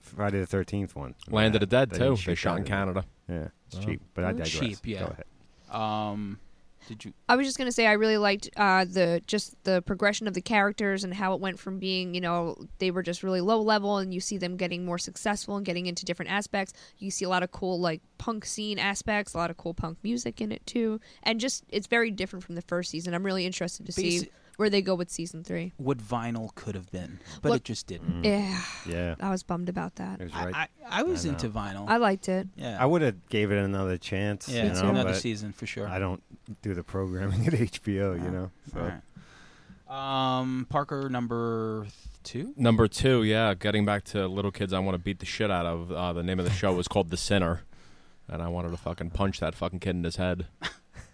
Speaker 2: Friday the Thirteenth one.
Speaker 3: Land of the Dead
Speaker 2: They
Speaker 3: too.
Speaker 2: didn't shoot
Speaker 3: They shot in
Speaker 2: that in-
Speaker 3: Canada.
Speaker 2: Yeah, it's
Speaker 3: Wow.
Speaker 2: cheap, but I
Speaker 4: Mm.
Speaker 2: digress.
Speaker 1: Cheap, yeah.
Speaker 2: Go ahead.
Speaker 1: Um, did you?
Speaker 4: I was just gonna say I really liked uh, the just the progression of the characters and how it went from being you know they were just really low level and you see them getting more successful and getting into different aspects. You see a lot of cool like punk scene aspects, a lot of cool punk music in it too, and just it's very different from the first season. I'm really interested to see
Speaker 1: Basi-
Speaker 4: where they go with season three.
Speaker 1: What vinyl could have been, but
Speaker 4: What-
Speaker 1: it just didn't.
Speaker 4: Yeah,
Speaker 2: Yeah,
Speaker 4: I was bummed about that.
Speaker 2: it was
Speaker 1: I,
Speaker 2: Mm, right.
Speaker 1: I, I was
Speaker 2: I know.
Speaker 1: into vinyl.
Speaker 4: I liked it.
Speaker 1: yeah,
Speaker 2: I would have gave it another chance.
Speaker 1: yeah.
Speaker 2: you know,
Speaker 1: another
Speaker 2: but
Speaker 1: season for sure.
Speaker 2: I don't do the programming at HBO.
Speaker 1: Wow.
Speaker 2: You know, so
Speaker 1: All right. Um, Parker number th- two.
Speaker 3: Number two, yeah. Getting back to little kids, I want to beat the shit out of. Uh, the name of the show was called The Sinner, and I wanted to fucking punch that fucking kid in his head.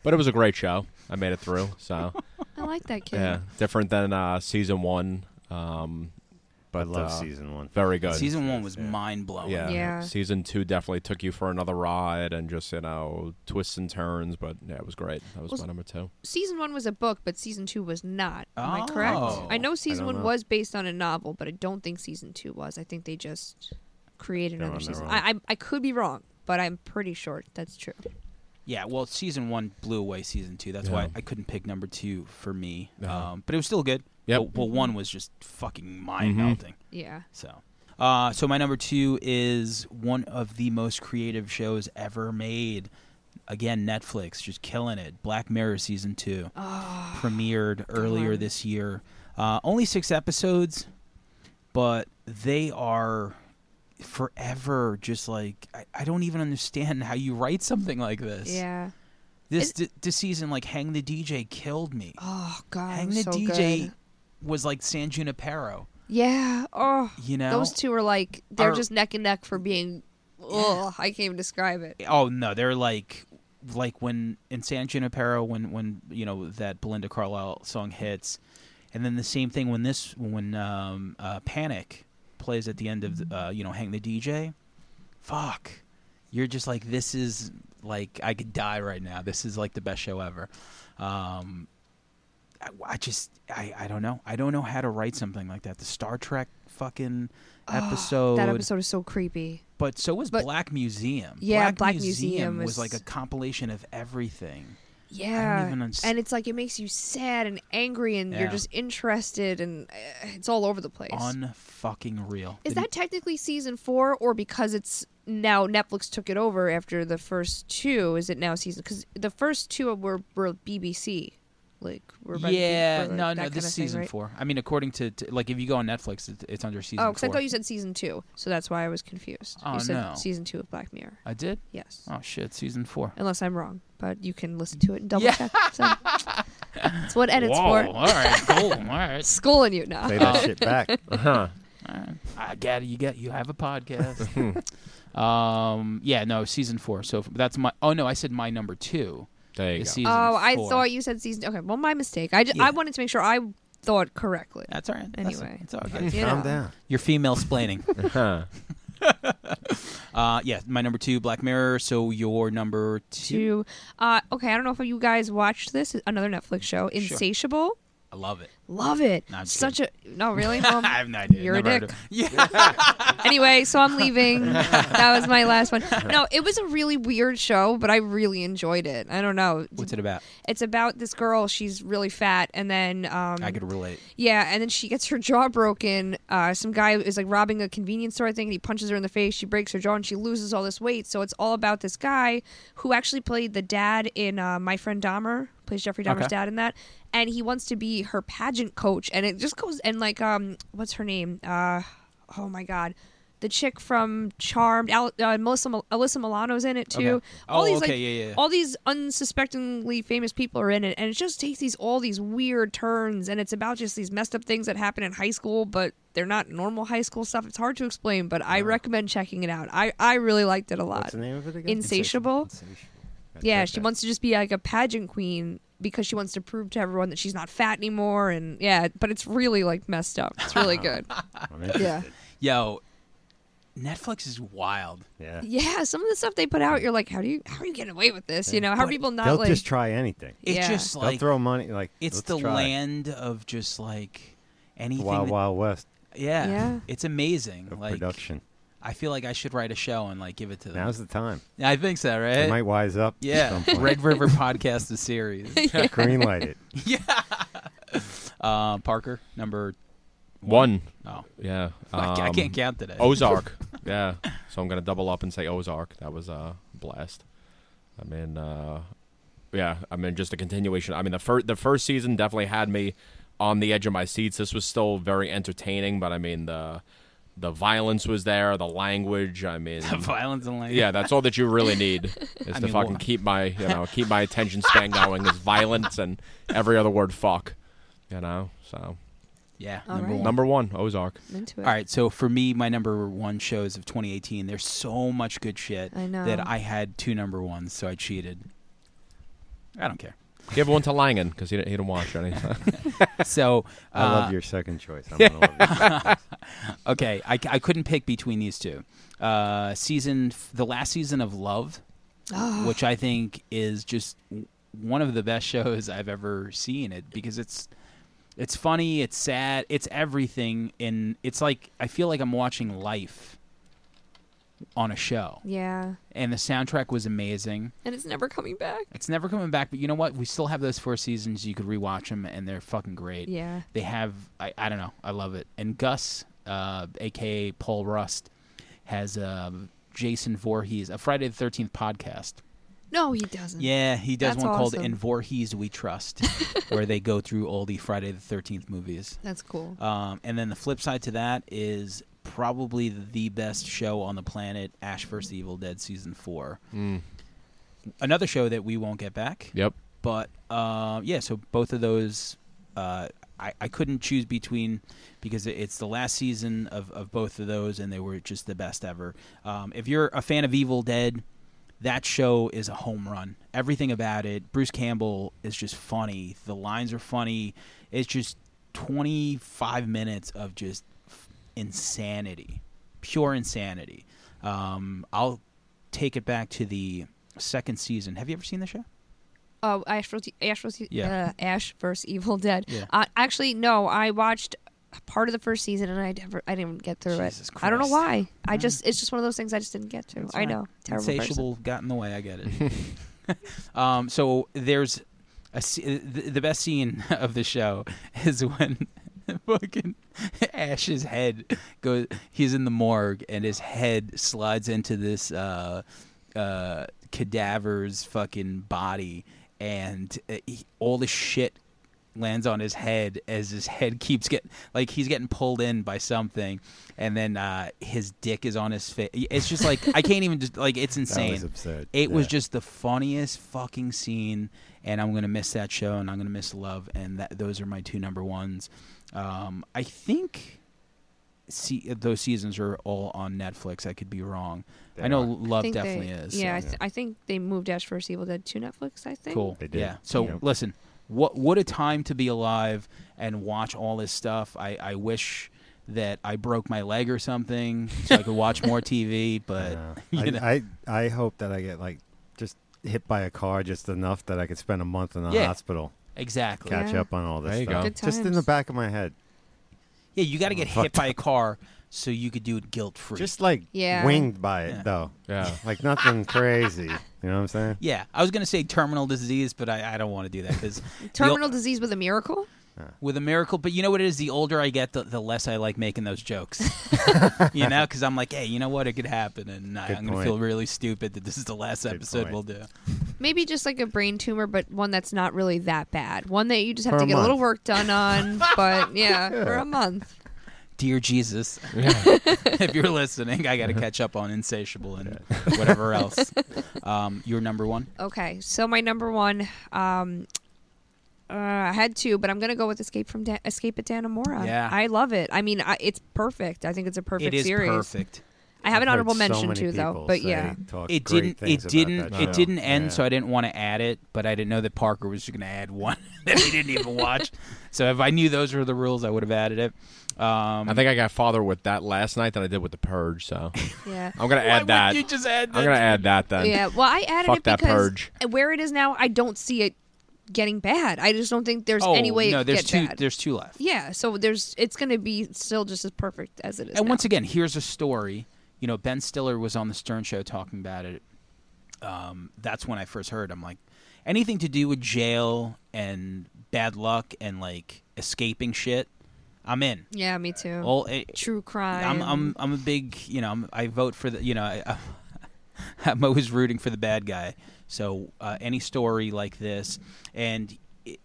Speaker 3: But it was a great show. I made it through. So
Speaker 4: I liked that kid.
Speaker 3: yeah, different than uh, season one. Um,
Speaker 2: I
Speaker 3: but
Speaker 2: love
Speaker 3: uh,
Speaker 2: season one.
Speaker 3: Very good.
Speaker 1: Season one was
Speaker 2: Yeah.
Speaker 1: mind blowing.
Speaker 3: yeah.
Speaker 4: Yeah.
Speaker 3: Oh, Season two definitely took you for another ride and just you know twists and turns. But yeah, it was great. That was
Speaker 4: Was-
Speaker 3: my number two.
Speaker 4: Season one was a book, but season two was not. Am I
Speaker 1: Oh.
Speaker 4: correct? I know season
Speaker 2: don't
Speaker 4: one
Speaker 2: know.
Speaker 4: was based on a novel, but I don't think season two was. I think they just created
Speaker 2: They're
Speaker 4: another
Speaker 2: on their
Speaker 4: season.
Speaker 2: own.
Speaker 4: I, I I could be wrong, but I'm pretty sure that's true.
Speaker 1: Yeah, well, season one blew away season two. That's
Speaker 3: Yeah.
Speaker 1: why I couldn't pick number two for me.
Speaker 3: Yeah.
Speaker 1: Um, but it was still good.
Speaker 3: Yep. Mm-hmm.
Speaker 1: Well, well, one was just fucking mind melting.
Speaker 4: Yeah.
Speaker 1: So, uh, so my number two is one of the most creative shows ever made. Again, Netflix just killing it. Black Mirror season two premiered earlier
Speaker 4: on.
Speaker 1: this year. Uh, only six episodes, but they are forever just like I, I don't even understand how you write something like this.
Speaker 4: Yeah.
Speaker 1: This d- this season, like Hang the DJ killed me.
Speaker 4: Oh God. it
Speaker 1: Hang
Speaker 4: was
Speaker 1: the
Speaker 4: so
Speaker 1: DJ
Speaker 4: good.
Speaker 1: was like San Junipero.
Speaker 4: Yeah. Oh.
Speaker 1: You know
Speaker 4: Those two are like they're
Speaker 1: Are-
Speaker 4: just neck and neck for being. Oh, I can't even describe it.
Speaker 1: oh no, they're like like when in San Junipero when when you know that Belinda Carlisle song hits, and then the same thing when this when um, uh, Panic plays at the end of uh, you know Hang the DJ, fuck, you're just like this is like I could die right now. This is like the best show ever. Um, I, I just I, I don't know. I don't know how to write something like that. The Star Trek fucking episode,
Speaker 4: Ah, That episode is so creepy.
Speaker 1: but so was
Speaker 4: but-
Speaker 1: Black Museum.
Speaker 4: Yeah, Black Museum
Speaker 1: was,
Speaker 4: was-
Speaker 1: like a compilation of everything.
Speaker 4: Yeah,
Speaker 1: even uns-
Speaker 4: and it's like it makes you sad and angry, and
Speaker 1: Yeah.
Speaker 4: you're just interested, and uh, it's all over the place.
Speaker 1: Unfucking real.
Speaker 4: Is that technically season four, or because it's now Netflix took it over after the first two? Is it now season? Because the first two were, were BBC, like were by the-
Speaker 1: yeah,
Speaker 4: were, like,
Speaker 1: no,
Speaker 4: that
Speaker 1: no,
Speaker 4: kind
Speaker 1: this
Speaker 4: of
Speaker 1: is
Speaker 4: thing,
Speaker 1: season
Speaker 4: right?
Speaker 1: four. I mean, according to, to like if you go on Netflix, it, it's under season.
Speaker 4: Oh,
Speaker 1: Oh,
Speaker 4: because I thought you said season two, so that's why I was confused.
Speaker 1: Oh,
Speaker 4: you said
Speaker 1: no.
Speaker 4: season two of Black Mirror.
Speaker 1: I did.
Speaker 4: Yes,
Speaker 1: Oh shit, season four.
Speaker 4: unless I'm wrong, but you can listen to it and double
Speaker 1: Yeah.
Speaker 4: check. So that's what edits
Speaker 1: Whoa!
Speaker 4: for.
Speaker 1: Oh, All right, cool. All right.
Speaker 4: Schooling you now.
Speaker 2: Play that shit back.
Speaker 3: Uh-huh.
Speaker 1: All right. I get it. You get. You have a podcast.
Speaker 3: Hmm.
Speaker 1: um. Yeah. No. Season four. So that's my. Oh no, I said my number two.
Speaker 3: There you
Speaker 1: is
Speaker 3: go.
Speaker 1: season
Speaker 4: Oh, I
Speaker 1: four.
Speaker 4: thought you said season. Okay, well, my mistake. I, ju-
Speaker 1: Yeah.
Speaker 4: I wanted to make sure I thought correctly.
Speaker 1: That's all right. That's-
Speaker 4: Anyway.
Speaker 1: it's all good.
Speaker 4: You
Speaker 2: Calm
Speaker 4: know.
Speaker 2: down.
Speaker 1: You're female splaining.
Speaker 3: Uh-huh.
Speaker 1: Uh, yeah, my number two, Black Mirror. So your number two.
Speaker 4: to uh okay i don't know if you guys watched this another netflix show insatiable
Speaker 1: I love it.
Speaker 4: love it
Speaker 1: No, I'm just
Speaker 4: such a no really Um,
Speaker 1: I have no idea.
Speaker 4: You're a
Speaker 1: Never heard
Speaker 4: dick.
Speaker 1: of it. Yeah.
Speaker 4: anyway so i'm leaving that was my last one no it was a really weird show but i really enjoyed it i don't know
Speaker 1: What's it about?
Speaker 4: it's about this girl she's really fat and then um
Speaker 1: I could relate.
Speaker 4: Yeah, and then she gets her jaw broken. Uh, some guy is like robbing a convenience store, I think, and he punches her in the face. She breaks her jaw and she loses all this weight. So it's all about this guy who actually played the dad in uh, My Friend Dahmer, plays Jeffrey Dahmer's
Speaker 1: Okay.
Speaker 4: dad in that, and he wants to be her pageant coach. And it just goes and like, um, what's her name? Uh, oh my god. The chick from Charmed, Al- uh, Melissa, Mil- Alyssa Milano's in it too.
Speaker 1: Okay.
Speaker 4: All
Speaker 1: Oh,
Speaker 4: these
Speaker 1: okay,
Speaker 4: like
Speaker 1: yeah, yeah.
Speaker 4: all these unsuspectingly famous people are in it and it just takes these all these weird turns and it's about just these messed up things that happen in high school but they're not normal high school stuff it's hard to explain but i recommend checking it out i i really liked it a lot
Speaker 1: Uh,
Speaker 2: What's the name of it again?
Speaker 4: insatiable
Speaker 2: Insatiable. Gotta
Speaker 4: yeah
Speaker 2: check
Speaker 4: she
Speaker 2: that.
Speaker 4: wants to just be like a pageant queen because she wants to prove to everyone that she's not fat anymore and yeah but it's really like messed up it's really good
Speaker 2: I'm interested.
Speaker 4: yeah
Speaker 1: Yo, Netflix is wild.
Speaker 2: Yeah.
Speaker 4: yeah some of the stuff they put out you're like how do you how are you getting away with this you know how are
Speaker 1: But
Speaker 4: people not
Speaker 2: They'll
Speaker 4: like
Speaker 2: just try anything.
Speaker 1: It's
Speaker 4: Yeah.
Speaker 1: just
Speaker 2: They'll
Speaker 1: like
Speaker 2: throw money like
Speaker 1: it's
Speaker 2: let's
Speaker 1: the
Speaker 2: try.
Speaker 1: land of just like anything.
Speaker 2: Wild
Speaker 1: that-
Speaker 2: Wild West
Speaker 1: Yeah,
Speaker 4: Yeah.
Speaker 1: it's amazing.
Speaker 2: of
Speaker 1: like
Speaker 2: production.
Speaker 1: I feel like I should write a show and like give it to them.
Speaker 2: Now's the time.
Speaker 1: I think so,
Speaker 2: They
Speaker 1: right?
Speaker 2: might wise up. at
Speaker 1: yeah,
Speaker 2: some point.
Speaker 1: Red River Podcast the series.
Speaker 2: green light it.
Speaker 1: Uh, Parker number.
Speaker 3: One.
Speaker 1: Oh,
Speaker 3: Yeah.
Speaker 1: I ca- I
Speaker 3: um,
Speaker 1: can't count today.
Speaker 2: Oh,
Speaker 3: Ozark. yeah. So I'm gonna double up and say Ozark. That was a blast. I mean, uh, yeah. I mean, just a continuation. I mean, the first the first season definitely had me on the edge of my seats. This was still very entertaining, but I mean the the violence was there, the language. I mean,
Speaker 1: violence and language.
Speaker 3: yeah, that's all that you really need is to
Speaker 1: mean,
Speaker 3: fucking
Speaker 1: wha-
Speaker 3: keep my you know keep my attention span going is violence and every other word fuck. You know, so
Speaker 1: yeah.
Speaker 4: All
Speaker 1: number
Speaker 4: right.
Speaker 1: one.
Speaker 3: number one Ozark.
Speaker 4: I'm into it
Speaker 1: All right, so for me, my number one shows of 2018. There's so much good shit
Speaker 4: I know.
Speaker 1: that I had two number ones, so I cheated. I don't care.
Speaker 3: Give one to Langen because he didn't he didn't watch anything.
Speaker 1: So uh,
Speaker 2: I love your second choice. I'm gonna love your second choice.
Speaker 1: Okay, I, I couldn't pick between these two. Uh, season the last season of Love, which I think is just w- one of the best shows I've ever seen. It because it's it's funny, it's sad, it's everything, and it's like I feel like I'm watching life on a show.
Speaker 4: yeah
Speaker 1: And the soundtrack was amazing.
Speaker 4: and it's never coming back
Speaker 1: It's never coming back, but you know what? We still have those four seasons. You could rewatch them, and they're fucking great.
Speaker 4: Yeah.
Speaker 1: They have, I, I don't know, I love it. And Gus, uh, aka Paul Rust, has uh, Jason Voorhees, a Friday the Thirteenth podcast.
Speaker 4: No, he
Speaker 1: Mm-hmm.
Speaker 4: doesn't.
Speaker 1: Yeah, he does
Speaker 4: That's
Speaker 1: one called
Speaker 4: awesome.
Speaker 1: "In Voorhees We Trust," where they go through all the Friday the Thirteenth movies.
Speaker 4: That's cool.
Speaker 1: Um, and then the flip side to that is probably the best show on the planet, Ash vs. Evil Dead season four. Another show that we won't get back.
Speaker 3: yep.
Speaker 1: But uh, yeah, so both of those, uh, I, I couldn't choose between because it- it's the last season of, of both of those, and they were just the best ever. Um, if you're a fan of Evil Dead, that show is a home run. Everything about it, Bruce Campbell is just funny. The lines are funny. It's just 25 minutes of just f- insanity, pure insanity. Um, I'll take it back to the second season. Have you ever seen the show?
Speaker 4: Oh, Ash versus, Ash versus,
Speaker 1: Yeah.
Speaker 4: uh, Ash versus Evil Dead.
Speaker 1: Yeah.
Speaker 4: Uh, actually, no. I watched part of the first season and I never, I didn't get through
Speaker 1: Jesus
Speaker 4: it. I don't know
Speaker 1: Christ. Mm-hmm.
Speaker 4: why. I just, it's just one of those things I just didn't get to. I know, terrible person.
Speaker 1: Insatiable got in the way. I get it. um, so there's a se- the, the best scene of the show is when fucking Ash's head goes. He's in the morgue and his head slides into this uh, uh, cadaver's fucking body, and uh, he, all the shit lands on his head as his head keeps getting like he's getting pulled in by something and then uh his dick is on his face it's just like i can't even just like it's
Speaker 2: That
Speaker 1: insane
Speaker 2: was absurd.
Speaker 1: it was
Speaker 2: Yeah.
Speaker 1: just the funniest fucking scene and i'm gonna miss that show and i'm gonna miss love and that those are my two number ones um i think see those seasons are all on netflix i could be wrong
Speaker 2: They
Speaker 1: i know
Speaker 2: are.
Speaker 4: I
Speaker 1: love
Speaker 4: think
Speaker 1: definitely
Speaker 4: they-
Speaker 1: is
Speaker 4: Yeah, I,
Speaker 1: so-
Speaker 4: th- I think they moved Ash versus Evil Dead to Netflix. I think.
Speaker 1: Cool.
Speaker 2: They did.
Speaker 1: Yeah. So
Speaker 2: Yep.
Speaker 1: listen, what what a time to be alive and watch all this stuff. I, I wish that I broke my leg or something so I could watch more TV, but
Speaker 2: Yeah.
Speaker 1: you know.
Speaker 2: I, I I hope that I get like just hit by a car just enough that I could spend a month in the
Speaker 1: Yeah.
Speaker 2: hospital,
Speaker 1: exactly. Yeah,
Speaker 2: catch
Speaker 4: Yeah.
Speaker 2: up on all this
Speaker 3: There you
Speaker 2: stuff.
Speaker 3: go.
Speaker 4: Good
Speaker 2: Just in the
Speaker 4: times.
Speaker 2: back of my head,
Speaker 1: you got to get hit by a car so you could do it guilt free.
Speaker 2: just like
Speaker 4: Yeah.
Speaker 2: winged by it
Speaker 1: Yeah.
Speaker 2: though.
Speaker 3: Yeah.
Speaker 2: like nothing crazy. You know what I'm saying?
Speaker 1: yeah, I was gonna say terminal disease, but I, I don't want to do that because
Speaker 4: Terminal disease with a miracle.
Speaker 1: with a miracle. But you know what it is? The older I get, the, the less I like making those jokes. you know, because I'm like, hey, you know what? It could happen, and I,
Speaker 2: Good
Speaker 1: I'm gonna
Speaker 2: point.
Speaker 1: feel really stupid that this is the last episode
Speaker 2: point.
Speaker 1: we'll do.
Speaker 4: Maybe just like a brain tumor, but one that's not really that bad. One that you just have
Speaker 2: For
Speaker 4: to
Speaker 2: a
Speaker 4: get a little
Speaker 2: month.
Speaker 4: work done on, but yeah, for a month.
Speaker 1: Dear Jesus, if you're listening, I got to catch up on Insatiable and whatever else. Um, your number one?
Speaker 4: Okay, so my number one, um, uh, I had two, but I'm gonna go with Escape from Dan- Escape at Danamora.
Speaker 1: Yeah.
Speaker 4: I love it. I mean, I, it's perfect. I think it's a perfect
Speaker 1: it is
Speaker 4: series.
Speaker 1: perfect.
Speaker 4: I have an
Speaker 2: I've heard
Speaker 4: honorable
Speaker 2: so
Speaker 4: mention
Speaker 2: many
Speaker 4: too, though.
Speaker 2: people
Speaker 4: But
Speaker 2: say-
Speaker 4: yeah,
Speaker 2: talk
Speaker 1: It
Speaker 2: great
Speaker 1: didn't.
Speaker 2: things
Speaker 1: It
Speaker 2: about
Speaker 1: didn't.
Speaker 2: that show.
Speaker 1: It didn't end,
Speaker 2: Yeah.
Speaker 1: so I didn't want to add it. But I didn't know that Parker was going to add one that we didn't even watch. So if I knew those were the rules, I would have added it. Um,
Speaker 3: I think I got farther with that last night than I did with the purge. So
Speaker 4: yeah.
Speaker 3: I'm gonna
Speaker 1: why
Speaker 3: add
Speaker 1: would
Speaker 3: that.
Speaker 1: You just add
Speaker 3: I'm gonna add that then.
Speaker 4: Yeah, well, I added
Speaker 3: Fuck
Speaker 4: it
Speaker 3: that
Speaker 4: because
Speaker 3: purge.
Speaker 4: where it is now, I don't see it getting bad. I just don't think there's
Speaker 1: Oh
Speaker 4: any way
Speaker 1: no,
Speaker 4: it could
Speaker 1: there's
Speaker 4: get
Speaker 1: two.
Speaker 4: bad.
Speaker 1: There's two left.
Speaker 4: yeah, so there's it's going to be still just as perfect as it is.
Speaker 1: and
Speaker 4: now.
Speaker 1: once again, here's a story. You know, Ben Stiller was on the Stern Show talking about it. Um, that's when I first heard. I'm like, anything to do with jail and bad luck and like escaping shit, I'm in.
Speaker 4: yeah, me too.
Speaker 1: All it,
Speaker 4: True
Speaker 1: I'm
Speaker 4: crime.
Speaker 1: I'm I'm a big you know I'm, I vote for the you know I, I'm always rooting for the bad guy. So uh, any story like this, and y-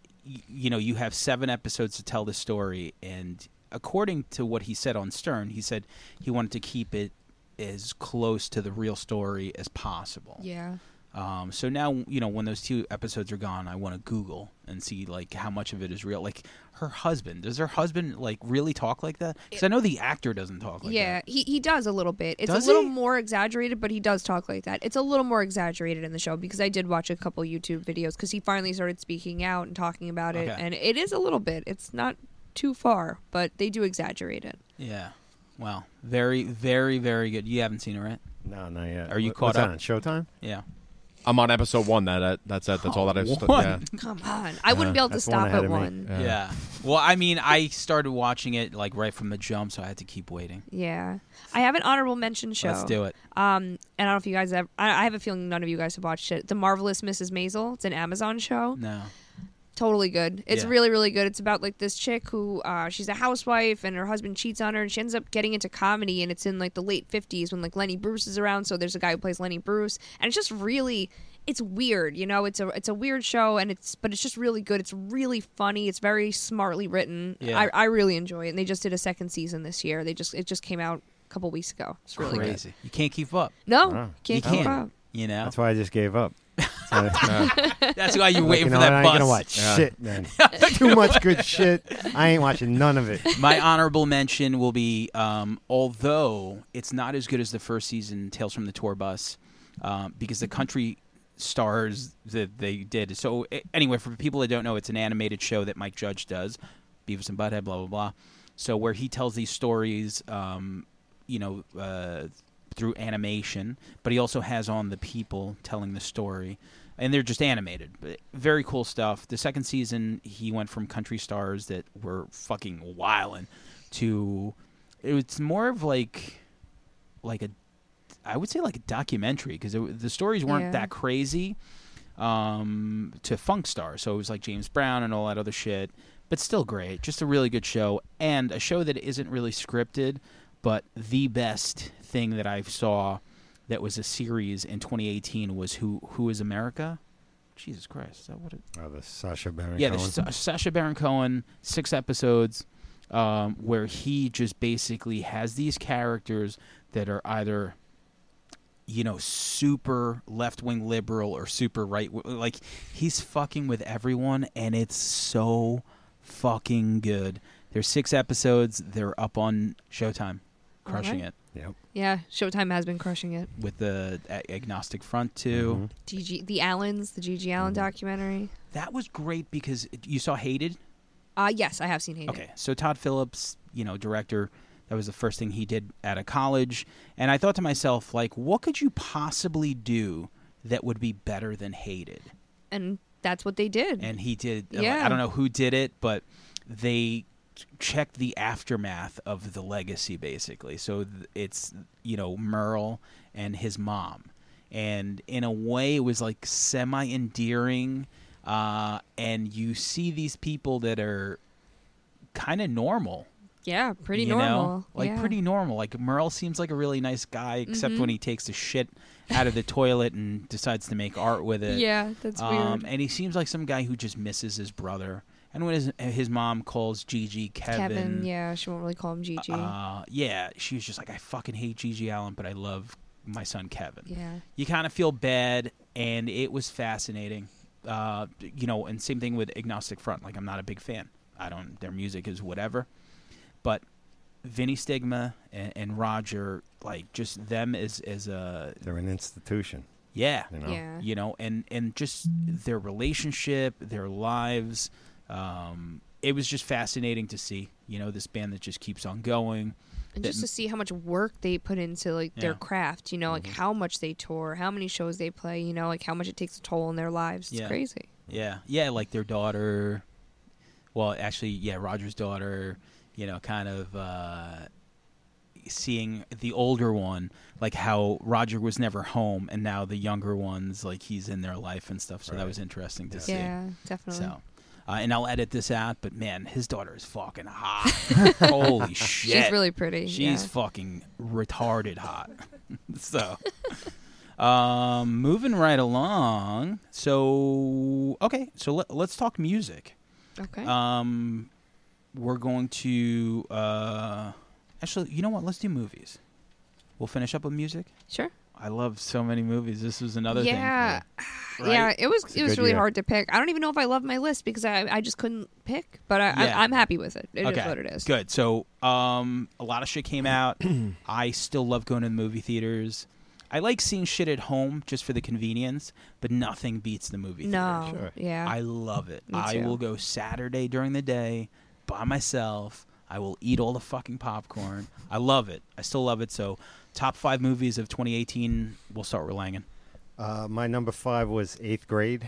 Speaker 1: you know you have seven episodes to tell the story, and according to what he said on Stern, he said he wanted to keep it as close to the real story as possible.
Speaker 4: yeah.
Speaker 1: Um, so now you know when those two episodes are gone, I want to Google and see like how much of it is real. Like her husband, does her husband like really talk like that? Because I know the actor doesn't talk like
Speaker 4: yeah,
Speaker 1: that.
Speaker 4: he, he does a little bit. It's
Speaker 1: Does
Speaker 4: a little
Speaker 1: he?
Speaker 4: more exaggerated, but he does talk like that. It's a little more exaggerated in the show because I did watch a couple YouTube videos because he finally started speaking out and talking about it,
Speaker 1: Okay.
Speaker 4: and it is a little bit. It's not too far, but they do exaggerate it.
Speaker 1: Yeah. Wow. Very, very, very good. You haven't seen it, right?
Speaker 2: No, not yet.
Speaker 1: Are you
Speaker 2: What-
Speaker 1: caught
Speaker 2: what's
Speaker 1: up?
Speaker 2: That on Showtime?
Speaker 1: Yeah.
Speaker 3: I'm on episode one. That, that that's it. That's all that I've. st-
Speaker 1: One.
Speaker 3: yeah.
Speaker 4: Come on, I wouldn't be able to
Speaker 2: That's one
Speaker 4: stop
Speaker 2: ahead
Speaker 4: at
Speaker 2: of me.
Speaker 4: one.
Speaker 1: yeah. Well, I mean, I started watching it like right from the jump, so I had to keep waiting.
Speaker 4: Yeah, I have an honorable mention show.
Speaker 1: Let's do it.
Speaker 4: Um, and I don't know if you guys have. I, I have a feeling none of you guys have watched it. The Marvelous Mrs. Maisel. It's an Amazon show.
Speaker 1: No.
Speaker 4: Totally good. It's
Speaker 1: Yeah.
Speaker 4: really really good. It's about like this chick who uh, she's a housewife and her husband cheats on her and she ends up getting into comedy and it's in like the late fifties when like Lenny Bruce is around. So there's a guy who plays Lenny Bruce and it's just really. It's weird, you know. It's a it's a weird show, and it's but it's just really good. It's really funny. It's very smartly written.
Speaker 1: Yeah.
Speaker 4: I, I really enjoy it. And they just did a second season this year. They just it just came out a couple weeks ago. It's really good.
Speaker 1: Crazy. You can't keep up.
Speaker 4: No,
Speaker 2: Wow.
Speaker 1: you
Speaker 4: can't keep
Speaker 1: can't.
Speaker 4: up.
Speaker 1: You know.
Speaker 2: That's why I just gave up. So-
Speaker 1: That's why you're
Speaker 2: Like,
Speaker 1: waiting
Speaker 2: you
Speaker 1: for
Speaker 2: know
Speaker 1: that
Speaker 2: what?
Speaker 1: bus.
Speaker 2: I ain't gonna watch
Speaker 3: Yeah.
Speaker 2: shit, man. Too much good shit. I ain't watching none of it.
Speaker 1: My honorable mention will be, um, although it's not as good as the first season, Tales from the Tour Bus, um, because the country stars that they did. So a- anyway, for people that don't know, it's an animated show that Mike Judge does, Beavis and Butthead, blah blah blah. So where he tells these stories, um, you know, uh, through animation, but he also has on the people telling the story, and they're just animated. But very cool stuff. The second season, he went from country stars that were fucking wildin' to it was more of like like a I would say like a documentary because the stories weren't
Speaker 4: Yeah.
Speaker 1: that crazy um, to Funk Star. So it was like James Brown and all that other shit, but still great. Just a really good show and a show that isn't really scripted, but the best thing that I saw that was a series in 2018 was Who Who Is America? Jesus Christ, is that what it?
Speaker 2: Oh, the Sasha Baron
Speaker 1: yeah,
Speaker 2: Cohen.
Speaker 1: there's Sa- Sacha Baron Cohen, six episodes, um, where he just basically has these characters that are either, you know, super left wing liberal or super right. Like he's fucking with everyone, and it's so fucking good. There's six episodes. They're up on Showtime, crushing
Speaker 4: Alright.
Speaker 1: it
Speaker 2: Yep.
Speaker 4: Yeah, Showtime has been crushing it.
Speaker 1: with the A- Agnostic Front too.
Speaker 2: Mhm.
Speaker 4: DG, the Allens, the GG Allen
Speaker 1: Mm-hmm.
Speaker 4: documentary.
Speaker 1: That was great because you saw Hated.
Speaker 4: Uh yes, I have seen Hated.
Speaker 1: Okay, so Todd Phillips, you know, director, that was the first thing he did at a college, and I thought to myself, like, what could you possibly do that would be better than hated?
Speaker 4: and that's what they did.
Speaker 1: And he did.
Speaker 4: Yeah.
Speaker 1: I don't know who did it, but they checked the aftermath of the legacy, basically. So th- it's you know Merle and his mom, and in a way, it was like semi endearing. Uh, and you see these people that are kind of normal
Speaker 4: yeah, pretty
Speaker 1: you know?
Speaker 4: normal.
Speaker 1: Like
Speaker 4: Yeah. Mm-hmm.
Speaker 1: pretty normal. Like Merle seems like a really nice guy, except when he takes the shit out of the toilet and decides to make art with it.
Speaker 4: Yeah, that's
Speaker 1: Um,
Speaker 4: weird.
Speaker 1: and he seems like some guy who just misses his brother. And when his his mom calls Gigi Kevin,
Speaker 4: Kevin, yeah, she won't really call him GG.
Speaker 1: uh, yeah, she was just like, I fucking hate Gigi Allen, but I love my son Kevin.
Speaker 4: yeah.
Speaker 1: You kind of feel bad, and it was fascinating. Uh, you know, and same thing with Agnostic Front. Like, I'm not a big fan. I don't. Their music is whatever, but Vinny Stigma and, and Roger, like, just them as as a
Speaker 2: They're an institution.
Speaker 1: yeah,
Speaker 2: You know?
Speaker 4: Yeah.
Speaker 1: you know, and and just their relationship, their lives. Um, it was just fascinating to see. You know, this band that just keeps on going.
Speaker 4: And
Speaker 1: that-
Speaker 4: just to see how much work they put into like their
Speaker 1: Yeah. Mm-hmm.
Speaker 4: craft, you know, like how much they tour, how many shows they play, you know, like how much it takes a toll on their lives. It's
Speaker 1: Yeah.
Speaker 4: crazy.
Speaker 1: Yeah, yeah, like their daughter. Well, actually, yeah, Roger's daughter. You know, kind of uh, seeing the older one, like how Roger was never home, and now the younger ones, like he's in their life and stuff. So that
Speaker 2: Right.
Speaker 1: was interesting to see.
Speaker 4: Yeah, definitely.
Speaker 1: So, uh, and I'll edit this out, but man, his daughter is fucking hot. Holy shit!
Speaker 4: She's really pretty.
Speaker 1: She's
Speaker 4: yeah.
Speaker 1: fucking retarded hot. so, um, moving right along. So, okay, so let, let's talk music.
Speaker 4: okay.
Speaker 1: Um, we're going to uh, actually, you know what? Let's do movies. We'll finish up with music.
Speaker 4: sure.
Speaker 1: I love so many movies. This was another thing.
Speaker 4: yeah.
Speaker 1: right?
Speaker 4: Yeah, it was
Speaker 2: It's a
Speaker 4: it was
Speaker 2: good
Speaker 4: really
Speaker 2: year.
Speaker 4: hard to pick. I don't even know if I love my list because I I just couldn't pick, but I,
Speaker 1: Yeah.
Speaker 4: I I'm happy with it. It is
Speaker 1: okay.
Speaker 4: what it is.
Speaker 1: Good. So, um, a lot of shit came out. I still love going to the movie theaters. I like seeing shit at home just for the convenience, but nothing beats the movie
Speaker 4: No.
Speaker 1: theater.
Speaker 2: Sure.
Speaker 4: Yeah.
Speaker 1: I love it.
Speaker 4: Me
Speaker 1: I
Speaker 4: too.
Speaker 1: will go Saturday during the day by myself. I will eat all the fucking popcorn. I love it. I still love it. So, top five movies of 2018. We'll start with Langan.
Speaker 2: Uh, my number five was eighth grade.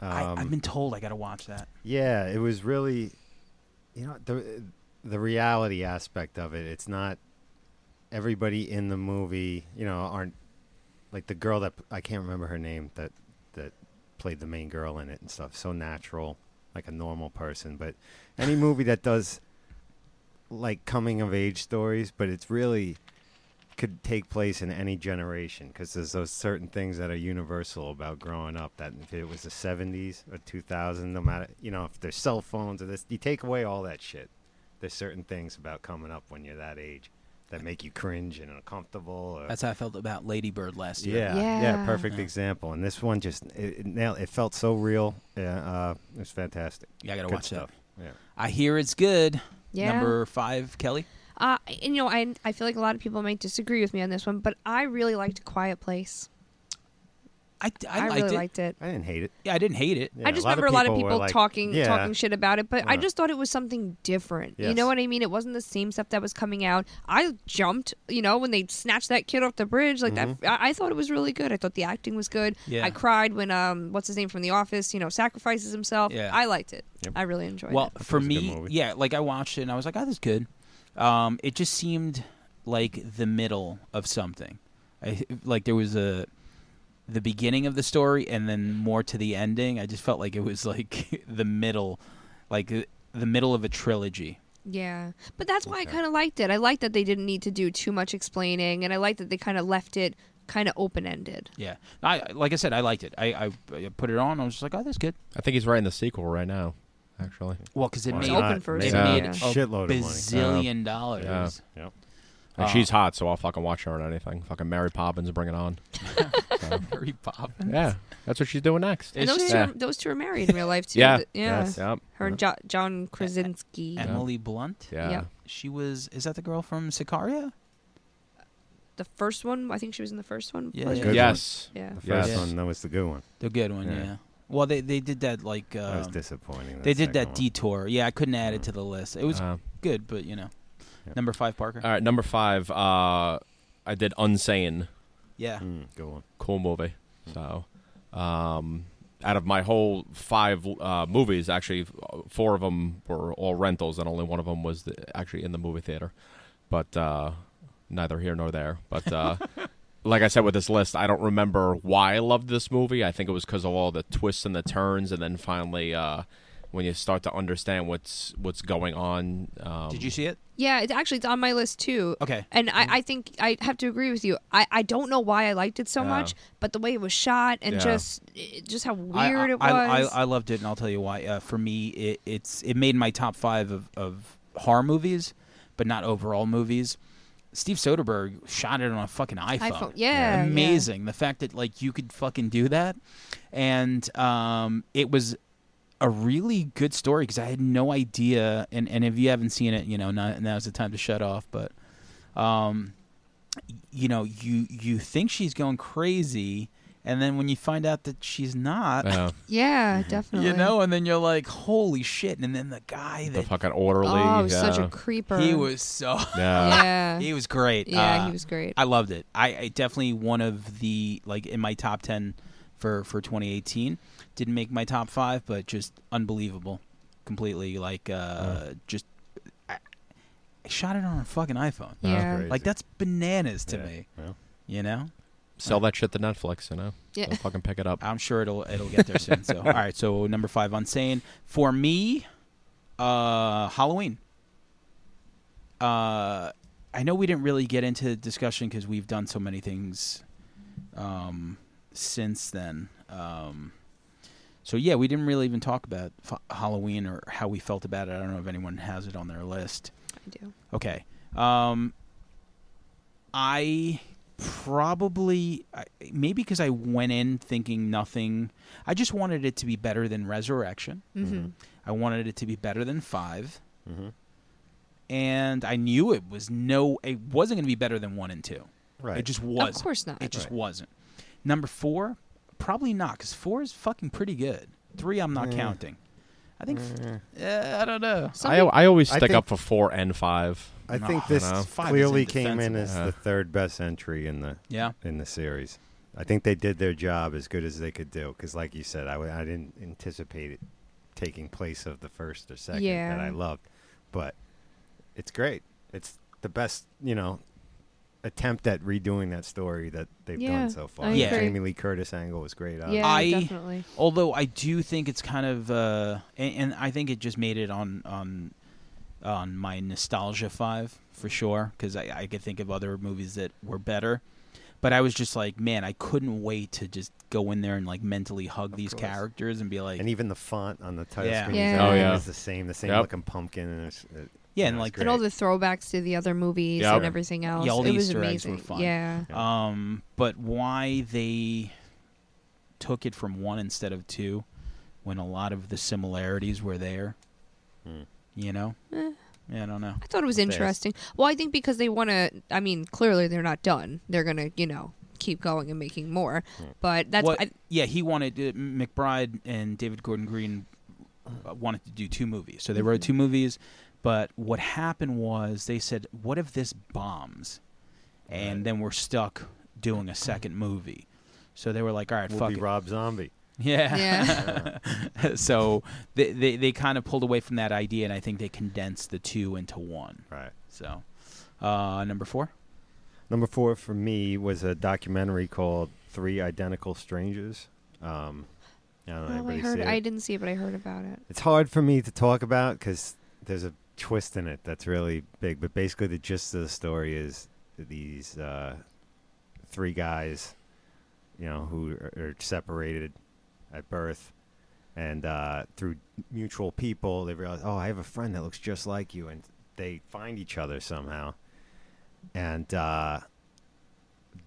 Speaker 1: I, I've been told I got to watch that.
Speaker 2: Yeah, it was really, you know, the the reality aspect of it. It's not everybody in the movie, you know, aren't like the girl that I can't remember her name that that played the main girl in it and stuff. So natural, like a normal person. But any movie that does like coming of age stories, but it's really could take place in any generation because there's those certain things that are universal about growing up that if it was the 70s or 2000 no matter you know if there's cell phones or this you take away all that shit there's certain things about coming up when you're that age that make you cringe and uncomfortable or
Speaker 1: That's how I felt about Lady Bird last year.
Speaker 2: yeah, yeah,
Speaker 4: Yeah.
Speaker 2: perfect
Speaker 1: Yeah.
Speaker 2: example. And this one just it, it nailed. It felt so real. Yeah, uh, it was fantastic.
Speaker 1: Yeah, I got to
Speaker 2: Good
Speaker 1: watch
Speaker 2: stuff.
Speaker 1: that.
Speaker 2: Yeah,
Speaker 1: I hear it's good.
Speaker 4: Yeah.
Speaker 1: Number five, Kelly.
Speaker 4: Uh, and, you know, I I feel like a lot of people might disagree with me on this one, but I really liked A Quiet Place.
Speaker 1: I, I,
Speaker 4: I,
Speaker 1: liked
Speaker 4: really
Speaker 1: it.
Speaker 4: liked it.
Speaker 2: I didn't hate it.
Speaker 1: Yeah, I didn't hate it.
Speaker 2: Yeah,
Speaker 4: I just remember a lot of
Speaker 2: were
Speaker 4: people
Speaker 2: like,
Speaker 4: talking
Speaker 2: yeah,
Speaker 4: talking shit about it, but I
Speaker 2: Yeah.
Speaker 4: just thought it was something different. You
Speaker 2: Yes.
Speaker 4: know what I mean? It wasn't the same stuff that was coming out. I jumped, you know, when they snatched that kid off the bridge like that. I, I thought it was really good. I thought the acting was good.
Speaker 1: Yeah.
Speaker 4: I cried when um what's his name from The Office, you know, sacrifices himself.
Speaker 1: Yeah.
Speaker 4: I liked it. I really enjoyed
Speaker 1: Well,
Speaker 4: it.
Speaker 1: for
Speaker 2: was a good
Speaker 1: me,
Speaker 2: movie.
Speaker 1: yeah, like I watched it and I was like, "Oh, this is good." Um, it just seemed like the middle of something. I, like there was a the beginning of the story and then more to the ending. I just felt like it was like the middle, like uh, the middle of a trilogy.
Speaker 4: Yeah. But that's why I kind of liked it. I liked that they didn't need to do too much explaining and I liked that they kind of left it kind of open-ended.
Speaker 1: Yeah, I like I said, I liked it. I, I, I put it on. I was just like, "Oh, this is good."
Speaker 3: I think he's writing the sequel right now, actually.
Speaker 1: Well, because it
Speaker 2: Why
Speaker 1: made
Speaker 4: open
Speaker 2: not?
Speaker 4: for
Speaker 1: it
Speaker 4: Made
Speaker 2: Yeah.
Speaker 1: made
Speaker 4: a
Speaker 1: a
Speaker 2: shitload of money.
Speaker 1: bazillion dollars.
Speaker 3: Yeah.
Speaker 2: Yep.
Speaker 3: And
Speaker 1: Uh,
Speaker 3: she's hot, so I'll fucking watch her on anything. Fucking Mary Poppins, bring it on.
Speaker 1: Mary Poppins.
Speaker 3: Yeah, that's what she's doing next.
Speaker 1: Is
Speaker 4: and those
Speaker 1: she?
Speaker 4: two,
Speaker 3: Yeah.
Speaker 4: are, those two are married in real life too.
Speaker 3: Yeah.
Speaker 4: Th- Yeah.
Speaker 2: Yes.
Speaker 3: Yep.
Speaker 4: Her and jo- John Krasinski.
Speaker 1: Emily Blunt.
Speaker 3: Yeah.
Speaker 4: Yep.
Speaker 1: She was. Is that the girl from Sicaria?
Speaker 4: the first one. I think she was in the first one.
Speaker 1: Yeah,
Speaker 4: Was
Speaker 1: yeah.
Speaker 4: she?
Speaker 3: Yes.
Speaker 4: Yeah.
Speaker 2: The first
Speaker 1: Yes.
Speaker 2: one, that was the good one.
Speaker 1: The good one, yeah.
Speaker 2: Yeah.
Speaker 1: Well, they they did that like
Speaker 2: That was
Speaker 1: uh,
Speaker 2: disappointing.
Speaker 1: they did that
Speaker 2: second one.
Speaker 1: detour. Yeah, I couldn't add it to the list. It was
Speaker 3: Uh,
Speaker 1: good, but you know,
Speaker 2: Yeah.
Speaker 1: number five, Parker.
Speaker 3: all right, number five. Uh, I did Unsane.
Speaker 1: yeah,
Speaker 2: Mm, good one.
Speaker 3: Cool movie. So, um, out of my whole five uh, movies, actually, f- four of them were all rentals, and only one of them was the, actually in the movie theater. But uh, neither here nor there. But uh, like I said with this list, I don't remember why I loved this movie. I think it was because of all the twists and the turns, and then finally, uh, when you start to understand what's what's going on. Um,
Speaker 1: did you see it?
Speaker 4: Yeah. It's actually it's on my list too.
Speaker 1: Okay.
Speaker 4: And I, I think I have to agree with you. I, I don't know why I liked it so
Speaker 3: Yeah.
Speaker 4: much, but the way it was shot and
Speaker 3: Yeah.
Speaker 4: just it, just how weird
Speaker 1: I- I,
Speaker 4: it was.
Speaker 1: I, I, I loved it, and I'll tell you why. Uh, for me, it, it's it made my top five of, of horror movies, but not overall movies. Steve Soderbergh shot it on a fucking iPhone.
Speaker 4: iPhone. Yeah, yeah.
Speaker 1: amazing. The fact that like you could fucking do that, and um, it was a really good story because I had no idea. And, and if you haven't seen it, you know, now, now's the time to shut off. But um, you know, you you think she's going crazy, and then when you find out that she's not,
Speaker 3: uh,
Speaker 4: yeah, definitely.
Speaker 1: you know, and then you're like, holy shit! And then the guy
Speaker 3: the
Speaker 1: that
Speaker 3: fucking orderly.
Speaker 4: oh, it was such
Speaker 3: yeah.
Speaker 4: a creeper.
Speaker 1: he was so
Speaker 3: Yeah.
Speaker 4: Yeah.
Speaker 1: he was great.
Speaker 4: yeah,
Speaker 1: Uh,
Speaker 4: he was great.
Speaker 1: I loved it. I, I definitely one of the like in my top ten for for 2018. Didn't make my top five, but just unbelievable, completely like uh just I, I shot it on a fucking iPhone.
Speaker 3: was
Speaker 4: yeah.
Speaker 2: great.
Speaker 1: Like that's bananas to
Speaker 2: Yeah.
Speaker 1: me.
Speaker 2: Well,
Speaker 1: You know,
Speaker 3: Sell that shit to Netflix, you know?
Speaker 4: Yeah.
Speaker 3: They'll fucking pick it up.
Speaker 1: I'm sure it'll it'll get there soon. So all right, so number five Unsane for me, uh, Halloween. Uh, I know we didn't really get into the discussion because we've done so many things, um, since then. Um, so yeah, we didn't really even talk about f- Halloween or how we felt about it. I don't know if anyone has it on their list.
Speaker 4: I do.
Speaker 1: Okay. Um, I probably I- maybe because I went in thinking nothing. I just wanted it to be better than Resurrection.
Speaker 4: Mm-hmm.
Speaker 1: I wanted it to be better than 5 and I knew it was no. It wasn't going to be better than one and two.
Speaker 2: right.
Speaker 1: It just wasn't.
Speaker 4: Of course not.
Speaker 1: It just
Speaker 2: Right.
Speaker 1: wasn't. Number four, probably not, because four is fucking pretty good. Three, I'm not
Speaker 4: Eh.
Speaker 2: Yeah.
Speaker 1: counting. I think. Uh, I don't know.
Speaker 4: Some
Speaker 3: I, I always
Speaker 2: I
Speaker 3: stick
Speaker 2: think-
Speaker 3: up for four and five.
Speaker 2: I
Speaker 1: Nah,
Speaker 2: think this
Speaker 3: I know.
Speaker 1: Five is
Speaker 2: clearly came in
Speaker 1: indefensible.
Speaker 2: as
Speaker 3: Yeah.
Speaker 2: the third best entry in the
Speaker 1: Yeah.
Speaker 2: in the series. I think they did their job as good as they could do because, like you said, I w- I didn't anticipate it taking place of the first or second
Speaker 4: Yeah.
Speaker 2: that I loved, but it's great. It's the best, you know, attempt at redoing that story that they've
Speaker 4: Yeah,
Speaker 2: done so far.
Speaker 4: I
Speaker 1: Yeah. agree.
Speaker 2: Jamie Lee Curtis angle was great.
Speaker 4: people-
Speaker 2: on it.
Speaker 4: yeah,
Speaker 1: I-
Speaker 4: definitely.
Speaker 1: Although I do think it's kind of, uh, and, and I think it just made it on on on my nostalgia five for sure because I, I could think of other movies that were better. But I was just like, man, I couldn't wait to just go in there and like mentally hug these
Speaker 2: course.
Speaker 1: characters and be like,
Speaker 2: And even the font on the title
Speaker 1: Yeah.
Speaker 2: screen
Speaker 4: Yeah.
Speaker 2: is
Speaker 4: Oh,
Speaker 3: yeah.
Speaker 2: the same, the same
Speaker 3: Yep.
Speaker 2: looking pumpkin. And it's, it-
Speaker 1: yeah,
Speaker 2: you
Speaker 1: and
Speaker 2: know, it's
Speaker 1: like
Speaker 2: great.
Speaker 4: and all the throwbacks to the other movies
Speaker 3: Yeah.
Speaker 4: and everything else.
Speaker 1: all the
Speaker 4: it was
Speaker 1: Easter eggs
Speaker 4: amazing.
Speaker 1: were fun.
Speaker 4: Yeah,
Speaker 1: Um, but why they took it from one instead of two when a lot of the similarities were there,
Speaker 2: Hmm.
Speaker 1: you know? Yeah, I don't know.
Speaker 4: I thought it was
Speaker 2: Fast.
Speaker 4: interesting. Well, I think because they want to. I mean, clearly they're not done. They're gonna, you know, keep going and making more.
Speaker 2: Hmm.
Speaker 4: But that's
Speaker 1: What-
Speaker 4: I,
Speaker 1: yeah, he wanted uh, McBride and David Gordon Green uh, wanted to do two movies, so they wrote two movies. But what happened was they said, "What if this bombs?" And then we're stuck doing a second movie. So they were like, "All right,
Speaker 2: We'll
Speaker 1: fuck
Speaker 2: be
Speaker 1: it."
Speaker 2: Rob Zombie.
Speaker 1: Yeah.
Speaker 4: Yeah.
Speaker 1: so they, they they kind of pulled away from that idea, and I think they condensed the two into one.
Speaker 2: Right.
Speaker 1: So uh, number four.
Speaker 2: Number four for me was a documentary called Three Identical Strangers. Um, I don't know.
Speaker 4: well, Oh, I
Speaker 2: anybody
Speaker 4: heard
Speaker 2: see it?
Speaker 4: I didn't see it, but I heard about it.
Speaker 2: it's hard for me to talk about because there's a twist in it that's really big. But basically, the gist of the story is that these uh, three guys, you know, who are, are separated at birth, and uh, through mutual people, they realize, oh, I have a friend that looks just like you, and they find each other somehow, and uh,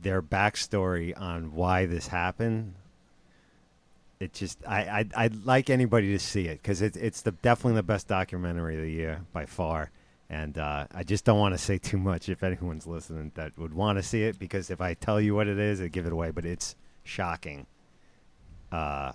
Speaker 2: their backstory on why this happened it just I I I'd like anybody to see it because it's it's the definitely the best documentary of the year by far, and uh, I just don't want to say too much if anyone's listening that would want to see it because if I tell you what it is, I give it away. But it's shocking, uh,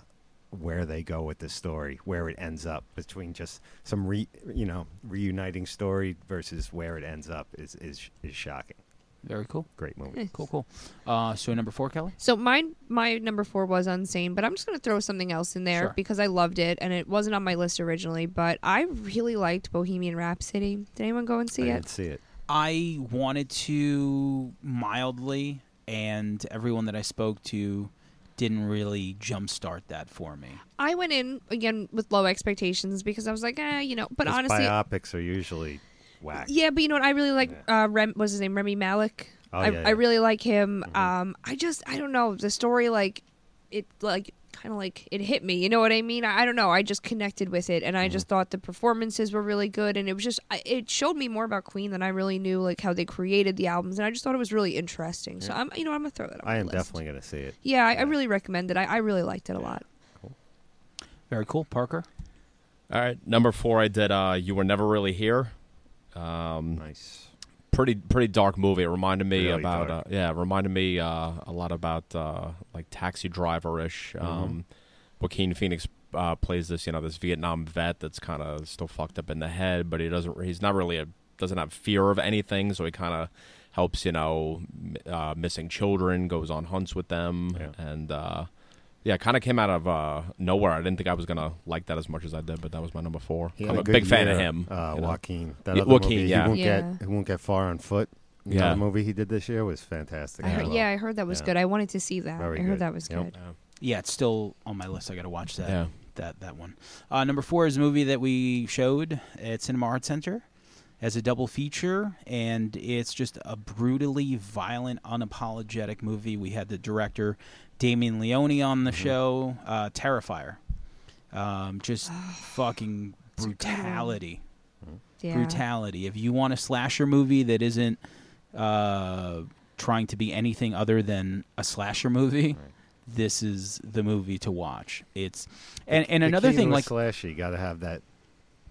Speaker 2: where they go with this story, where it ends up between just some re you know reuniting story versus where it ends up is is is shocking.
Speaker 1: Very cool.
Speaker 2: Great movie.
Speaker 4: Eh.
Speaker 1: Cool, cool. Uh, so number four, Kelly.
Speaker 4: So mine, my number four was Unsane, but I'm just gonna throw something else in there
Speaker 1: Sure.
Speaker 4: because I loved it and it wasn't on my list originally. But I really liked Bohemian Rhapsody. Did anyone go and see
Speaker 2: I
Speaker 4: it?
Speaker 2: didn't see it.
Speaker 1: I wanted to mildly, and everyone that I spoke to didn't really jumpstart that for me.
Speaker 4: I went in again with low expectations because I was like, eh, you know. But
Speaker 2: Those
Speaker 4: honestly,
Speaker 2: biopics are usually whack.
Speaker 4: Yeah, but you know what? I really like uh, Rem. What's his name? Remy Malik.
Speaker 2: Oh,
Speaker 4: I,
Speaker 2: yeah, Mm-hmm.
Speaker 4: I
Speaker 2: yeah.
Speaker 4: really like him. Um, I just I don't know the story. Like it, like kind of like it hit me. You know what I mean? I, I don't know. I just connected with it, and I just
Speaker 2: Mm-hmm.
Speaker 4: thought the performances were really good, and it was just I, it showed me more about Queen than I really knew, like how they created the albums, and I just thought it was really interesting. So I'm you know I'm gonna throw that. On
Speaker 2: I
Speaker 4: my
Speaker 2: am
Speaker 4: list.
Speaker 2: definitely gonna see it.
Speaker 4: Yeah, I, I really recommend it. I, I really liked it a lot.
Speaker 1: Very cool, Parker.
Speaker 3: All right, number four, I did. Uh, you were never really here. Um,
Speaker 2: Nice.
Speaker 3: pretty pretty dark movie. It reminded me
Speaker 2: Really
Speaker 3: about uh,
Speaker 2: dark.
Speaker 3: yeah, it reminded me uh, a lot about uh, like Taxi Driver ish.
Speaker 2: Mm-hmm.
Speaker 3: Um, Joaquin Phoenix uh, plays this you know this Vietnam vet that's kind of still fucked up in the head, but he doesn't he's not really a, doesn't have fear of anything, so he kind of helps you know m- uh, missing children, goes on hunts with them,
Speaker 2: Yeah.
Speaker 3: and. Uh, yeah, kind of came out of uh, nowhere. I didn't think I was gonna like that as much as I did, but that was my number four.
Speaker 2: He had
Speaker 3: I'm a,
Speaker 2: good
Speaker 3: big fan of
Speaker 2: year,
Speaker 3: him.
Speaker 2: Uh,
Speaker 3: you know?
Speaker 2: Joaquin. That
Speaker 3: Yeah,
Speaker 2: other
Speaker 3: Joaquin,
Speaker 2: movie,
Speaker 3: yeah.
Speaker 2: He won't,
Speaker 4: Yeah.
Speaker 2: Get, he won't get far on foot. The
Speaker 3: Yeah.
Speaker 2: other movie he did this year was fantastic.
Speaker 4: I heard,
Speaker 2: love
Speaker 4: yeah,
Speaker 2: it.
Speaker 4: I heard that was
Speaker 2: Yeah.
Speaker 4: good. I wanted to see that.
Speaker 2: Very
Speaker 4: I heard
Speaker 2: good.
Speaker 4: that was
Speaker 2: Yep.
Speaker 4: good.
Speaker 1: Yeah, it's still on my list. I got to watch that.
Speaker 3: Yeah.
Speaker 1: That that one. Uh, number four is a movie that we showed at Cinema Art Center as a double feature, and it's just a brutally violent, unapologetic movie. We had the director Damien Leone on the show. Uh, Terrifier. Um, just fucking brutality.
Speaker 4: Yeah.
Speaker 1: brutality. If you want a slasher movie that isn't uh, trying to be anything other than a slasher movie, this is the movie to watch. It's and and
Speaker 2: The
Speaker 1: another
Speaker 2: key
Speaker 1: thing
Speaker 2: to a
Speaker 1: like
Speaker 2: slasher, you got to have that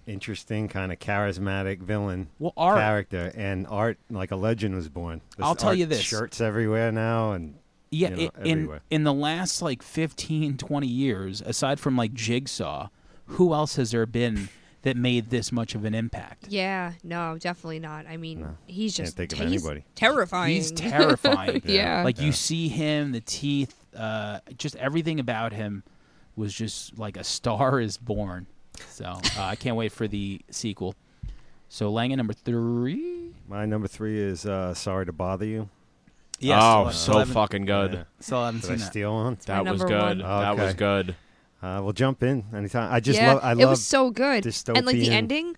Speaker 2: interesting kind of charismatic villain
Speaker 1: well art
Speaker 2: character and art like a legend was born. This
Speaker 1: I'll tell
Speaker 2: art
Speaker 1: you this.
Speaker 2: shirts everywhere now and
Speaker 1: yeah
Speaker 2: you know,
Speaker 1: i- in
Speaker 2: everywhere.
Speaker 1: in the last like 15 20 years aside from like Jigsaw, who else has there been that made this much of an impact?
Speaker 4: Yeah, no, definitely not. I mean,
Speaker 2: No,
Speaker 4: he's
Speaker 2: can't
Speaker 4: just
Speaker 2: think of
Speaker 4: he's
Speaker 2: anybody.
Speaker 4: terrifying.
Speaker 1: He's terrifying.
Speaker 4: Yeah.
Speaker 1: Like
Speaker 2: Yeah.
Speaker 1: you see him, the teeth, uh, just everything about him was just like a star is born. So uh, I can't wait for the sequel. So Langan number three.
Speaker 2: my number three is uh, Sorry to Bother You.
Speaker 3: oh,
Speaker 1: still-
Speaker 3: so
Speaker 1: still haven't-
Speaker 3: fucking good.
Speaker 2: Yeah.
Speaker 1: Still haven't
Speaker 2: Did I
Speaker 1: seen that.
Speaker 2: steal one?
Speaker 3: That
Speaker 4: my
Speaker 3: was
Speaker 4: number
Speaker 3: good.
Speaker 2: one.
Speaker 3: That was
Speaker 2: Okay.
Speaker 3: good.
Speaker 2: Uh, we'll jump in anytime. I just
Speaker 4: yeah,
Speaker 2: love. I
Speaker 4: it
Speaker 2: love.
Speaker 4: was so good. And like the
Speaker 2: dystopian-
Speaker 4: ending,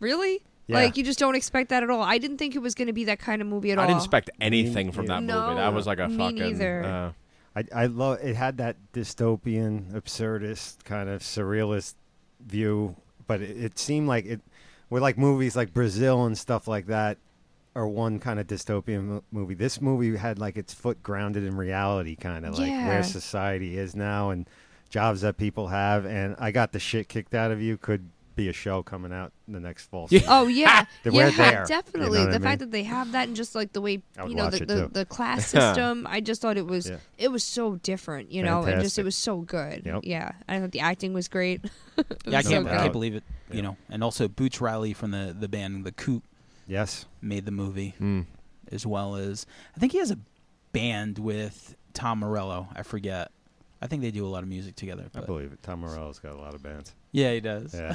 Speaker 4: really?
Speaker 2: Yeah.
Speaker 4: Like you just don't expect that at all. I didn't think it was going to be that kind of movie at
Speaker 3: I
Speaker 4: all.
Speaker 3: didn't expect anything from that
Speaker 4: No,
Speaker 3: movie. That was like a
Speaker 4: me
Speaker 3: fucking.
Speaker 4: neither.
Speaker 3: uh,
Speaker 2: I, I love it had that dystopian, absurdist kind of surrealist view, but it, it seemed like it were like movies like Brazil and stuff like that are one kind of dystopian mo- movie. This movie had like its foot grounded in reality, kind of like
Speaker 4: Yeah.
Speaker 2: where society is now and jobs that people have. And I got the shit kicked out of you could be a show coming out the next fall.
Speaker 3: Yeah.
Speaker 2: season.
Speaker 4: Oh yeah,
Speaker 2: Then
Speaker 4: yeah,
Speaker 2: Ah, we're there,
Speaker 4: definitely.
Speaker 2: you know
Speaker 4: the
Speaker 2: what I
Speaker 4: fact
Speaker 2: mean?
Speaker 4: that they have that and just like the way
Speaker 2: I would
Speaker 4: you know
Speaker 2: watch
Speaker 4: the,
Speaker 2: it,
Speaker 4: the,
Speaker 2: too.
Speaker 4: the class system, I just thought it was
Speaker 2: Yeah.
Speaker 4: it was so different, you know, and just it
Speaker 2: Fantastic.
Speaker 4: was so good.
Speaker 2: Yep.
Speaker 4: Yeah, I thought the acting was great. It was
Speaker 1: Yeah, I
Speaker 4: so
Speaker 1: can't,
Speaker 4: good.
Speaker 1: I
Speaker 2: doubt.
Speaker 1: can't believe it. You know, and also Boots Riley from the the band The Coop
Speaker 2: Yes.
Speaker 1: made the movie,
Speaker 3: Mm.
Speaker 1: as well as I think he has a band with Tom Morello. I forget. I think they do a lot of music together.
Speaker 2: I
Speaker 1: but-
Speaker 2: believe it. Tom Morello's got a lot of bands.
Speaker 1: Yeah, he does.
Speaker 2: Yeah.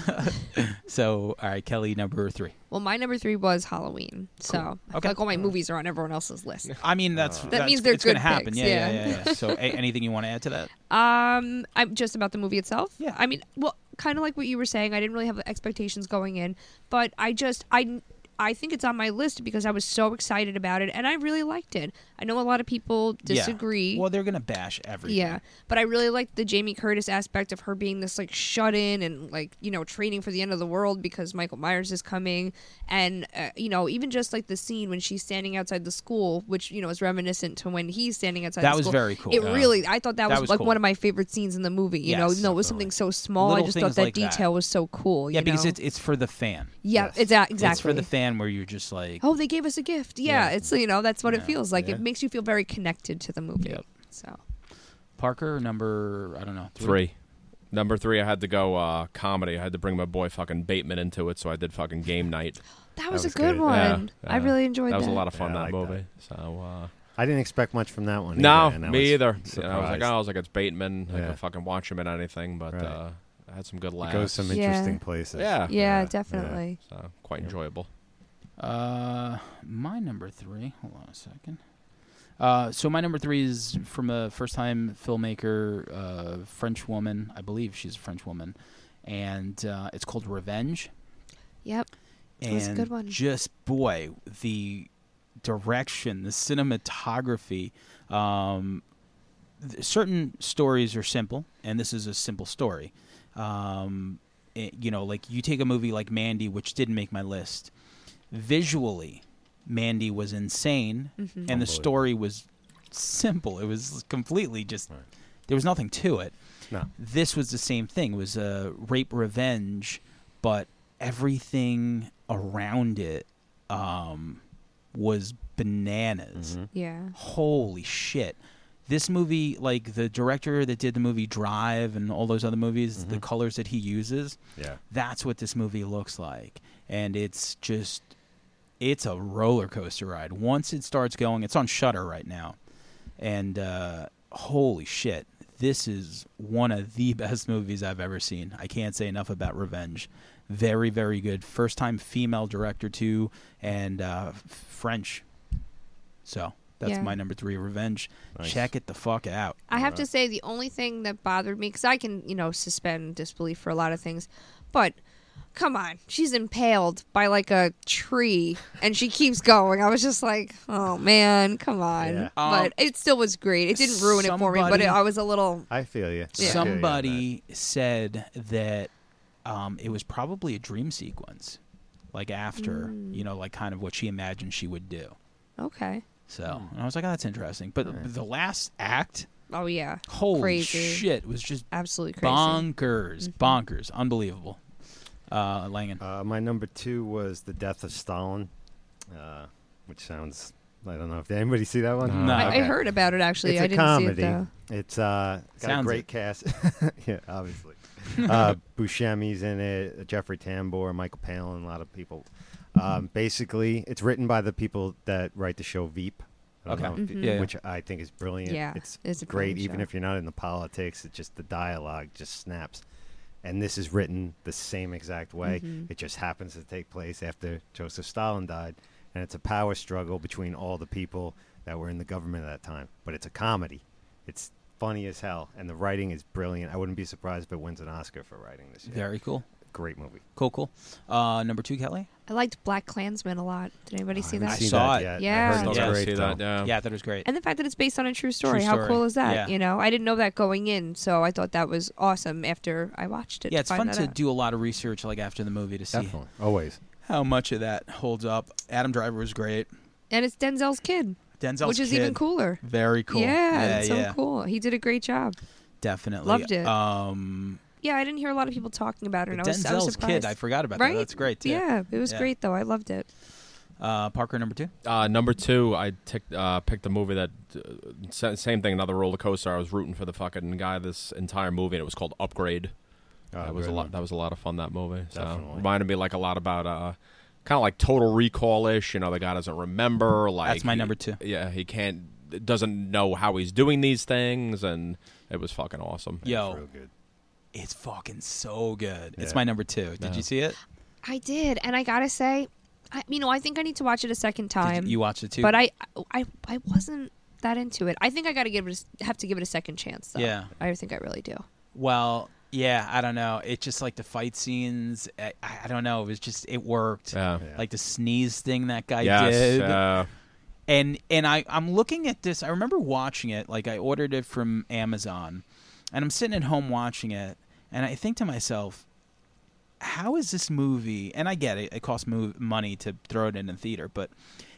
Speaker 1: So, all right, Kelly, number three.
Speaker 4: Well, my number three was Halloween, so I
Speaker 1: Okay.
Speaker 4: feel like all my movies are on everyone else's list.
Speaker 1: I mean, that's
Speaker 2: That
Speaker 1: that's-
Speaker 4: means they're
Speaker 1: it's going to
Speaker 4: good
Speaker 1: happen.
Speaker 4: picks,
Speaker 1: yeah, yeah,
Speaker 4: yeah.
Speaker 1: yeah. yeah. so, a- anything you want to add to that?
Speaker 4: Um, I'm just about the movie itself.
Speaker 1: Yeah.
Speaker 4: I mean, well, kind of like what you were saying. I didn't really have expectations going in, but I just I I think it's on my list because I was so excited about it and I really liked it. I know a lot of people
Speaker 1: Yeah.
Speaker 4: disagree.
Speaker 1: Well, they're going to bash everything.
Speaker 4: Yeah, but I really liked the Jamie Curtis aspect of her being this like shut in and like you know training for the end of the world because Michael Myers is coming, and uh, you know even just like the scene when she's standing outside the school, which you know is reminiscent to when he's standing outside.
Speaker 1: That
Speaker 4: the
Speaker 1: was
Speaker 4: school.
Speaker 1: very cool.
Speaker 4: It
Speaker 1: Yeah.
Speaker 4: really, I thought
Speaker 1: That
Speaker 4: that, was,
Speaker 1: was
Speaker 4: like
Speaker 1: cool.
Speaker 4: one of my favorite scenes in the movie. You know,
Speaker 1: Yes,
Speaker 4: even though it was
Speaker 2: definitely.
Speaker 4: something so small,
Speaker 1: Little
Speaker 4: I just
Speaker 1: things
Speaker 4: thought that
Speaker 1: like that.
Speaker 4: detail was so cool.
Speaker 1: Yeah,
Speaker 4: you
Speaker 1: because
Speaker 4: know?
Speaker 1: it's it's for the fan.
Speaker 4: yeah,
Speaker 2: Yes.
Speaker 4: it's a- exactly
Speaker 1: It's for the fan where you're just like,
Speaker 4: Oh, they gave us a gift. Yeah,
Speaker 1: Yeah.
Speaker 4: it's you know that's what it
Speaker 1: Yeah.
Speaker 4: feels like.
Speaker 2: Yeah.
Speaker 4: It makes you feel very connected to the movie.
Speaker 1: Yep.
Speaker 4: So
Speaker 1: Parker, number I don't know
Speaker 3: Three. Number three, I had to go uh, comedy. I had to bring my boy fucking Bateman into it, so I did fucking game night.
Speaker 4: that was,
Speaker 2: was
Speaker 4: a good,
Speaker 2: good.
Speaker 4: one.
Speaker 3: Yeah,
Speaker 4: I
Speaker 3: yeah.
Speaker 4: really enjoyed
Speaker 3: That
Speaker 4: that.
Speaker 3: was a lot of fun
Speaker 2: Yeah, I
Speaker 3: that
Speaker 2: like
Speaker 3: movie. So uh,
Speaker 2: I didn't expect much from that one.
Speaker 3: no,
Speaker 2: either, and I was
Speaker 3: me either. You know, I was like,
Speaker 2: surprised.
Speaker 3: oh, I was like, it's Bateman. I
Speaker 2: Yeah.
Speaker 3: can fucking watch him in anything, but
Speaker 2: Right.
Speaker 3: uh, I had some good
Speaker 2: It
Speaker 3: laughs.
Speaker 2: goes some
Speaker 4: Yeah.
Speaker 2: interesting places.
Speaker 3: yeah,
Speaker 4: Yeah, definitely.
Speaker 3: so quite enjoyable.
Speaker 1: Uh, my number three. Hold on a second. Uh, so my number three is from a first-time filmmaker, uh, French woman. I believe she's a French woman, and uh, it's called Revenge.
Speaker 4: Yep.
Speaker 1: And
Speaker 4: was a good one.
Speaker 1: just boy, the direction, the cinematography. Um, th- certain stories are simple, and this is a simple story. Um, it- you know, like you take a movie like Mandy, which didn't make my list. Visually, Mandy was insane,
Speaker 4: Mm-hmm.
Speaker 1: and the
Speaker 2: Unbelievable.
Speaker 1: story was simple. It was completely just
Speaker 2: Right.
Speaker 1: there was nothing to it
Speaker 2: No.
Speaker 1: this was the same thing. It was a rape revenge, but everything around it um, was bananas.
Speaker 4: Yeah.
Speaker 1: Holy shit. This movie, like the director that did the movie Drive and all those other movies, the colors that he uses,
Speaker 2: Yeah.
Speaker 1: that's what this movie looks like. And it's just, it's a roller coaster ride. Once it starts going, it's on Shutter right now. And uh, holy shit, this is one of the best movies I've ever seen. I can't say enough about Revenge. Very, very good. First time female director, too, and uh, f- French. So that's
Speaker 4: Yeah.
Speaker 1: my number three, Revenge.
Speaker 2: Nice.
Speaker 1: Check it the fuck out.
Speaker 4: I have to say the only thing that bothered me because I can you know suspend disbelief for a lot of things, but come on, she's impaled by like a tree and she keeps going. I was just like, oh man, come on.
Speaker 2: Yeah.
Speaker 1: Um,
Speaker 4: but it still was great. It didn't ruin it for me, but
Speaker 1: somebody-
Speaker 4: it, I was a little.
Speaker 2: I feel you. I feel you on that.
Speaker 1: somebody said that um, it was probably a dream sequence, like after you know, like kind of what she imagined she would do.
Speaker 4: Okay.
Speaker 1: So
Speaker 4: Hmm.
Speaker 1: and I was like, oh, that's interesting. But the last act,
Speaker 4: Oh yeah.
Speaker 1: holy
Speaker 4: Crazy.
Speaker 1: shit, was just
Speaker 4: Absolutely crazy. Mm-hmm.
Speaker 1: bonkers, bonkers, unbelievable. Uh, Langan,
Speaker 2: Uh, my number two was the death of Stalin, uh, which sounds. I don't know if did anybody see that one.
Speaker 1: No.
Speaker 4: I, I
Speaker 1: Okay.
Speaker 4: heard about it actually.
Speaker 2: It's
Speaker 4: I
Speaker 2: a
Speaker 4: didn't
Speaker 2: comedy.
Speaker 4: see it though.
Speaker 2: It's uh, got
Speaker 1: Sounds
Speaker 2: a great
Speaker 1: it.
Speaker 2: cast. yeah, obviously. uh, Buscemi's in it. Jeffrey Tambor, Michael Palin, a lot of people. Um, basically, it's written by the people that write the show Veep. I don't
Speaker 1: Okay.
Speaker 2: know if-
Speaker 1: Mhm. Yeah, yeah.
Speaker 2: Which I think is brilliant.
Speaker 4: Mm-hmm. Yeah,
Speaker 2: it's,
Speaker 4: it's a
Speaker 2: great.
Speaker 4: brilliant
Speaker 2: Even
Speaker 4: show.
Speaker 2: if you're not in the politics, it's just the dialogue just snaps. And this is written the same exact way. It just happens to take place after Joseph Stalin died, and it's a power struggle between all the people that were in the government at that time. But it's a comedy. It's funny as hell, and the writing is brilliant. I wouldn't be surprised if it wins an Oscar for writing this year.
Speaker 1: very cool,
Speaker 2: Great movie.
Speaker 1: cool, cool. Uh, number two, Kelly.
Speaker 4: I liked Black Klansman a lot. Did anybody see
Speaker 2: haven't
Speaker 4: that?
Speaker 2: seen
Speaker 1: saw
Speaker 2: that
Speaker 1: it.
Speaker 2: yet. I
Speaker 4: Yeah.
Speaker 2: heard it's
Speaker 1: Yeah.
Speaker 2: great,
Speaker 3: See that,
Speaker 2: though.
Speaker 3: yeah.
Speaker 1: yeah, that was great.
Speaker 4: And the fact that it's based on a true story,
Speaker 1: True
Speaker 4: how
Speaker 1: story.
Speaker 4: cool is that?
Speaker 1: Yeah.
Speaker 4: You know, I didn't know that going in, so I thought that was awesome after I watched it.
Speaker 1: yeah, it's
Speaker 4: find
Speaker 1: fun
Speaker 4: that
Speaker 1: to
Speaker 4: out.
Speaker 1: do a lot of research, like after the movie, to see
Speaker 2: Definitely. Always. Oh,
Speaker 1: how much of that holds up. Adam Driver was great.
Speaker 4: and it's Denzel's kid,
Speaker 1: Denzel's
Speaker 4: which is even
Speaker 1: kid,
Speaker 4: cooler.
Speaker 1: Very cool.
Speaker 4: Yeah,
Speaker 1: yeah,
Speaker 4: it's so
Speaker 1: yeah.
Speaker 4: cool. He did a great job.
Speaker 1: Definitely
Speaker 4: Loved it.
Speaker 1: Um,
Speaker 4: yeah, I didn't hear a lot of people talking about it. And I was, I was
Speaker 1: Denzel's
Speaker 4: surprised.
Speaker 1: kid. I forgot about
Speaker 4: right?
Speaker 1: that. That's great. Too.
Speaker 4: Yeah, it was
Speaker 1: Yeah.
Speaker 4: great though. I loved it.
Speaker 1: Uh, Parker number two.
Speaker 3: Uh, number two, I tick uh, picked a movie that uh, sa- same thing, another roller coaster. I was rooting for the fucking guy this entire movie, and it was called Upgrade. that was a lot. That was a lot of fun. That movie so,
Speaker 2: Definitely.
Speaker 3: reminded me like a lot about uh, kind of like Total Recall ish. You know, the guy doesn't remember. Like
Speaker 1: my number two.
Speaker 3: Yeah, he can't doesn't know how he's doing these things, and it was fucking awesome.
Speaker 1: Yo,
Speaker 2: Real good.
Speaker 1: it's fucking so good. It's
Speaker 2: Yeah.
Speaker 1: my number two. Did
Speaker 3: Yeah.
Speaker 1: you see it?
Speaker 4: I did, and I gotta say, I, you know, I think I need to watch it a second
Speaker 1: Did
Speaker 4: time.
Speaker 1: you, you watched it too?
Speaker 4: but I, I, I wasn't that into it. I think I gotta give it a, have to give it a second chance. Though.
Speaker 1: Yeah.
Speaker 4: I think I really do.
Speaker 1: Well, yeah. I don't know. It's just like the fight scenes. I, I I don't know. It was just it worked.
Speaker 3: Yeah.
Speaker 2: Yeah.
Speaker 1: Like the sneeze thing that guy
Speaker 3: yes,
Speaker 1: did.
Speaker 3: uh,
Speaker 1: and and I I'm looking at this. I remember watching it. Like I ordered it from Amazon, and I'm sitting at home watching it, and I think to myself, how is this movie? And I get it. It costs mov- money to throw it in a theater, but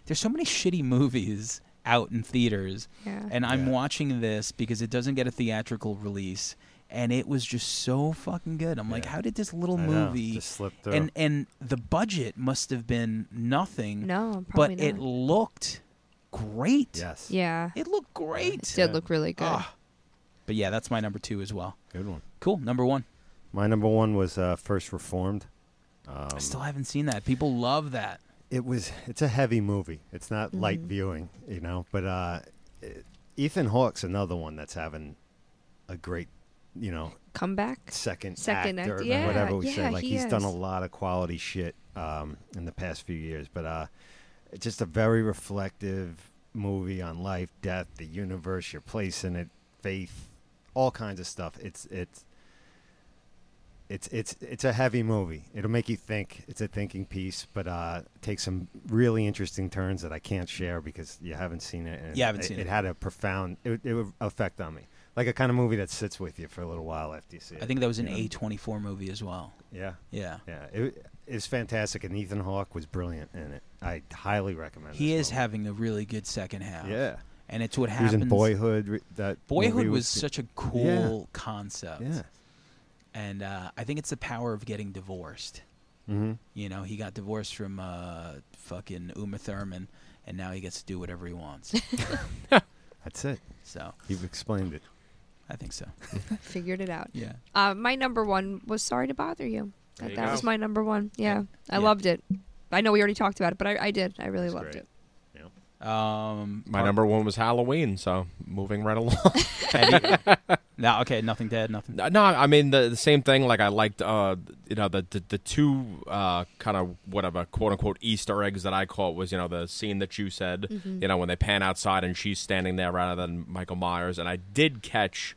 Speaker 1: there's so many shitty movies out in theaters,
Speaker 4: Yeah.
Speaker 1: and I'm
Speaker 2: Yeah.
Speaker 1: watching this because it doesn't get a theatrical release. And it was just so fucking good. I'm like,
Speaker 2: Yeah.
Speaker 1: how did this little
Speaker 2: I know,
Speaker 1: movie
Speaker 2: just slipped through.
Speaker 1: and and the budget must have been nothing
Speaker 4: No,
Speaker 1: but
Speaker 4: probably
Speaker 1: it
Speaker 4: not.
Speaker 1: looked great.
Speaker 2: yes,
Speaker 4: yeah,
Speaker 1: It looked
Speaker 4: it
Speaker 1: great.
Speaker 4: did look really good.
Speaker 1: Ah. But yeah, that's my number two as well.
Speaker 2: good one.
Speaker 1: Cool. Number one.
Speaker 2: My number one was uh, First Reformed.
Speaker 1: I
Speaker 2: Um,
Speaker 1: still haven't seen that. People love that.
Speaker 2: it was it's a heavy movie. It's not light viewing, you know. But uh, it- Ethan Hawke's another one that's having a great, you know,
Speaker 4: Come back.
Speaker 2: second,
Speaker 4: Second
Speaker 2: act
Speaker 4: act,
Speaker 2: or
Speaker 4: yeah,
Speaker 2: whatever we
Speaker 4: yeah,
Speaker 2: say. Like
Speaker 4: he
Speaker 2: he's done a
Speaker 4: is.
Speaker 2: lot of quality shit um, in the past few years, but uh, it's just a very reflective movie on life, death, the universe, your place in it, faith, all kinds of stuff. It's it's it's it's it's a heavy movie. It'll make you think. It's a thinking piece, but uh, takes some really interesting turns that I can't share because you haven't seen it. And
Speaker 1: Yeah, I haven't seen it.
Speaker 2: It had a profound it, it would effect on me, like a kind of movie that sits with you for a little while after you see it.
Speaker 1: I think that was an
Speaker 2: Yeah.
Speaker 1: A24 movie as well.
Speaker 2: Yeah,
Speaker 1: Yeah.
Speaker 2: yeah, it, it was fantastic, and Ethan Hawke was brilliant in it. I highly recommend.
Speaker 1: He
Speaker 2: this
Speaker 1: is
Speaker 2: movie.
Speaker 1: having a really good second half.
Speaker 2: Yeah,
Speaker 1: And it's what
Speaker 2: he was
Speaker 1: happens.
Speaker 2: in Boyhood. re- That
Speaker 1: Boyhood
Speaker 2: movie
Speaker 1: was such a cool concept.
Speaker 2: yeah.
Speaker 1: And uh, I think it's the power of getting divorced.
Speaker 2: Mm-hmm.
Speaker 1: You know, he got divorced from uh, fucking Uma Thurman, and now he gets to do whatever he wants.
Speaker 2: That's it.
Speaker 1: so
Speaker 2: You've explained it.
Speaker 1: I think so.
Speaker 4: Figured it out.
Speaker 1: Yeah.
Speaker 4: Uh, my number one was Sorry to Bother You.
Speaker 3: There you
Speaker 4: that
Speaker 3: go.
Speaker 4: was my number one. Yeah, I
Speaker 1: Yeah.
Speaker 4: loved it. I know we already talked about it, but I, I did. I really
Speaker 2: It's
Speaker 4: loved
Speaker 2: great.
Speaker 4: it.
Speaker 1: Um,
Speaker 3: my
Speaker 1: Parker-
Speaker 3: number one was Halloween. So moving right along.
Speaker 1: No, okay, nothing dead, nothing.
Speaker 3: No, I mean the, the same thing. Like I liked, uh, you know, the the, the two uh, kind of whatever quote unquote Easter eggs that I caught was you know the scene that you said, you know, when they pan outside and she's standing there rather than Michael Myers, and I did catch.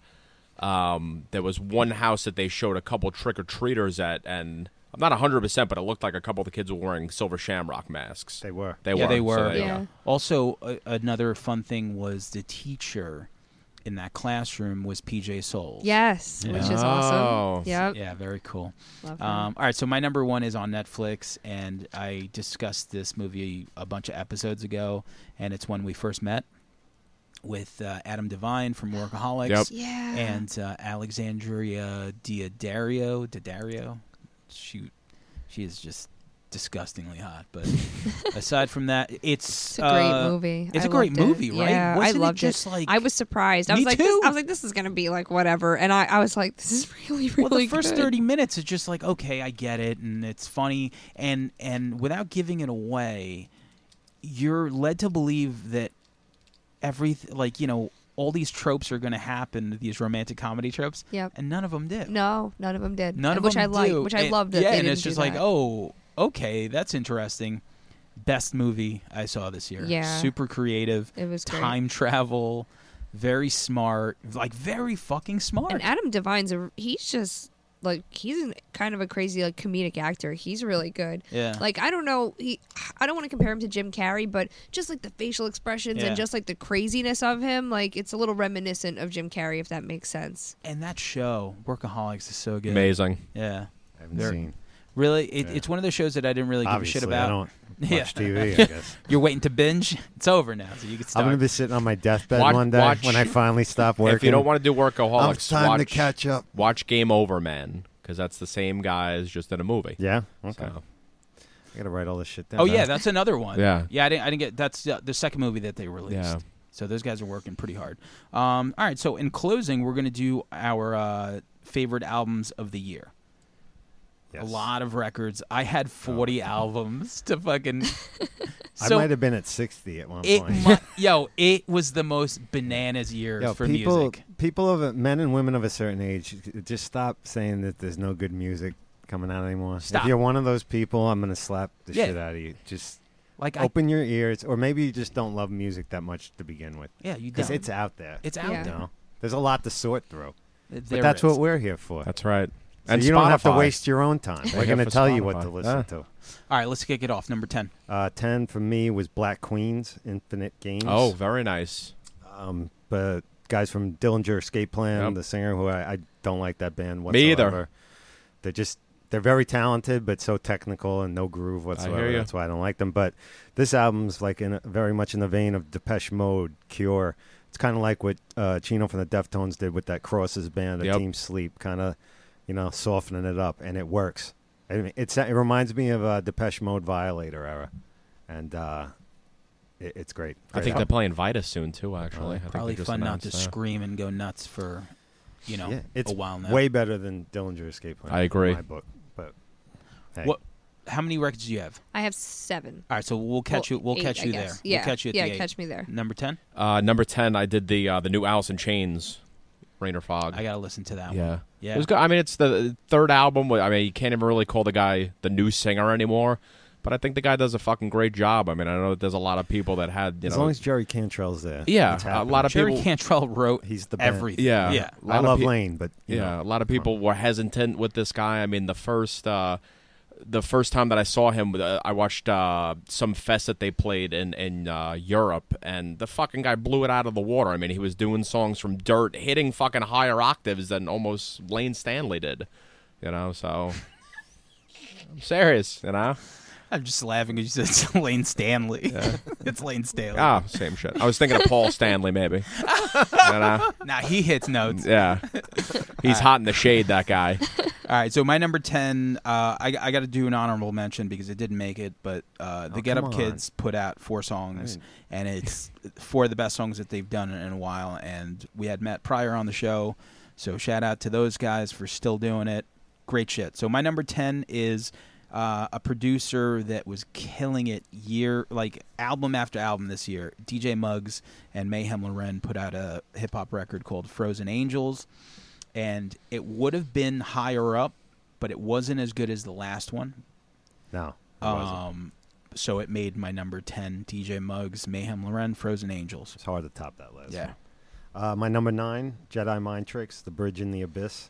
Speaker 3: Um, there was one house that they showed a couple trick or treaters at, and I'm not 100, percent but it looked like a couple of the kids were wearing silver shamrock masks.
Speaker 2: They were.
Speaker 3: They
Speaker 1: Yeah,
Speaker 3: were.
Speaker 1: they
Speaker 3: so
Speaker 1: were.
Speaker 3: there you
Speaker 4: Yeah.
Speaker 3: go.
Speaker 1: Also, a, another fun thing was the teacher in that classroom was PJ Souls.
Speaker 4: Yes, which is
Speaker 3: Oh.
Speaker 4: awesome. Yep.
Speaker 1: Yeah, very cool.
Speaker 4: Love
Speaker 1: Um, all right, so my number one is on Netflix, and I discussed this movie a bunch of episodes ago, and it's when we first met with uh, Adam Devine from Workaholics.
Speaker 3: Yep.
Speaker 4: yeah.
Speaker 1: and uh, Alexandria Daddario. Daddario, she she is just disgustingly hot. But aside from that, it's,
Speaker 4: It's a great
Speaker 1: uh,
Speaker 4: movie.
Speaker 1: It's
Speaker 4: a
Speaker 1: a great movie, right?
Speaker 4: Yeah,
Speaker 1: Wasn't
Speaker 4: I loved
Speaker 1: it. Just like
Speaker 4: I was surprised. I
Speaker 1: Me
Speaker 4: was like, This,
Speaker 1: too.
Speaker 4: I was like, this is gonna be like whatever, and I, I was like, this is really, really
Speaker 1: well, the first
Speaker 4: good.
Speaker 1: thirty minutes is just like okay, I get it, and it's funny, and and without giving it away, you're led to believe that every like you know all these tropes are going to happen, these romantic comedy tropes,
Speaker 4: Yep.
Speaker 1: and none of them did.
Speaker 4: No, none of them did.
Speaker 1: None
Speaker 4: And
Speaker 1: of
Speaker 4: which
Speaker 1: them
Speaker 4: I liked,
Speaker 1: do.
Speaker 4: which I
Speaker 1: And-
Speaker 4: loved. That
Speaker 1: yeah,
Speaker 4: they
Speaker 1: and
Speaker 4: didn't
Speaker 1: it's
Speaker 4: do
Speaker 1: just like,
Speaker 4: that.
Speaker 1: oh, okay, that's interesting. Best movie I saw this year.
Speaker 4: Yeah.
Speaker 1: super creative.
Speaker 4: It was great.
Speaker 1: time travel, very smart, like very fucking smart.
Speaker 4: And Adam Devine's a he's just like he's an, kind of a crazy like comedic actor. He's really good.
Speaker 1: Yeah.
Speaker 4: Like I don't know, he I don't want to compare him to Jim Carrey, but just like the facial expressions
Speaker 1: Yeah.
Speaker 4: and just like the craziness of him, like it's a little reminiscent of Jim Carrey if that makes sense.
Speaker 1: And that show, Workaholics, is so good.
Speaker 3: Amazing.
Speaker 1: Yeah,
Speaker 2: I haven't
Speaker 1: They're-
Speaker 2: seen.
Speaker 1: Really, it,
Speaker 2: Yeah.
Speaker 1: it's one of those shows that I didn't really give
Speaker 2: Obviously,
Speaker 1: a shit about.
Speaker 2: I don't watch
Speaker 1: Yeah.
Speaker 2: TV. I guess
Speaker 1: You're waiting to binge. It's over now, so you can
Speaker 2: I'm
Speaker 1: stop.
Speaker 2: gonna be sitting on my deathbed
Speaker 3: Watch-
Speaker 2: one day
Speaker 3: watch-
Speaker 2: when I finally stop working.
Speaker 3: If you don't want to do
Speaker 2: I'm
Speaker 3: workaholics,
Speaker 2: time
Speaker 3: watch,
Speaker 2: to catch up.
Speaker 3: watch Game Over, man, because that's the same guys just in a movie.
Speaker 2: Yeah. Okay.
Speaker 3: So,
Speaker 2: I gotta write all this shit down.
Speaker 1: oh yeah, that's another one.
Speaker 3: Yeah.
Speaker 1: yeah. I didn't. I didn't get. That's uh, the second movie that they released.
Speaker 3: yeah.
Speaker 1: So those guys are working pretty hard. Um, all right. So in closing, we're gonna do our uh, favorite albums of the year.
Speaker 2: Yes. Oh,
Speaker 1: A lot of records. I had 40 albums to fucking.
Speaker 2: I
Speaker 1: so
Speaker 2: might have been at 60 at one
Speaker 1: it,
Speaker 2: point.
Speaker 1: mu- yo, it was the most bananas year
Speaker 2: Yo,
Speaker 1: for
Speaker 2: people,
Speaker 1: music.
Speaker 2: people of a, men and women of a certain age, just stop saying that there's no good music coming out anymore.
Speaker 1: Stop.
Speaker 2: If you're one of those people, I'm gonna slap the
Speaker 1: Yeah.
Speaker 2: shit out of you. Just
Speaker 1: Like, I,
Speaker 2: open your ears, or maybe you just don't love music that much to begin with,
Speaker 1: yeah, you
Speaker 2: because
Speaker 1: don't.
Speaker 2: it's out there.
Speaker 1: it's out
Speaker 4: Yeah.
Speaker 2: you
Speaker 1: there.
Speaker 2: know? there's a lot to sort through. But
Speaker 1: There is.
Speaker 2: that's what we're here for.
Speaker 3: That's right.
Speaker 2: So
Speaker 3: and
Speaker 2: you don't have to
Speaker 3: Spotify.
Speaker 2: waste your own time.
Speaker 3: We're
Speaker 2: We're
Speaker 3: here
Speaker 2: gonna
Speaker 3: for
Speaker 2: tell you what to
Speaker 3: Spotify. Ah.
Speaker 2: listen
Speaker 3: Yeah.
Speaker 2: to.
Speaker 1: All right, let's kick it off. Number 10.
Speaker 2: Uh, Ten for me was Black Queens, Infinite Games.
Speaker 3: Oh, very nice.
Speaker 2: um, but guys from Dillinger Escape Plan,
Speaker 3: Yep.
Speaker 2: the singer who I, I don't like that band whatsoever.
Speaker 3: Me either.
Speaker 2: They're just they're very talented, but so technical and no groove whatsoever.
Speaker 3: you.
Speaker 2: That's why I don't like them. But this album's like in a, very much in the vein of Depeche Mode, Cure. It's kind of like what uh, Chino from the Deftones did with that Crosses band, the
Speaker 3: Yep.
Speaker 2: Team Sleep, kind of you know softening it up, and it works. I mean, it's it reminds me of uh, Depeche Mode Violator era, and uh, it, it's great.
Speaker 3: I
Speaker 2: Great album.
Speaker 3: think they're playing Vita soon too. Actually, I think
Speaker 1: Probably
Speaker 3: they just
Speaker 1: fun not to
Speaker 3: announced that.
Speaker 1: scream and go nuts for, you know,
Speaker 2: Yeah, it's
Speaker 1: a while now.
Speaker 2: way better than Dillinger Escape Plan.
Speaker 3: I agree.
Speaker 2: In my book, but hey,
Speaker 1: What- How many records do you have?
Speaker 4: I have seven.
Speaker 1: All right, so we'll catch
Speaker 4: Well,
Speaker 1: you. We'll
Speaker 4: eight,
Speaker 1: catch
Speaker 4: I
Speaker 1: you there.
Speaker 4: guess. Yeah.
Speaker 1: We'll catch you at
Speaker 4: yeah,
Speaker 1: the eight.
Speaker 4: catch me there.
Speaker 1: Number 10.
Speaker 3: Uh, number ten, I did the uh, the new Alice in Chains, Rain or Fog.
Speaker 1: I got to listen to that one.
Speaker 3: yeah.
Speaker 1: Yeah.
Speaker 3: It was good. I mean, it's the third album. I mean, you can't even really call the guy the new singer anymore. But I think the guy does a fucking great job. I mean, I know that there's a lot of people that had you
Speaker 2: as
Speaker 3: know,
Speaker 2: long as Jerry Cantrell's there,
Speaker 3: Yeah,
Speaker 2: it's
Speaker 3: a
Speaker 2: happening.
Speaker 3: lot of
Speaker 1: Jerry
Speaker 3: people-
Speaker 1: Cantrell wrote
Speaker 2: He's the band.
Speaker 1: everything.
Speaker 3: yeah,
Speaker 1: Yeah.
Speaker 3: a lot
Speaker 2: I
Speaker 3: of
Speaker 2: love
Speaker 3: peo-
Speaker 2: Lane, but you
Speaker 3: yeah,
Speaker 2: know,
Speaker 3: a lot of people were hesitant with this guy. I mean, the first uh, the first time that I saw him, uh, I watched uh, some fest that they played in in uh, Europe, and the fucking guy blew it out of the water. I mean, he was doing songs from Dirt, hitting fucking higher octaves than almost Lane Stanley did. You know, so I'm serious. You know,
Speaker 1: I'm just laughing because you said it's Lane Stanley. it's Lane Stanley.
Speaker 3: ah, same shit. I was thinking of Paul Stanley, maybe. You know?
Speaker 1: Now he hits notes.
Speaker 3: Yeah, he's hot in the shade. That guy.
Speaker 1: All right, so my number ten, uh, I, I got to do an honorable mention because it didn't make it, but uh, the
Speaker 2: Oh,
Speaker 1: Get
Speaker 2: come
Speaker 1: Up
Speaker 2: on.
Speaker 1: Kids put out four songs, and it's four of the best songs that they've done in a while. And we had Matt Pryor on the show, so shout out to those guys for still doing it. Great shit. So my number ten is uh, a producer that was killing it year like album after album this year. DJ Muggs and Mayhem Loren put out a hip hop record called Frozen Angels and it would have been higher up, but it wasn't as good as the last one.
Speaker 2: no, it wasn't.
Speaker 1: Um, so it made my number ten, DJ Muggs, Mayhem Loren, Frozen Angels.
Speaker 2: it's hard to top that list.
Speaker 1: Yeah,
Speaker 2: Uh, my number nine, Jedi Mind Tricks, The Bridge in the Abyss.